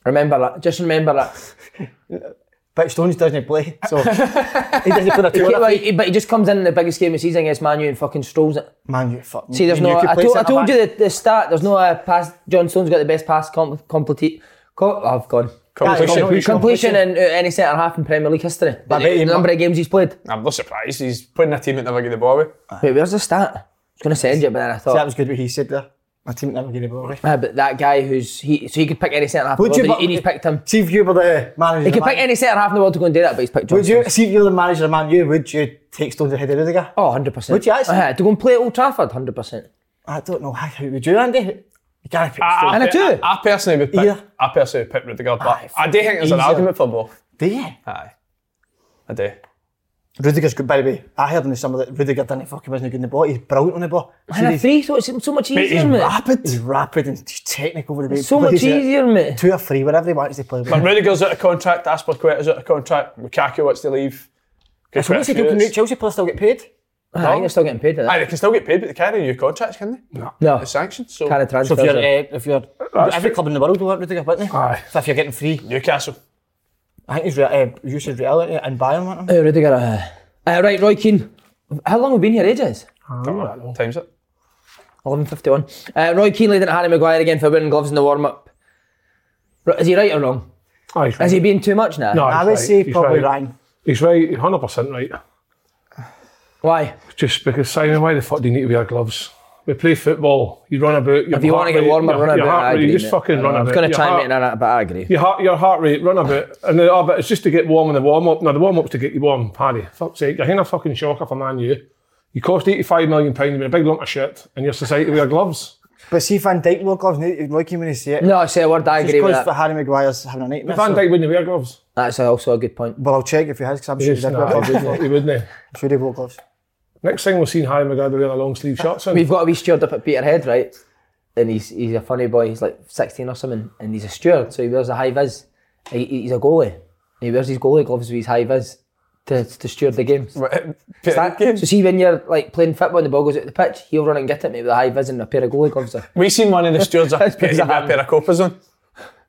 Speaker 1: Remember that. Just remember
Speaker 4: *laughs*
Speaker 1: that.
Speaker 2: But Stones doesn't play,
Speaker 1: *laughs*
Speaker 2: so he doesn't play a
Speaker 1: He
Speaker 2: two
Speaker 1: can't,
Speaker 2: on a
Speaker 1: like, he- but he just comes in, in the biggest game of the season against Man U and fucking strolls it.
Speaker 2: Man, you fuck.
Speaker 1: See, there's
Speaker 2: me and
Speaker 1: no.
Speaker 2: you
Speaker 1: I
Speaker 2: could play
Speaker 1: told, I told
Speaker 2: centre-back.
Speaker 1: you the, the stat. There's no uh, pass. John Stone's got the best pass com- complete. Co- oh, I've gone.
Speaker 3: Completion.
Speaker 1: Completion in uh, any centre half in Premier League history.
Speaker 2: I bet
Speaker 1: the
Speaker 2: he mu-
Speaker 1: number of games he's played.
Speaker 3: I'm not surprised. He's putting a team that never get the ball away.
Speaker 1: Wait, where's the stat? I was going to send you, but then I
Speaker 2: See,
Speaker 1: thought.
Speaker 2: that was good what he said there. My team never gave it away.
Speaker 1: Ah, but that guy who's he, so he could pick any centre half. in
Speaker 2: Would
Speaker 1: the
Speaker 2: you?
Speaker 1: world,
Speaker 2: but-
Speaker 1: and he's picked him.
Speaker 2: See if you were the manager.
Speaker 1: He
Speaker 2: of
Speaker 1: could
Speaker 2: Man-
Speaker 1: pick any centre half in the world to go and do that, but he's picked. John
Speaker 2: Would you?
Speaker 1: Stones.
Speaker 2: See if you're the manager of Man U. Would you take Stones ahead of Rudiger?
Speaker 1: Oh, 100 percent.
Speaker 2: Would you actually?
Speaker 1: to go and play at Old Trafford, hundred percent.
Speaker 2: I don't know. How how would you, Andy? You can't pick Stones.
Speaker 1: And I do. Ah,
Speaker 3: I, I personally would pick,
Speaker 2: Yeah.
Speaker 3: I personally would pick Rudiger, but
Speaker 2: Aye,
Speaker 3: I do think there's an
Speaker 2: easier.
Speaker 3: argument for both.
Speaker 2: Do you?
Speaker 3: Aye. I do.
Speaker 2: Rudiger's good. By the way, I heard in the summer that Rudiger didn't fucking wasn't good in the ball. He's brilliant on the ball.
Speaker 1: And a three, so it's so much easier, mate.
Speaker 2: He's rapid and he's technical with the way.
Speaker 1: So much easier, mate.
Speaker 2: Two or three, whatever he wants to play with.
Speaker 3: But Rudiger's out of contract, Aspilicueta's out of contract, Lukaku wants to leave. Good
Speaker 2: so what's he
Speaker 3: question.
Speaker 2: doing? Chelsea players still get paid.
Speaker 1: I think they're still getting paid for
Speaker 3: Aye,
Speaker 1: that.
Speaker 3: they can still get paid, but they can't renew your contracts, can they?
Speaker 1: No,
Speaker 3: The sanctions. So
Speaker 1: kind of
Speaker 2: So
Speaker 1: transfer.
Speaker 2: if you're, uh, if you're every club in the world will want Rudiger, wouldn't
Speaker 1: Ah.
Speaker 2: they?
Speaker 4: Aye.
Speaker 2: So if you're getting free,
Speaker 3: Newcastle.
Speaker 2: I think he's uh, you should Real aren't you? and Bayern want him.
Speaker 1: Uh, Rudiger, uh, uh, right, Roy Keane. How long have we been here? Ages?
Speaker 3: Times it.
Speaker 1: 11.51. Uh, Roy Keane leading at Harry Maguire again for winning gloves in the warm up. Is he right or wrong?
Speaker 4: Aye, he's
Speaker 1: Is he
Speaker 4: right.
Speaker 1: being too much now?
Speaker 4: No,
Speaker 2: I
Speaker 4: he's
Speaker 2: would
Speaker 4: right,
Speaker 2: say
Speaker 4: he's
Speaker 2: probably
Speaker 4: right.
Speaker 2: Ryan.
Speaker 4: He's right, hundred percent right.
Speaker 1: Why?
Speaker 4: Just because Simon, why the fuck do you need to wear gloves? We play football. You run about. Your
Speaker 1: If you want to
Speaker 4: heart
Speaker 1: get
Speaker 4: rate-
Speaker 1: warmer,
Speaker 4: your,
Speaker 1: run a
Speaker 4: your
Speaker 1: bit.
Speaker 4: heart
Speaker 1: I
Speaker 4: rate,
Speaker 1: agree,
Speaker 4: You just
Speaker 1: mate.
Speaker 4: fucking run
Speaker 1: I
Speaker 4: a
Speaker 1: was
Speaker 4: bit.
Speaker 1: going
Speaker 4: Your
Speaker 1: to try and
Speaker 4: heart-
Speaker 1: make that, but I agree.
Speaker 4: your heart, your heart rate, run a bit, and then oh, but it's just to get warm in the warm up. Now the warm up's to get you warm, Paddy. Fuck's sake, you're in a fucking shocker for man you. You cost eighty five million pounds, you've been a big lump of shit, and your society wear gloves.
Speaker 2: But see Van Dijk wore gloves. Roy Roy Keane when he see it.
Speaker 1: No, I say a word, I agree with
Speaker 2: because
Speaker 1: that.
Speaker 2: Harry Maguire's having a nightmare.
Speaker 4: Van
Speaker 2: so-
Speaker 4: Dijk wouldn't wear gloves.
Speaker 1: That's also a good point.
Speaker 2: Well, I'll check if he has, because I'm sure he
Speaker 4: Yes,
Speaker 2: did
Speaker 4: nah,
Speaker 2: wear
Speaker 4: *laughs*
Speaker 2: gloves.
Speaker 4: he wouldn't. he wouldn't.
Speaker 2: I'm sure he wore gloves.
Speaker 4: Next thing we've seen Harry Maguire wearing a long sleeve shirt. soon.
Speaker 1: We've got a wee steward up at Peterhead, right? And he's he's a funny boy. He's like 16 or something, and he's a steward, so he wears a high vis. He, he's a goalie. He wears his goalie gloves with his high vis to, to steward the games.
Speaker 3: *laughs*
Speaker 1: That- So see, when you're like playing football and the ball goes out the pitch, he'll run and get it mate with a high vis and a pair of goalie gloves. on.
Speaker 3: We seen one of the
Speaker 1: *laughs*
Speaker 3: stewards up at Peterhead with a
Speaker 1: bizarre.
Speaker 3: pair of coppers on.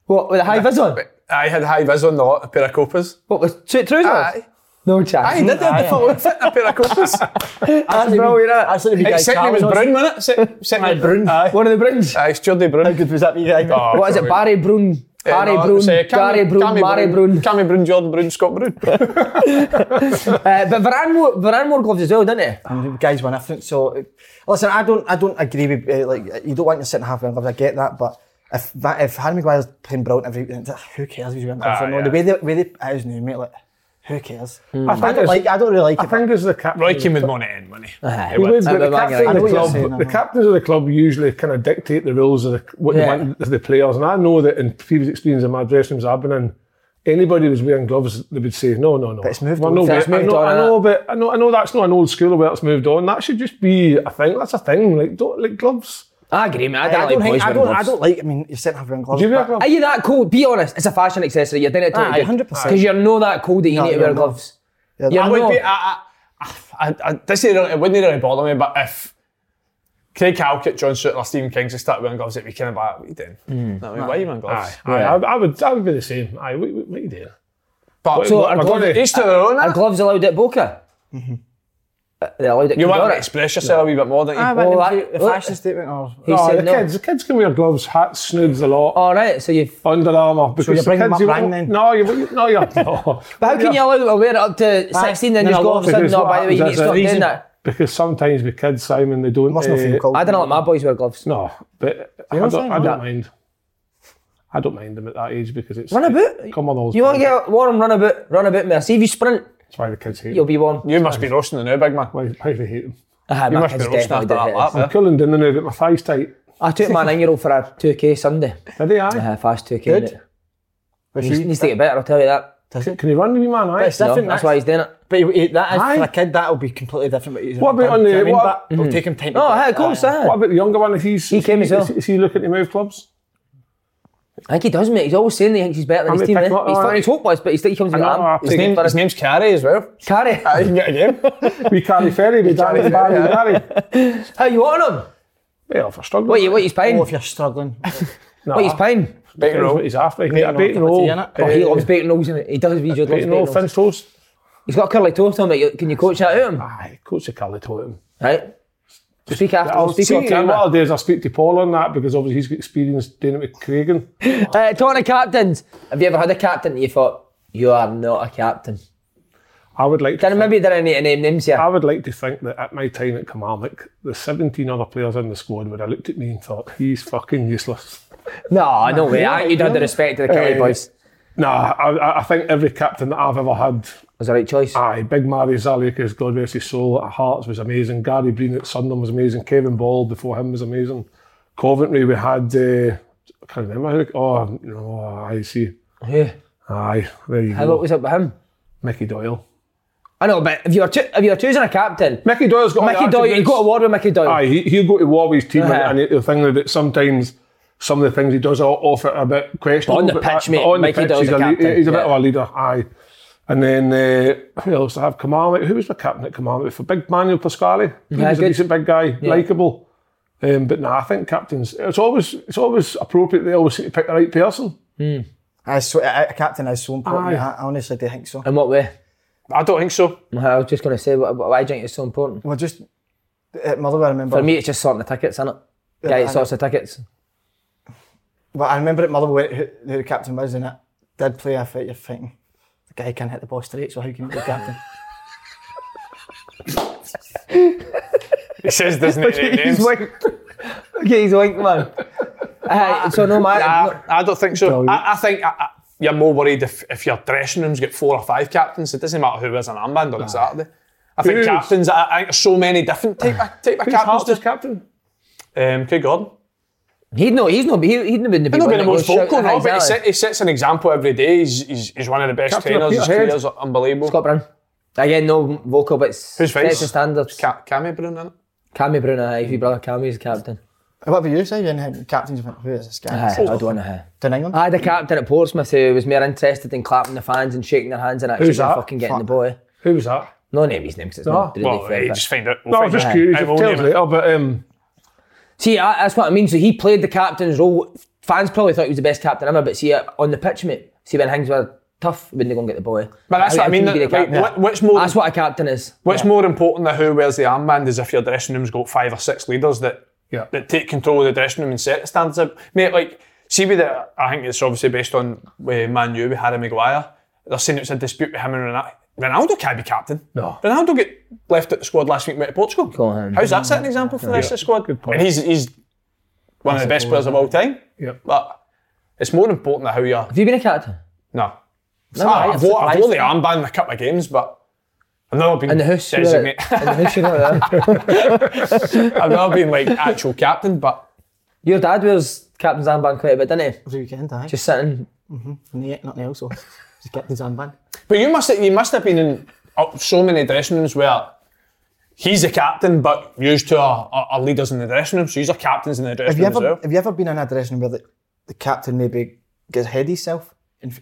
Speaker 1: What with a high vis on?
Speaker 3: I had high vis on the lot, a pair of coppers.
Speaker 1: *laughs* What with suit trousers?
Speaker 3: Aye.
Speaker 1: No
Speaker 3: Aye,
Speaker 1: chance.
Speaker 3: did they have the full outfit, a pair of coppers?
Speaker 1: That's brilliant. innit?
Speaker 2: Actually, the
Speaker 3: Hey,
Speaker 2: guy
Speaker 3: Secondly was
Speaker 2: Charles
Speaker 3: Brown, wasn't it? Se- Secondly Brown. Aye,
Speaker 1: One of the Bruns.
Speaker 3: aye Stuardy Brown.
Speaker 2: How good was that wee guy?
Speaker 3: Oh,
Speaker 1: What is it?
Speaker 3: sorry.
Speaker 1: Barry Brun.
Speaker 3: Eh,
Speaker 1: Barry
Speaker 3: no,
Speaker 1: Brun.
Speaker 3: it's, uh, Cammy-
Speaker 1: Barry Brun.
Speaker 3: Cammy
Speaker 1: Barry Brun.
Speaker 3: Cammy Brown, Jordan Brown, Scott Brown.
Speaker 1: Uh, but Varane wore, Varane wore gloves as well, didn't he?
Speaker 2: And the guys were different. So, uh, listen, I don't, I don't agree with uh, like uh, you don't want your centre half wearing gloves. I get that, but if that, if Harry Maguire's playing brilliant every, then who cares who's wearing gloves?
Speaker 3: Ah,
Speaker 2: or no?
Speaker 3: yeah.
Speaker 2: The way the way the eyes new mate, like who cares? I,
Speaker 4: think
Speaker 2: don't
Speaker 4: it's-
Speaker 2: like. I don't really like
Speaker 4: I
Speaker 2: it. but
Speaker 4: think is the captain.
Speaker 3: Roy Keane would money in money.
Speaker 4: He would, but the
Speaker 1: Aubameyang,
Speaker 4: captain
Speaker 1: I know
Speaker 4: of the
Speaker 1: what you're
Speaker 4: club,
Speaker 2: saying,
Speaker 4: the
Speaker 2: I know.
Speaker 4: captains of the club usually kind of dictate the rules of the, what
Speaker 1: Yeah.
Speaker 4: they want of the players, and I know that in previous experience in my dressing rooms I've been in, anybody was wearing gloves, they would say no, no, no.
Speaker 2: But it's moved
Speaker 4: We're
Speaker 2: on.
Speaker 4: no
Speaker 1: Yeah, it's
Speaker 4: good. I
Speaker 1: moved
Speaker 4: know,
Speaker 1: on,
Speaker 4: I
Speaker 1: innit?
Speaker 4: know, but I know, I know that's not an old school where it's moved on. That should just be a thing. That's a thing. Like don't like gloves.
Speaker 1: I agree, man. I don't,
Speaker 2: I
Speaker 1: like
Speaker 2: don't,
Speaker 1: boys
Speaker 2: think, I,
Speaker 1: wearing
Speaker 2: don't, I
Speaker 1: gloves.
Speaker 2: don't like, I mean, you sent have wearing gloves.
Speaker 4: Do you wear
Speaker 2: but-
Speaker 4: gloves?
Speaker 1: Are you that cold? Be honest. It's a fashion accessory. You're doing it
Speaker 2: Aye, 100%.
Speaker 1: Because you're not that cold that you
Speaker 2: No,
Speaker 1: need to
Speaker 2: you're
Speaker 1: wear
Speaker 2: not.
Speaker 1: gloves.
Speaker 2: Yeah,
Speaker 1: You're
Speaker 3: I would
Speaker 1: not.
Speaker 3: be. I, I, I, I, this really, it wouldn't really bother me, but if Craig Halkett, John Suter, or Stephen King just start wearing gloves, it'd be kind of like, what are you doing? No, I mean, why are you wearing gloves?
Speaker 4: Aye, aye, I, I would, I would be the same. Aye, what, what, what are you doing?
Speaker 3: But
Speaker 4: So
Speaker 3: so
Speaker 4: are gloves-
Speaker 3: each to their own.
Speaker 1: Are
Speaker 3: innit?
Speaker 1: gloves allowed at Boca?
Speaker 2: Mm-hmm.
Speaker 1: Uh, They're allowed at
Speaker 3: You want to
Speaker 1: Clondalkin.
Speaker 3: express yourself a wee bit more, don't you?
Speaker 2: I
Speaker 1: Well,
Speaker 2: went
Speaker 1: that-
Speaker 2: into the Oh,
Speaker 1: look-
Speaker 2: fashion statement or...
Speaker 1: oh, He
Speaker 4: No,
Speaker 1: said
Speaker 4: the
Speaker 1: no. Oh.
Speaker 4: kids, the kids can wear gloves, hats, snoods a lot.
Speaker 1: All right, so you've.
Speaker 4: Under Armour. Because
Speaker 2: you're
Speaker 4: the
Speaker 2: bringing
Speaker 4: kids,
Speaker 2: up
Speaker 4: you
Speaker 2: Ryan
Speaker 4: won't-
Speaker 2: then?
Speaker 4: No, you, you, no, you're not.
Speaker 1: But how can you allow them to wear it up to 16 then
Speaker 2: no,
Speaker 1: just go all of a
Speaker 2: because
Speaker 1: sudden,
Speaker 4: it's
Speaker 1: no,
Speaker 4: what
Speaker 1: by the way, you need to
Speaker 4: happens,
Speaker 1: stop
Speaker 4: it's
Speaker 1: doing
Speaker 4: easy.
Speaker 1: that?
Speaker 4: Because sometimes with kids, Simon, they don't.
Speaker 2: Must not feel
Speaker 4: eh,
Speaker 2: cold.
Speaker 1: I don't let my boys wear gloves.
Speaker 4: No, but I
Speaker 2: what
Speaker 4: don't,
Speaker 2: I'm saying?
Speaker 4: I
Speaker 2: Yeah.
Speaker 4: don't mind. I don't mind them at that age because it's.
Speaker 1: Run about.
Speaker 4: Come on, all
Speaker 1: You want to get warm, run about, run about me. See if you sprint,
Speaker 4: That's why the kids hate
Speaker 1: you'll
Speaker 4: them.
Speaker 1: be warm.
Speaker 3: You must be roasting the now, big man.
Speaker 4: Why, why they hate them.
Speaker 1: Ah,
Speaker 3: You
Speaker 1: my
Speaker 3: must be
Speaker 1: kids
Speaker 3: roasting
Speaker 1: definitely
Speaker 3: after
Speaker 1: do
Speaker 3: that
Speaker 1: hate
Speaker 3: lap.
Speaker 1: it.
Speaker 4: I'm cooling down now, but my thighs tight.
Speaker 1: I took
Speaker 3: *laughs*
Speaker 1: my nine year old for a 2K Sunday.
Speaker 4: Did he? Aye.
Speaker 1: Uh, fast 2K.
Speaker 2: Good.
Speaker 1: innit?
Speaker 2: Was
Speaker 1: He
Speaker 2: he-
Speaker 1: needs to get better, I'll tell you that.
Speaker 4: Can, can he run, the wee man? Aye.
Speaker 2: It's different.
Speaker 1: No, that's why he's doing it.
Speaker 2: But he- he- that is,
Speaker 4: Aye.
Speaker 2: for a kid, that'll be completely different. What, he's
Speaker 4: What about
Speaker 2: done,
Speaker 4: on
Speaker 2: do
Speaker 4: the-
Speaker 2: you know what Oh, I mean?
Speaker 4: what-
Speaker 2: But It'll take him time. to
Speaker 1: No,
Speaker 2: get
Speaker 1: hey,
Speaker 2: it.
Speaker 1: of course, aye.
Speaker 4: What about the younger one? If he's
Speaker 1: He came as well.
Speaker 4: Is, is he looking to move clubs?
Speaker 1: I think he does, mate. He's always saying that he thinks he's better than
Speaker 4: I'm
Speaker 1: his
Speaker 4: gonna
Speaker 1: team.
Speaker 4: pick him
Speaker 1: innit?
Speaker 4: up,
Speaker 1: He's fucking
Speaker 4: alright.
Speaker 1: his hope was, but he still comes
Speaker 4: I
Speaker 1: in the
Speaker 4: know, I'll
Speaker 1: arm.
Speaker 4: take him.
Speaker 3: His name's Carrie as well.
Speaker 1: *laughs* Carry.
Speaker 3: You can get a game.
Speaker 1: *laughs*
Speaker 4: We carry Ferry, we Danny and Barry, Barry.
Speaker 1: How you on him?
Speaker 4: Well, if I struggle.
Speaker 1: What you what you paying?
Speaker 2: Oh, if you're struggling.
Speaker 4: no,
Speaker 1: What you paying?
Speaker 3: Big
Speaker 4: That's
Speaker 3: roll.
Speaker 4: what he's after. He can get a bait
Speaker 2: Bacon
Speaker 4: and roll.
Speaker 2: roll, give it to
Speaker 1: Oh,
Speaker 4: Eh,
Speaker 1: he loves bacon rolls, innit? He does. He just loves
Speaker 4: Bait
Speaker 1: bacon
Speaker 4: and roll,
Speaker 1: rolls.
Speaker 4: Finn's toes.
Speaker 1: He's got a curly toe to him. mate. Can you coach that out of him?
Speaker 4: Aye, coach the Carly told him.
Speaker 1: Right. Speak after.
Speaker 4: I'll
Speaker 1: speak
Speaker 4: see,
Speaker 1: off
Speaker 4: what I'll
Speaker 1: camera.
Speaker 4: do is I'll speak to Paul on that because obviously he's got experience doing it with Cragen.
Speaker 1: Uh, talking of captains, have you ever had a captain that you thought you are not a captain?
Speaker 4: I would like to
Speaker 1: Then maybe there are any name names
Speaker 4: I
Speaker 1: here.
Speaker 4: would like to think that at my time at Kilmarnock, the 17 other players in the squad would have looked at me and thought, he's fucking useless.
Speaker 1: No, no way. I think you'd have the respect of the Kelly
Speaker 4: Eh,
Speaker 1: boys.
Speaker 4: Nah, I, I- I think every captain that I've ever had,
Speaker 1: Was the right choice.
Speaker 4: aye, Big Mary Zalikas, God rest his soul, at Hearts was amazing. Gary Breen at Sunderland was amazing. Kevin Ball before him was amazing. Coventry, we had, uh, I can't remember, who- oh, no, I see.
Speaker 1: Yeah.
Speaker 4: Aye, there you
Speaker 1: How
Speaker 4: go.
Speaker 1: what was up with him?
Speaker 4: Mickey Doyle.
Speaker 1: I know, but if you were choo- if you were choosing a captain,
Speaker 4: Mickey Doyle's got all
Speaker 1: Mickey
Speaker 4: the
Speaker 1: Doyle, you
Speaker 4: attributes.
Speaker 1: got a word with Mickey Doyle.
Speaker 4: Aye, he, he'll go to war with his team,
Speaker 1: Uh-huh.
Speaker 4: and, and the thing that sometimes some of the things he does are off it a bit questionable.
Speaker 1: On the
Speaker 4: but
Speaker 1: pitch,
Speaker 4: that-
Speaker 1: mate,
Speaker 4: on the
Speaker 1: Mickey
Speaker 4: pitch,
Speaker 1: Doyle's
Speaker 4: he's
Speaker 1: a
Speaker 4: a, lea-
Speaker 1: captain,
Speaker 4: he's a bit
Speaker 1: yeah.
Speaker 4: of a leader. Aye, and then uh, who else? I have Kamali. Who was the captain at Kamali for? Big Manuel Pasquale. He
Speaker 1: Yeah,
Speaker 4: was
Speaker 1: good.
Speaker 4: a decent big guy, likable. Um, but no, I think captains. It's always it's always appropriate. They always seem to pick the right person.
Speaker 2: I so, a, a captain is so important.
Speaker 4: Aye.
Speaker 2: I, I honestly do think so.
Speaker 1: In what way?
Speaker 3: I don't think so.
Speaker 1: I was just going to say, wh- wh- why do you think it's so important?
Speaker 2: Well, just at Motherwell, I remember.
Speaker 1: For me, it's just sorting the tickets, innit?
Speaker 2: Yeah,
Speaker 1: Guy
Speaker 2: I
Speaker 1: that sorts the tickets.
Speaker 2: Well, I remember at Motherwell who, who the captain was, and it did play. I thought you're thinking the guy can't hit the ball straight, so how can he be captain?
Speaker 3: He says there's no
Speaker 1: *laughs*
Speaker 3: names.
Speaker 1: winked. Okay, he's winked, man. Aye, so no, my
Speaker 3: I, I don't think so.
Speaker 4: Brilliant.
Speaker 3: I, I think I, I, you're more worried if, if your dressing room's got four or five captains. It doesn't matter who wears an armband on a Saturday. I think
Speaker 4: Who's-
Speaker 3: captains. I, I think there's so many different type of, type of
Speaker 4: Who's
Speaker 3: captains.
Speaker 4: Hearts'
Speaker 3: Just,
Speaker 4: captain?
Speaker 3: um, Craig Gordon.
Speaker 1: he'd no, he's no, he, he'd no been the big
Speaker 3: He's
Speaker 1: one
Speaker 3: not been the
Speaker 1: that
Speaker 3: most
Speaker 1: goes
Speaker 3: vocal,
Speaker 1: shouting,
Speaker 3: no, but he,
Speaker 1: exactly.
Speaker 3: set, he sets an example every day. He's, he's, he's one of the best
Speaker 4: Captain of
Speaker 3: trainers. His
Speaker 4: Peterhead.
Speaker 3: career's unbelievable.
Speaker 1: Scott Brown. Again, no vocal, but it's
Speaker 3: Who's
Speaker 1: sets
Speaker 3: vice?
Speaker 1: the standards.
Speaker 3: Ca- Cammy Brown, innit?
Speaker 1: Cammy Brown, aye, if your brother Cammy's captain.
Speaker 2: what were you saying? And captains went, who is this guy?
Speaker 1: Aye, I don't want to hear.
Speaker 2: Down England?
Speaker 1: I had a captain at Portsmouth who was more interested in clapping the fans and shaking their hands and actually
Speaker 4: Who's that?
Speaker 1: fucking getting the
Speaker 2: Fuck.
Speaker 1: boy.
Speaker 4: Who was that?
Speaker 1: No name his name because it's not really
Speaker 3: Well,
Speaker 1: fair.
Speaker 3: you
Speaker 1: but-
Speaker 3: just find out. We'll
Speaker 4: No, I
Speaker 3: find
Speaker 4: was just
Speaker 3: out.
Speaker 4: curious.
Speaker 3: I uh,
Speaker 4: It
Speaker 3: won't
Speaker 4: tells
Speaker 3: name it.
Speaker 4: later, but um,
Speaker 1: See, I, that's what I mean. So he played the captain's role. Fans probably thought he was the best captain ever, but see, uh, on the pitch, mate, see when things were tough, when they go and get the boy.
Speaker 3: But that's
Speaker 1: How-
Speaker 3: what I
Speaker 1: how
Speaker 3: mean.
Speaker 1: can you be the
Speaker 3: like,
Speaker 1: captain?
Speaker 3: what- What's more
Speaker 1: That's what a captain is.
Speaker 3: What's more important than who wears the armband is if your dressing room's got five or six leaders that
Speaker 4: Yeah.
Speaker 3: that take control of the dressing room and set the standards up. Mate, like, see with the, I think it's obviously based on uh, Man U with Harry Maguire. They're saying it's a dispute with him and Ronaldo. Ronaldo can't be captain.
Speaker 4: No.
Speaker 3: Ronaldo get left out the squad last week went to Portugal.
Speaker 1: Go on.
Speaker 3: How's that set an example for the rest of the squad?
Speaker 4: Good point.
Speaker 3: And he's, he's one of the best players of all time.
Speaker 4: yeah.
Speaker 3: But it's more important than how you are.
Speaker 1: Have you been a captain?
Speaker 3: No.
Speaker 1: No,
Speaker 3: Ah,
Speaker 1: I'm
Speaker 3: I've, wore, I've
Speaker 1: surprised.
Speaker 3: worn the armband in a couple of games, but I've never been
Speaker 1: In the house, you were-
Speaker 3: designated.
Speaker 1: in the house, you were there.
Speaker 3: *laughs* I've never been like actual captain, but
Speaker 1: Your dad wears captain's armband quite a bit, didn't he?
Speaker 2: Every weekend, aye.
Speaker 1: Just sitting.
Speaker 2: Ne- nothing else, so *laughs* just captain's armband.
Speaker 3: oh, but you must have, you must have been in uh, so many dressing rooms where he's the captain, but you two are, are, are leaders in the dressing room, so you are captains in the dressing
Speaker 2: Have you
Speaker 3: room
Speaker 2: ever
Speaker 3: as well.
Speaker 2: have you ever been in a dressing room where the, the captain maybe gets ahead of himself? And,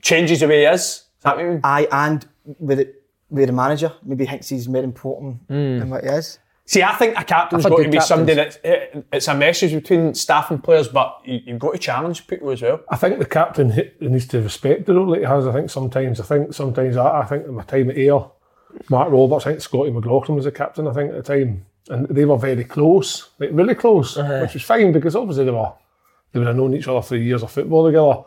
Speaker 3: Changes the way he is. Is that what you mean?
Speaker 2: I and with it with the manager maybe thinks he's more important than what he is.
Speaker 3: See, I think a captain's
Speaker 1: I've had
Speaker 3: got to
Speaker 1: good
Speaker 3: be somebody
Speaker 1: captains.
Speaker 3: that's it, it's a message between staff and players, but you, you've got to challenge people as well.
Speaker 4: I think the captain hi- needs to respect the role that he has. I think sometimes, I think sometimes, I, I think in my time at Ayr, Mark Roberts, I think Scotty McLaughlin was the captain, I think, at the time. And they were very close, like really close, which was fine because obviously they were, they would have known each other for years of football together.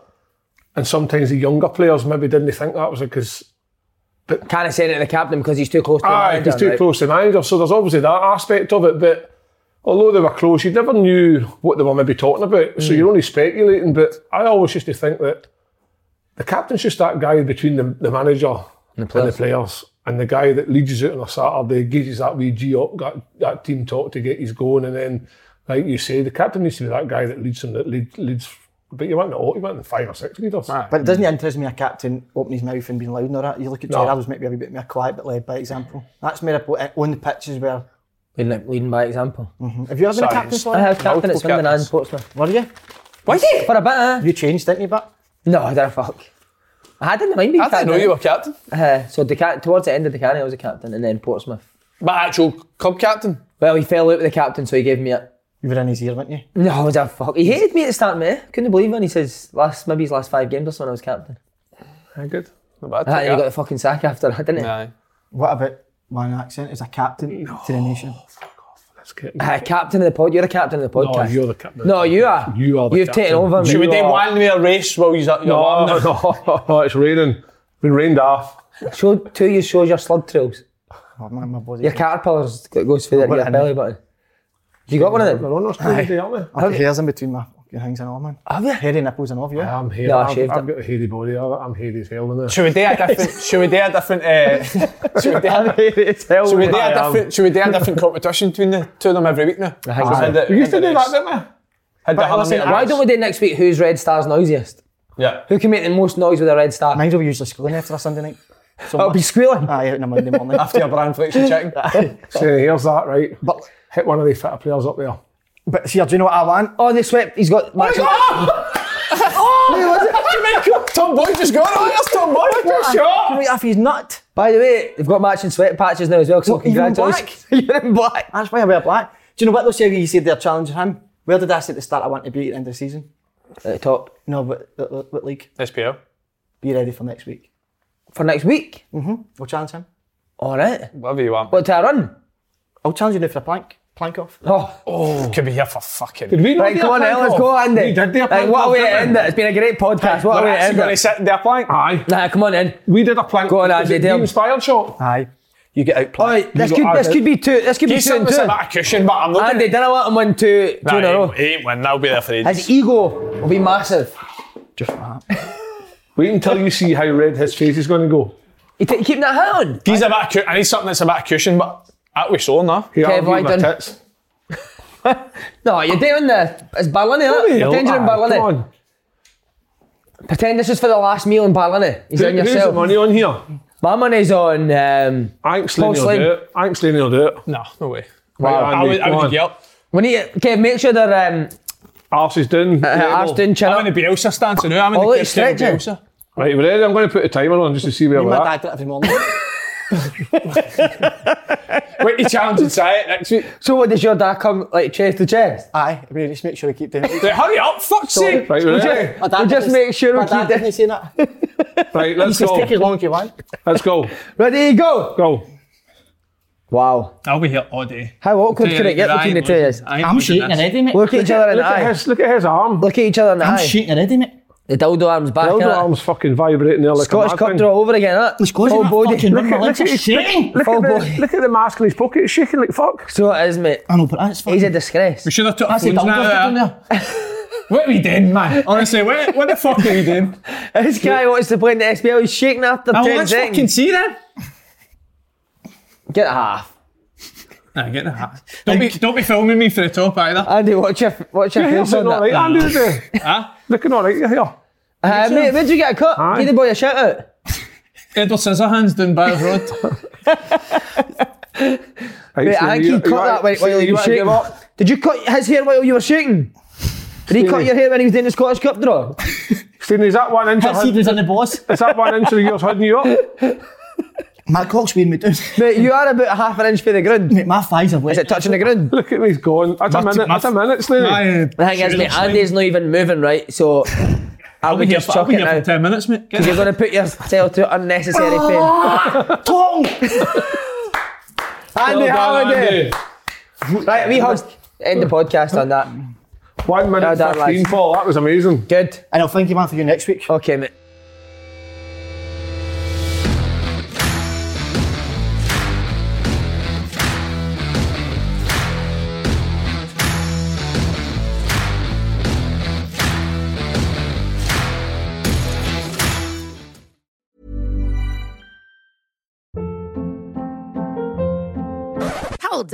Speaker 4: And sometimes the younger players maybe didn't think that was because
Speaker 1: Can't send it to the captain because he's too close to
Speaker 4: Aye,
Speaker 1: the
Speaker 4: he's too
Speaker 1: manager, right?
Speaker 4: close to the manager. So there's obviously that aspect of it. But although they were close, you never knew what they were maybe talking about.
Speaker 1: Mm.
Speaker 4: So you're only speculating. But I always used to think that the captain's just that guy between the, the manager and the, players. And the guy that leads you out on a Saturday gives you that wee G up, that, that team talk to get his going. And then, like you say, the captain needs to be that guy that leads them, that lead, leads. But you want the you want the five or six leaders.
Speaker 2: But it
Speaker 1: Mm.
Speaker 2: doesn't interest me a captain opening his mouth and being loud and all that. You look at Gerard was maybe a wee bit more quiet but led by example. That's made up on the pitches where
Speaker 1: Leading, like, leading by example.
Speaker 2: have you ever been a
Speaker 3: Sorry,
Speaker 2: captain
Speaker 3: it's-
Speaker 2: for
Speaker 1: I have captain at
Speaker 3: Multiple
Speaker 1: Swindon and
Speaker 3: captains.
Speaker 1: Portsmouth.
Speaker 2: were you?
Speaker 1: Was it? For a bit, eh?
Speaker 2: You changed, didn't you, but
Speaker 1: No, I didn't fuck. I didn't mind being
Speaker 3: I didn't
Speaker 1: captain.
Speaker 3: know you were captain,
Speaker 1: Uh, so Deca- towards the end of the I was a captain, and then Portsmouth.
Speaker 3: but actual club captain.
Speaker 1: Well, he fell out with the captain, so he gave me a.
Speaker 2: you were in his ear, weren't you?
Speaker 1: No, I was a fuck. He hated me at the start, mate. Couldn't believe it. And he says last maybe his last five games or something, I was captain.
Speaker 4: Aye, good.
Speaker 3: Not bad,
Speaker 1: And he
Speaker 3: yeah.
Speaker 1: got the fucking sack after that, didn't he?
Speaker 3: Aye.
Speaker 2: What about my accent as a captain to the nation?
Speaker 4: Let's get.
Speaker 1: Uh, captain of the pod. You're the captain of the
Speaker 4: no,
Speaker 1: podcast.
Speaker 4: you're the captain.
Speaker 1: No, you are.
Speaker 4: You are the
Speaker 1: You've
Speaker 4: captain.
Speaker 1: taken over. mate.
Speaker 3: So would they
Speaker 1: You are-
Speaker 3: want me a race while you're at your
Speaker 4: No,
Speaker 3: arm?
Speaker 4: no, no, it's raining. Been rained off.
Speaker 1: Show two. You shows your slug trails.
Speaker 2: Oh, my, my body.
Speaker 1: Your caterpillars that goes through
Speaker 2: got
Speaker 1: your
Speaker 2: it in
Speaker 1: belly button. You got one of
Speaker 4: We're
Speaker 1: them?
Speaker 4: on our story today, aren't we?
Speaker 2: I've got hairs in between my fucking things and all, man.
Speaker 1: Have you?
Speaker 2: Hairy nipples and all, yeah.
Speaker 4: I'm hairy.
Speaker 1: No, I
Speaker 4: I've,
Speaker 1: shaved
Speaker 4: I've
Speaker 1: it.
Speaker 4: got a hairy body. I- I'm hairy as hell in there.
Speaker 3: Should we do a
Speaker 1: *laughs*
Speaker 3: different? should we do a different? Uh, should we do a, should we do
Speaker 4: I
Speaker 3: a
Speaker 4: am.
Speaker 3: different? Should we do a different competition between the two of them every week now?
Speaker 1: think
Speaker 3: Had
Speaker 1: so.
Speaker 3: the-
Speaker 4: We used to
Speaker 3: had the
Speaker 4: do that,
Speaker 3: race.
Speaker 4: didn't we?
Speaker 3: Had the
Speaker 4: But listen,
Speaker 3: hundred metre
Speaker 1: Why
Speaker 3: race.
Speaker 1: don't we do next week? Who's Red Star's noisiest?
Speaker 3: Yeah.
Speaker 1: Who can make the most noise with a red star?
Speaker 2: Mine's will be usually schooling after a Sunday night. So
Speaker 1: I'll be squealing.
Speaker 2: Aye, out on a Monday
Speaker 1: *laughs*
Speaker 2: morning.
Speaker 3: After your brand flakes and
Speaker 4: *laughs*
Speaker 3: chicken.
Speaker 4: So here's that, right?
Speaker 2: but,
Speaker 4: Hit one of the fitter players up there.
Speaker 2: but see, do you know what I want?
Speaker 1: Oh, they swept. He's got. Max-
Speaker 4: Oh!
Speaker 3: Tom Boy just got it. That's Tom Boy.
Speaker 2: Can we have his nut?
Speaker 1: By the way, they've got matching sweat patches now as well. So
Speaker 2: What, even
Speaker 1: congratulations. You're in black.
Speaker 2: That's why I wear black. Do you know what though, see how you said they're challenging him? Where did I say at the start I want to be at the end of the season?
Speaker 1: At the top
Speaker 2: No, what, what, what league?
Speaker 3: SPL.
Speaker 2: Be ready for next week.
Speaker 1: for next week.
Speaker 2: We'll challenge him.
Speaker 1: All right.
Speaker 3: Whatever you want.
Speaker 1: What do I run?
Speaker 2: I'll challenge you now for a plank. Plank off.
Speaker 1: Oh,
Speaker 3: Could be here for fucking.
Speaker 4: Did we not
Speaker 1: right,
Speaker 4: do
Speaker 1: come
Speaker 4: a
Speaker 1: on,
Speaker 4: plank
Speaker 1: now, let's
Speaker 4: off?
Speaker 1: go, Andy.
Speaker 4: We did do a
Speaker 1: Like,
Speaker 4: plank
Speaker 1: what a
Speaker 4: off,
Speaker 1: way to
Speaker 4: didn't
Speaker 1: end
Speaker 4: we?
Speaker 1: it. It's been a great podcast. What a
Speaker 3: We're
Speaker 1: way to
Speaker 3: actually
Speaker 1: end
Speaker 3: going to
Speaker 1: it.
Speaker 3: sit in their plank.
Speaker 4: Aye.
Speaker 1: Nah, come on in.
Speaker 4: We did a plank.
Speaker 1: Go on,
Speaker 4: Was
Speaker 1: Andy,
Speaker 4: it
Speaker 1: do
Speaker 4: the
Speaker 1: 'em.
Speaker 4: inspired shot.
Speaker 2: Aye.
Speaker 3: You get out plank.
Speaker 1: Right, this
Speaker 4: got
Speaker 1: could this
Speaker 4: Ireland.
Speaker 1: could be two. This could be
Speaker 3: He's
Speaker 1: two and
Speaker 3: something
Speaker 1: two.
Speaker 3: about a cushion, but I'm not
Speaker 1: Andy, didn't let him win two, two in a row.
Speaker 3: He ain't winning. I'll eh, be there for ages.
Speaker 1: His ego will be massive.
Speaker 4: Wait until you see how red his face is going to go.
Speaker 1: You t- keeping that hat on.
Speaker 3: He's about a cu- I need something that's about a cushion, but that was sore now.
Speaker 4: Here,
Speaker 1: Kev,
Speaker 4: I'll give
Speaker 1: I
Speaker 4: you my
Speaker 1: done-
Speaker 4: tits.
Speaker 1: No, you're doing this. It's Berlin, isn't it?
Speaker 4: Hell,
Speaker 1: Pretend you're in
Speaker 4: aye, come
Speaker 1: Berlin.
Speaker 4: on.
Speaker 1: Pretend this is for the last meal in Berlin. He's
Speaker 4: Who-
Speaker 1: on
Speaker 4: Who's the
Speaker 1: yourself.
Speaker 4: money on here?
Speaker 1: My money's on. Um,
Speaker 4: I ain't Slaney
Speaker 1: Paul
Speaker 4: will
Speaker 1: Slim.
Speaker 4: do it. I ain't Slaney will do it.
Speaker 3: No, no way.
Speaker 4: Wow.
Speaker 3: I would, I
Speaker 4: Come
Speaker 3: would
Speaker 4: on.
Speaker 3: get up.
Speaker 1: we need to, Kev, make sure they're um,
Speaker 4: Arse is done.
Speaker 1: uh, arse doing chin
Speaker 3: I'm
Speaker 1: up.
Speaker 3: in the Bielsa stance now. I'm in
Speaker 1: Oh,
Speaker 3: the
Speaker 1: look,
Speaker 3: Cristiano
Speaker 1: stretching.
Speaker 3: Bielsa.
Speaker 4: Right, we're ready. I'm going to put a timer on just to see where
Speaker 2: Me and
Speaker 4: we're
Speaker 2: my
Speaker 4: at.
Speaker 2: dad do it
Speaker 1: *laughs*
Speaker 2: every morning.
Speaker 3: Wait, he challenges it next week.
Speaker 1: So what does your dad come like chest to chest?
Speaker 2: Aye. We just make sure we keep doing it.
Speaker 3: Wait, hurry up, fuck's sake.
Speaker 4: Right, we're ready.
Speaker 2: My dad
Speaker 1: We'll just
Speaker 2: doesn't-
Speaker 1: make sure we
Speaker 2: my dad
Speaker 1: keep doing-
Speaker 2: didn't say that.
Speaker 4: Right,
Speaker 1: *laughs*
Speaker 2: He
Speaker 4: let's
Speaker 2: says take as
Speaker 4: go.
Speaker 2: long as you want.
Speaker 4: Let's go.
Speaker 1: Ready, go!
Speaker 4: Go.
Speaker 1: Wow.
Speaker 3: I'll be here all day.
Speaker 1: How awkward can it get between the two of us?
Speaker 3: I'm shaking
Speaker 2: already, mate.
Speaker 1: Look at each other in the
Speaker 4: Look at
Speaker 1: eye.
Speaker 4: his, look at his arm.
Speaker 1: Look at each other in the eye.
Speaker 2: already, mate.
Speaker 1: The dildo arm's back.
Speaker 4: Elder
Speaker 1: innit?
Speaker 4: arm's fucking vibrating there like
Speaker 1: Scottish
Speaker 4: a
Speaker 1: cup
Speaker 4: madman.
Speaker 1: draw over again, innit?
Speaker 2: Let's go,
Speaker 1: Full
Speaker 2: isn't it?
Speaker 1: body.
Speaker 2: Fucking run, my legs are
Speaker 4: his-
Speaker 2: shaking.
Speaker 4: Look,
Speaker 1: Full
Speaker 4: at
Speaker 1: body.
Speaker 4: the, look at the mask in his pocket, it's shaking like
Speaker 1: *laughs*
Speaker 4: fuck.
Speaker 1: So it is, mate.
Speaker 2: I know, but that's
Speaker 1: He's a disgrace.
Speaker 3: We should have took our
Speaker 2: That's a
Speaker 3: phones
Speaker 2: dumb
Speaker 3: now.
Speaker 2: down there.
Speaker 3: *laughs* What are we doing, man? Honestly, what, what the fuck are we doing?
Speaker 1: This guy wants to play in the SPL. He's shaking after
Speaker 3: Oh,
Speaker 1: 10
Speaker 3: let's fucking
Speaker 1: seconds.
Speaker 3: see then.
Speaker 1: Get a half.
Speaker 3: Nah, get the hat. Don't be, don't be filming me for the top either.
Speaker 1: Andy, watch your, watch your
Speaker 4: Your hair's
Speaker 1: face on
Speaker 4: looking alright,
Speaker 1: that.
Speaker 4: Andy, today.
Speaker 3: Huh?
Speaker 4: Looking alright, your hair.
Speaker 1: Uh, mate, where'd you get a cut?
Speaker 4: Aye.
Speaker 1: Give the boy a shout out.
Speaker 3: Edward Scissorhands down Bowers Road.
Speaker 4: Right,
Speaker 1: Mate,
Speaker 4: so
Speaker 1: I think he
Speaker 4: you- you
Speaker 1: cut that while,
Speaker 4: so
Speaker 1: while
Speaker 4: you
Speaker 1: he was
Speaker 4: wanna give
Speaker 1: shaking.
Speaker 4: up?
Speaker 1: Did you cut his hair while you were shaking? Did he cut
Speaker 4: Yeah.
Speaker 1: your hair when he was doing the Scottish Cup draw?
Speaker 4: Stephen, is that one inch? of hood-
Speaker 2: on the boss.
Speaker 4: Is that one inch of yours hooding you up?
Speaker 2: My cock's wearing me down. *laughs*
Speaker 1: Mate, you are about half an inch from the ground.
Speaker 2: Mate, my thighs are wet.
Speaker 1: Is it touching the ground?
Speaker 4: Look at me, he's gone. That's a
Speaker 3: Must-
Speaker 4: minute. That's a
Speaker 3: must-
Speaker 4: minute, Stephen.
Speaker 1: The thing is, mate, Andy's not even moving, right? So I would just chuck it now.
Speaker 3: ten minutes, Oh. mate.
Speaker 1: Because you're going to put yourself through unnecessary pain.
Speaker 2: Tong!
Speaker 1: Andy Halliday! Right, we hugs. End the podcast on that.
Speaker 4: One
Speaker 1: Well
Speaker 4: minute
Speaker 1: done,
Speaker 4: fifteen,
Speaker 1: lads.
Speaker 4: Paul. That was amazing.
Speaker 1: Good.
Speaker 2: And I'll thank you, man, for you next week.
Speaker 1: Okay, mate.
Speaker 5: Hold